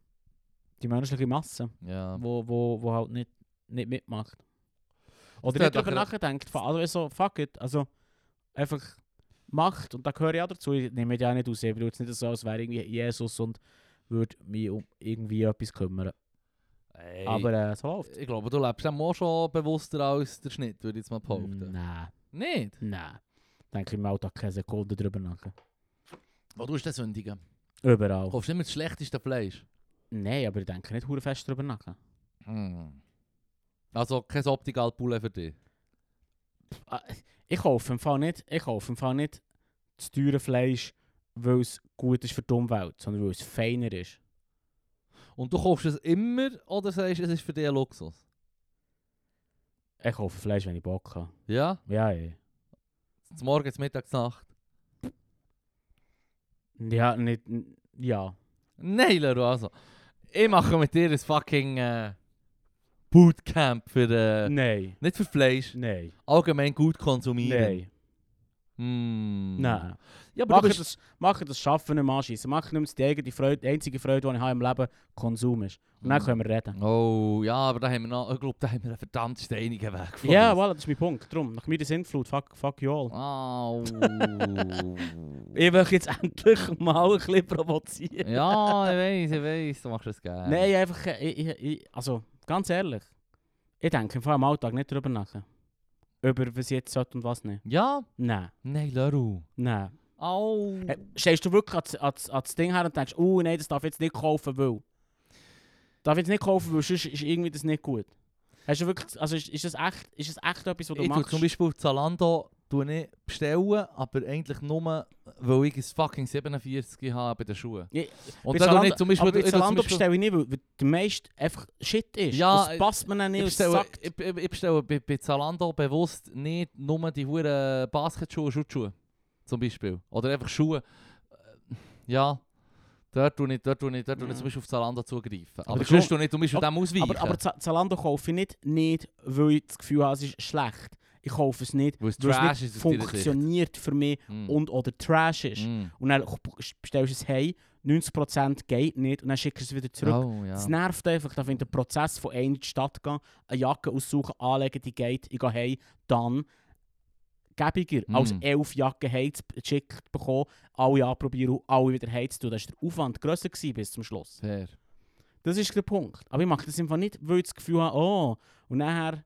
Speaker 2: die menschliche Masse,
Speaker 1: Ja.
Speaker 2: wo, wo, wo halt nicht, nicht mitmacht.
Speaker 1: tut
Speaker 2: Oder nicht
Speaker 1: doch
Speaker 2: darüber
Speaker 1: ein-
Speaker 2: nachdenkt. von- Also so, fuck it. Also einfach macht. Und da gehöre ich auch dazu. Ich nehme mich ja nicht aus. Ich will jetzt nicht so, als wäre irgendwie Jesus und würde mich um irgendwie etwas kümmern.
Speaker 1: Ey,
Speaker 2: Aber äh, so läuft
Speaker 1: ich glaube, du lebst dem auch schon bewusster als der Schnitt, würde ich jetzt mal behaupten.
Speaker 2: Nein,
Speaker 1: Nicht?
Speaker 2: nein. Denke ich im Alltag keine Sekunde drüber nach.
Speaker 1: Wo Oh, du bist der Sündige? Du
Speaker 2: Überall.
Speaker 1: kaufst immer das schlechteste Fleisch.
Speaker 2: Nein, aber ich denke nicht hure fest drüber nach.
Speaker 1: Hm. Also kein optikal Poulet für dich.
Speaker 2: Ich kaufe im Fall nicht, ich kaufe im Fall nicht das teure Fleisch, weil es gut ist für die Umwelt, sondern weil es feiner ist.
Speaker 1: Und du kaufst es immer oder sagst, es ist für dich ein Luxus?
Speaker 2: Ich kaufe Fleisch, wenn ich Bock habe.
Speaker 1: Ja?
Speaker 2: Ja, ja.
Speaker 1: Zum Morgen, zum Mittag, zur Nacht.
Speaker 2: Ja, nicht, n- ja.
Speaker 1: Nein, Leru, also. Ich mache mit dir ein fucking äh, Bootcamp für. Äh,
Speaker 2: Nein,
Speaker 1: Nicht für Fleisch,
Speaker 2: nein,
Speaker 1: allgemein gut konsumieren.
Speaker 2: nein,
Speaker 1: Mm.
Speaker 2: nein.
Speaker 1: Ja, dus- aber
Speaker 2: Mach
Speaker 1: du
Speaker 2: ich
Speaker 1: bist,
Speaker 2: das, mach ich das Schaffen nicht mehr anschiessen. Mach nicht mehr die eigene Freude, die einzige Freude, die ich habe im Leben, Konsum ist. Und dann
Speaker 1: Mhm.
Speaker 2: können wir reden.
Speaker 1: Oh, ja, aber da haben wir noch. Ich glaube, da haben wir einen verdammt steinigen Weg vor
Speaker 2: Ja,
Speaker 1: uns.
Speaker 2: voilà, das ist mein Punkt. Drum, nach mir die Sintflut, fuck, fuck you all.
Speaker 1: Au.
Speaker 2: Ich will jetzt endlich mal ein bisschen provozieren.
Speaker 1: ja, ich weiß, ich weiß, du machst es gerne.
Speaker 2: Nein, einfach, äh, ich, ich, ich, also ganz ehrlich, ich denke im Fall am Alltag nicht drüber nach. Über was ich jetzt sollte und was nicht.
Speaker 1: Ja?
Speaker 2: Nein,
Speaker 1: Nein, Leru.
Speaker 2: nein.
Speaker 1: Au.
Speaker 2: Äh, Stehst du wirklich ans, ans, ans Ding her und denkst, oh nein, das darf ich jetzt nicht kaufen, weil. Darf ich jetzt nicht kaufen, weil sonst ist dus irgendwie das nicht gut. Hast du wirklich, also ist, ist, das, echt, ist das echt etwas, was du
Speaker 1: ich tue
Speaker 2: machst?
Speaker 1: zum Beispiel Zalando tue nicht bestellen, aber eigentlich nur, weil ich ein fucking 47 habe bei den Schuhen.
Speaker 2: Ja,
Speaker 1: Und
Speaker 2: bei
Speaker 1: dann tue
Speaker 2: Zalando-
Speaker 1: ich zum Beispiel...
Speaker 2: aber
Speaker 1: ich tue
Speaker 2: bei
Speaker 1: zum
Speaker 2: Zalando
Speaker 1: Beispiel-
Speaker 2: bestelle ich nicht, weil, weil der meiste einfach Shit ist.
Speaker 1: Ja, eh,
Speaker 2: das passt mir dann
Speaker 1: ich
Speaker 2: nicht. und es
Speaker 1: bestelle,
Speaker 2: sackt.
Speaker 1: ich, ich, ich bestelle bei, bei Zalando bewusst nicht nur die huren Basketschuhe und Schutzschuhe. Zum Beispiel. Oder einfach Schuhe. Äh, Ja. Dort tue ich, dort tue ich, dort tue ich
Speaker 2: Mhm.
Speaker 1: zum Beispiel auf Zalando zugreifen. Aber,
Speaker 2: der
Speaker 1: sonst
Speaker 2: Grund-
Speaker 1: tue ich zum Beispiel
Speaker 2: Aber-
Speaker 1: dem ausweichen.
Speaker 2: Aber, aber Za- Zalando kaufe ich nicht, nicht, weil ich das Gefühl habe, es ist schlecht. Ich kaufe es nicht,
Speaker 1: Weil es
Speaker 2: weil
Speaker 1: Trash
Speaker 2: es nicht
Speaker 1: ist aus deiner
Speaker 2: funktioniert für mich
Speaker 1: Mm.
Speaker 2: und oder Trash ist.
Speaker 1: Mm.
Speaker 2: Und dann bestellst du es hey, 90% geht nicht und dann schickst du es wieder zurück.
Speaker 1: Oh, ja.
Speaker 2: Es nervt einfach, da findet der Prozess von einer in die Stadt gehen, eine Jacke aussuchen, anlegen, die geht, ich gehe hey, dann gäbiger,
Speaker 1: Mm.
Speaker 2: als elf Jacken hey zu geschickt bekommen, alle anprobieren und alle wieder hey zu tun. Das war der Aufwand grösser gewesen bis zum Schluss.
Speaker 1: Fair.
Speaker 2: Das ist der Punkt. Aber ich mache das einfach nicht, weil ich das Gefühl habe, oh, und nachher...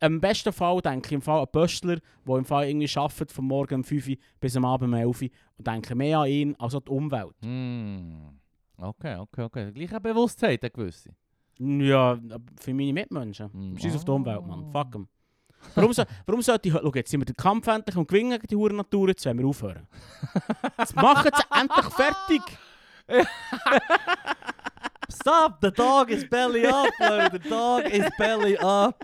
Speaker 2: Im besten Fall denke ich im Fall an Böstler, der im Fall irgendwie arbeitet, von morgen um 5 Uhr bis am Abend um 11 Uhr und denke mehr an ihn als an die Umwelt.
Speaker 1: Mm. Okay, okay, okay. Gleich eine Bewusstheit, eine gewisse.
Speaker 2: Ja, für meine Mitmenschen.
Speaker 1: Mm.
Speaker 2: Scheiß auf die Umwelt, Mann. Fuck 'em. Warum, so, warum sollte ich... Schau, jetzt sind wir den Kampf endlich und gewinnen gegen die hure Natur, jetzt wollen wir aufhören. Jetzt machen sie endlich fertig!
Speaker 1: Stop, the dog is belly up, Leute. The dog is belly up.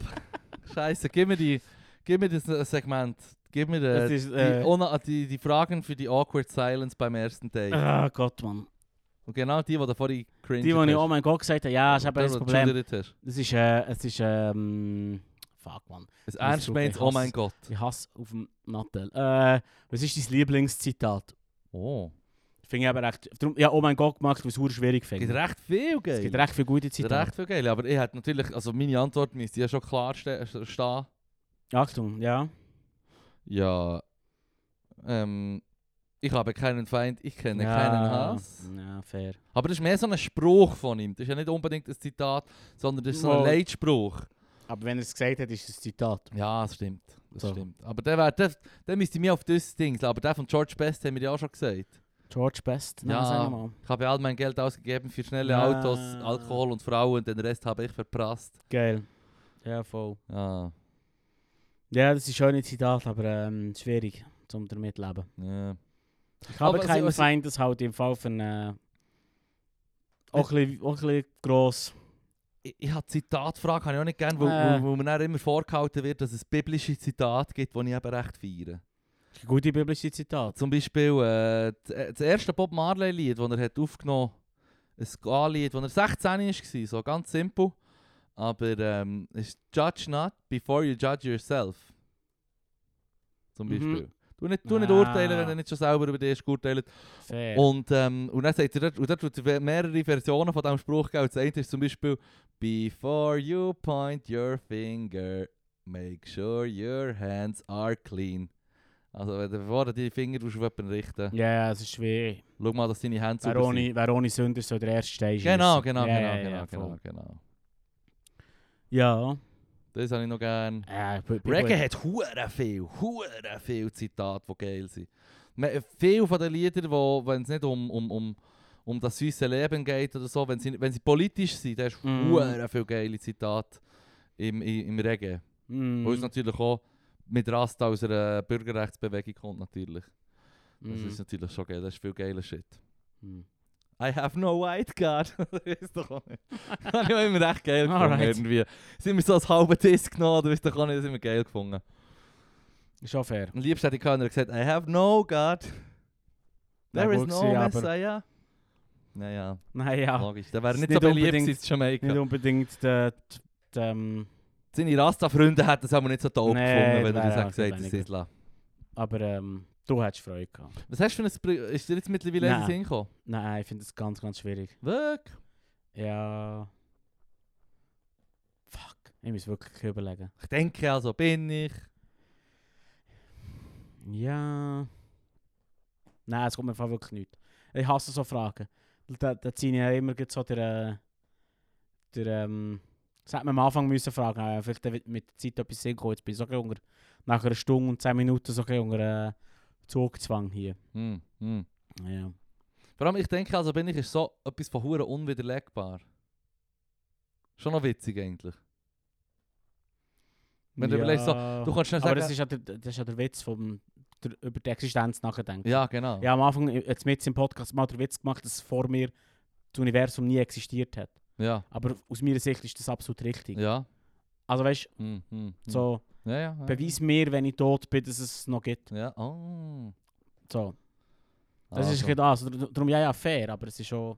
Speaker 1: Scheiße, gib mir die, gib mir das äh, Segment. Gib mir
Speaker 2: Das
Speaker 1: äh,
Speaker 2: ist, äh,
Speaker 1: die, una- die, die Fragen für die awkward silence beim ersten Date.
Speaker 2: Ah Gott, Mann.
Speaker 1: Und genau nou, die, die du vorhin cringe
Speaker 2: Die, die ich oh mein Gott gesagt habe, ja, ist eben das Problem.
Speaker 1: Hast.
Speaker 2: Das ist... Äh, es ist... Ähm, fuck, Mann.
Speaker 1: Es
Speaker 2: Das
Speaker 1: ernst
Speaker 2: ist
Speaker 1: meint,
Speaker 2: okay,
Speaker 1: oh mein Gott.
Speaker 2: Ich hasse auf dem Nattel. Äh, was ist dein Lieblingszitat?
Speaker 1: Oh.
Speaker 2: Finde ich aber recht... Darum, ja, oh mein Gott gemacht, weil es verdammt schwierig
Speaker 1: Es gibt
Speaker 2: finde.
Speaker 1: recht viel, geil.
Speaker 2: Es gibt recht viele gute
Speaker 1: Es gibt
Speaker 2: Zitate.
Speaker 1: recht viel geil. Aber ich hätte natürlich, also meine Antwort müsste ja schon klar ste stehen.
Speaker 2: Achtung, ja.
Speaker 1: Ja. Ähm, ich habe keinen Feind, ich kenne
Speaker 2: ja.
Speaker 1: keinen Hass.
Speaker 2: Ja, fair.
Speaker 1: Aber das ist mehr so ein Spruch von ihm. Das ist ja nicht unbedingt ein Zitat, sondern das ist so ein
Speaker 2: Mal.
Speaker 1: Leitspruch.
Speaker 2: Aber wenn er es gesagt hat, ist es ein Zitat.
Speaker 1: Ja, das stimmt. Das
Speaker 2: So.
Speaker 1: stimmt. Aber der, wär, der, der müsste mir auf das Ding, aber der von George Best haben wir ja auch schon gesagt.
Speaker 2: George Best? Nein,
Speaker 1: Ja.
Speaker 2: sag mal.
Speaker 1: Ich habe all mein Geld ausgegeben für schnelle
Speaker 2: Ja.
Speaker 1: Autos, Alkohol und Frauen, den Rest habe ich verprasst.
Speaker 2: Geil. Ja, voll.
Speaker 1: Ja,
Speaker 2: Ja, das ist schon ein Zitat, aber ähm, schwierig, um damit zu leben.
Speaker 1: ja.
Speaker 2: Ich habe
Speaker 1: Aber
Speaker 2: keinen
Speaker 1: also-
Speaker 2: Feind, das halt im Fall von... Äh, auch ein bisschen- auch ein bisschen gross.
Speaker 1: Ich, ich habe Zitatfrage habe ich auch nicht gern, weil,
Speaker 2: Äh.
Speaker 1: weil, weil mir dann immer vorgehalten wird, dass es biblische Zitate gibt, die ich eben recht feiere.
Speaker 2: Gute biblische Zitate.
Speaker 1: Zum Beispiel äh, d- äh, das erste Bob Marley-Lied, das er hat aufgenommen hat. Ein Ska-Lied, das er 16 war, so ganz simpel. Aber ähm, es ist «Judge not before you judge yourself». Zum
Speaker 2: Mhm.
Speaker 1: Beispiel. Du nicht, du nicht
Speaker 2: Ah.
Speaker 1: urteilen, wenn du nicht schon selber über dich geurteilt
Speaker 2: Fair.
Speaker 1: und, ähm, und dann sagt er, dort- und dort tut er mehrere Versionen von diesem Spruch geben. Das eine ist zum Beispiel Before you point your finger, make sure your hands are clean. Also wenn du- bevor du deine Finger auf jemanden richten
Speaker 2: Ja, ja, es ist schwierig.
Speaker 1: schau mal, dass deine Hände
Speaker 2: Wer
Speaker 1: sauber sind.
Speaker 2: ohne, wer ohne Sünder soll der Erste stehen.
Speaker 1: Genau, genau, genau,
Speaker 2: ja, ja,
Speaker 1: genau,
Speaker 2: ja,
Speaker 1: genau,
Speaker 2: voll.
Speaker 1: genau.
Speaker 2: Ja.
Speaker 1: Das habe ich noch gerne.
Speaker 2: Äh, b- b-
Speaker 1: Reggae hat hure viel, hure viel Zitate, die geil sind. Me- Viele von den Liedern, wo, wenn es nicht um, um, um, um das süße Leben geht oder so, wenn sie, wenn sie politisch sind, da ist
Speaker 2: Mm.
Speaker 1: hure viel geile Zitate im, im, im Reggae.
Speaker 2: Mm,
Speaker 1: Wo es natürlich auch mit Rast aus einer Bürgerrechtsbewegung kommt natürlich.
Speaker 2: mm,
Speaker 1: Das ist natürlich schon geil, das ist viel geiler Shit.
Speaker 2: mm.
Speaker 1: I have no white card. das ist doch auch nicht. Das habe ich auch immer recht geil gefunden.
Speaker 2: Alright.
Speaker 1: Irgendwie. Sind wir so als halben Disk genommen, das ist doch auch nicht, das haben wir geil gefunden.
Speaker 2: Ist auch fair.
Speaker 1: Am liebsten hätte ich Körner gesagt, I have no God. There
Speaker 2: Ja,
Speaker 1: is
Speaker 2: gut
Speaker 1: no
Speaker 2: gewesen, aber-
Speaker 1: Messiah. Naja,
Speaker 2: Nein, ja.
Speaker 1: logisch. Der wäre
Speaker 2: ist
Speaker 1: nicht,
Speaker 2: nicht
Speaker 1: so beliebt
Speaker 2: unbedingt-
Speaker 1: gewesen in Jamaika.
Speaker 2: Nicht unbedingt der. d- d- ähm,
Speaker 1: Seine Rasta-Freunde hätten es aber nicht so doof
Speaker 2: Nee,
Speaker 1: gefunden, wenn
Speaker 2: das
Speaker 1: er
Speaker 2: wäre
Speaker 1: das
Speaker 2: auch
Speaker 1: hätte gesagt
Speaker 2: nicht
Speaker 1: hätte. Sisla.
Speaker 2: aber ähm, du hättest Freude gehabt.
Speaker 1: Was hast du für ein... Pri- Ist dir jetzt mittlerweile
Speaker 2: Nein.
Speaker 1: etwas hingekommen?
Speaker 2: Nein, ich finde das ganz, ganz schwierig.
Speaker 1: Wirklich?
Speaker 2: Ja. Fuck. Ich muss wirklich überlegen.
Speaker 1: Ich denke also, bin ich.
Speaker 2: Ja. Nein, es kommt mir im Fall wirklich nicht. Ich hasse so Fragen. Da, da ziehe ich ja immer gleich so der. äh, der ähm, das hätte man am Anfang müssen fragen äh, Vielleicht wird mit der Zeit etwas hinkommen. Jetzt bin ich so ein bisschen unter, nach einer Stunde und zehn Minuten so ein bisschen unter äh, Zugzwang hier.
Speaker 1: Hm, hm.
Speaker 2: Ja.
Speaker 1: Vor allem, ich denke also, bin ich ist so etwas von Huren unwiderlegbar. Schon noch witzig eigentlich. Wenn du überlegst, so, Du kannst schnell sagen...
Speaker 2: Aber das ist, ja der, das ist ja der Witz, vom, der, über die Existenz nachdenken.
Speaker 1: ja, genau.
Speaker 2: Ich habe am Anfang, äh, jetzt mit im Podcast, mal den Witz gemacht, dass vor mir das Universum nie existiert hat.
Speaker 1: Ja.
Speaker 2: Aber aus meiner Sicht ist das absolut richtig.
Speaker 1: Ja.
Speaker 2: Also weißt
Speaker 1: Hm, hm, hm.
Speaker 2: du, so,
Speaker 1: Ja, ja. ja.
Speaker 2: beweis mir, wenn ich tot bin, dass es noch gibt.
Speaker 1: Ja, oh.
Speaker 2: So. Das ist genau
Speaker 1: Also.
Speaker 2: ein das. Darum ja, ja, fair, aber es ist schon.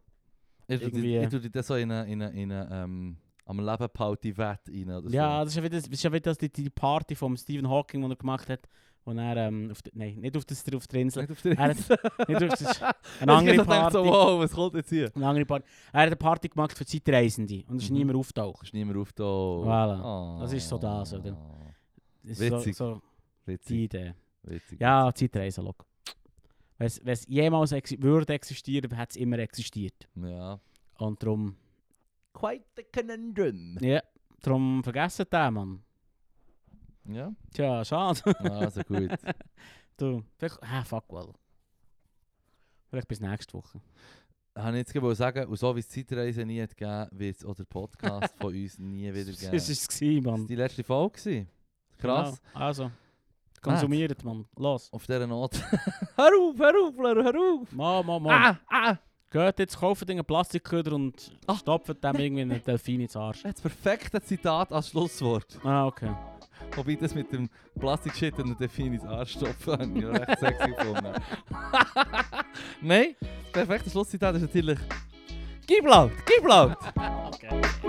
Speaker 1: Ich tu
Speaker 2: irgendwie-
Speaker 1: die- Ich tue dich das so in eine, in eine, in eine ähm, am Leben behalte Wette rein oder so.
Speaker 2: ja, das ist ja wieder, das ist ja wieder das, die, die Party von Stephen Hawking, die er gemacht hat. Wo er, ähm, auf die, nein, nicht auf, das, auf der Insel.
Speaker 1: Nicht auf der
Speaker 2: Er
Speaker 1: Insel.
Speaker 2: hat- nicht auf das, eine
Speaker 1: Jetzt
Speaker 2: andere
Speaker 1: geht's auch
Speaker 2: Party.
Speaker 1: so, wow, was kommt jetzt hier?
Speaker 2: Eine andere Party. Er hat eine Party gemacht für Zeitreisende und es ist
Speaker 1: Mhm.
Speaker 2: niemand auftaucht.
Speaker 1: Ist niemand auf da. Ah. Voilà. Oh,
Speaker 2: Voilà. Das ist so das, oder? Das ist
Speaker 1: Witzig.
Speaker 2: So, so die
Speaker 1: Witzig,
Speaker 2: Idee.
Speaker 1: witzig.
Speaker 2: Ja, Zeitreisen, look. Wenn es- wenn es jemals exi würde existieren, hat es immer existiert.
Speaker 1: Ja.
Speaker 2: Und darum.
Speaker 1: Quite the conundrum.
Speaker 2: Ja, darum vergessen den, Mann.
Speaker 1: Ja,
Speaker 2: Tja, schade.
Speaker 1: also gut.
Speaker 2: Du, vielleicht, ah, fuck well. Vielleicht bis nächste Woche.
Speaker 1: Habe ich jetzt gerade sagen, und so wie es Zeitreise nie hat gegeben, wird es auch der Podcast von uns nie wieder
Speaker 2: Das
Speaker 1: geben.
Speaker 2: war
Speaker 1: Das
Speaker 2: es, gewesen,
Speaker 1: war
Speaker 2: Mann.
Speaker 1: die letzte Folge. gewesen. Krass. Ah.
Speaker 2: Genau. Also, konsumiert, man. Los.
Speaker 1: Auf dieser Note. hör auf, hör auf, Lehrer, hör auf!
Speaker 2: Mal, mal, mal.
Speaker 1: Ah, ah!
Speaker 2: Geht jetzt, kauft einen Plastikköder und
Speaker 1: Ah.
Speaker 2: stopft dem irgendwie einen Delfin ins Arsch.
Speaker 1: Das perfekte Zitat als Schlusswort.
Speaker 2: Ah, okay.
Speaker 1: Wobei das mit dem Plastikshit und dem Delfin ins Arsch stopfen, habe ich ja recht sexy gefunden. Nein, das perfekte Schlusszitat ist natürlich... Gib laut, gib laut!
Speaker 2: Okay.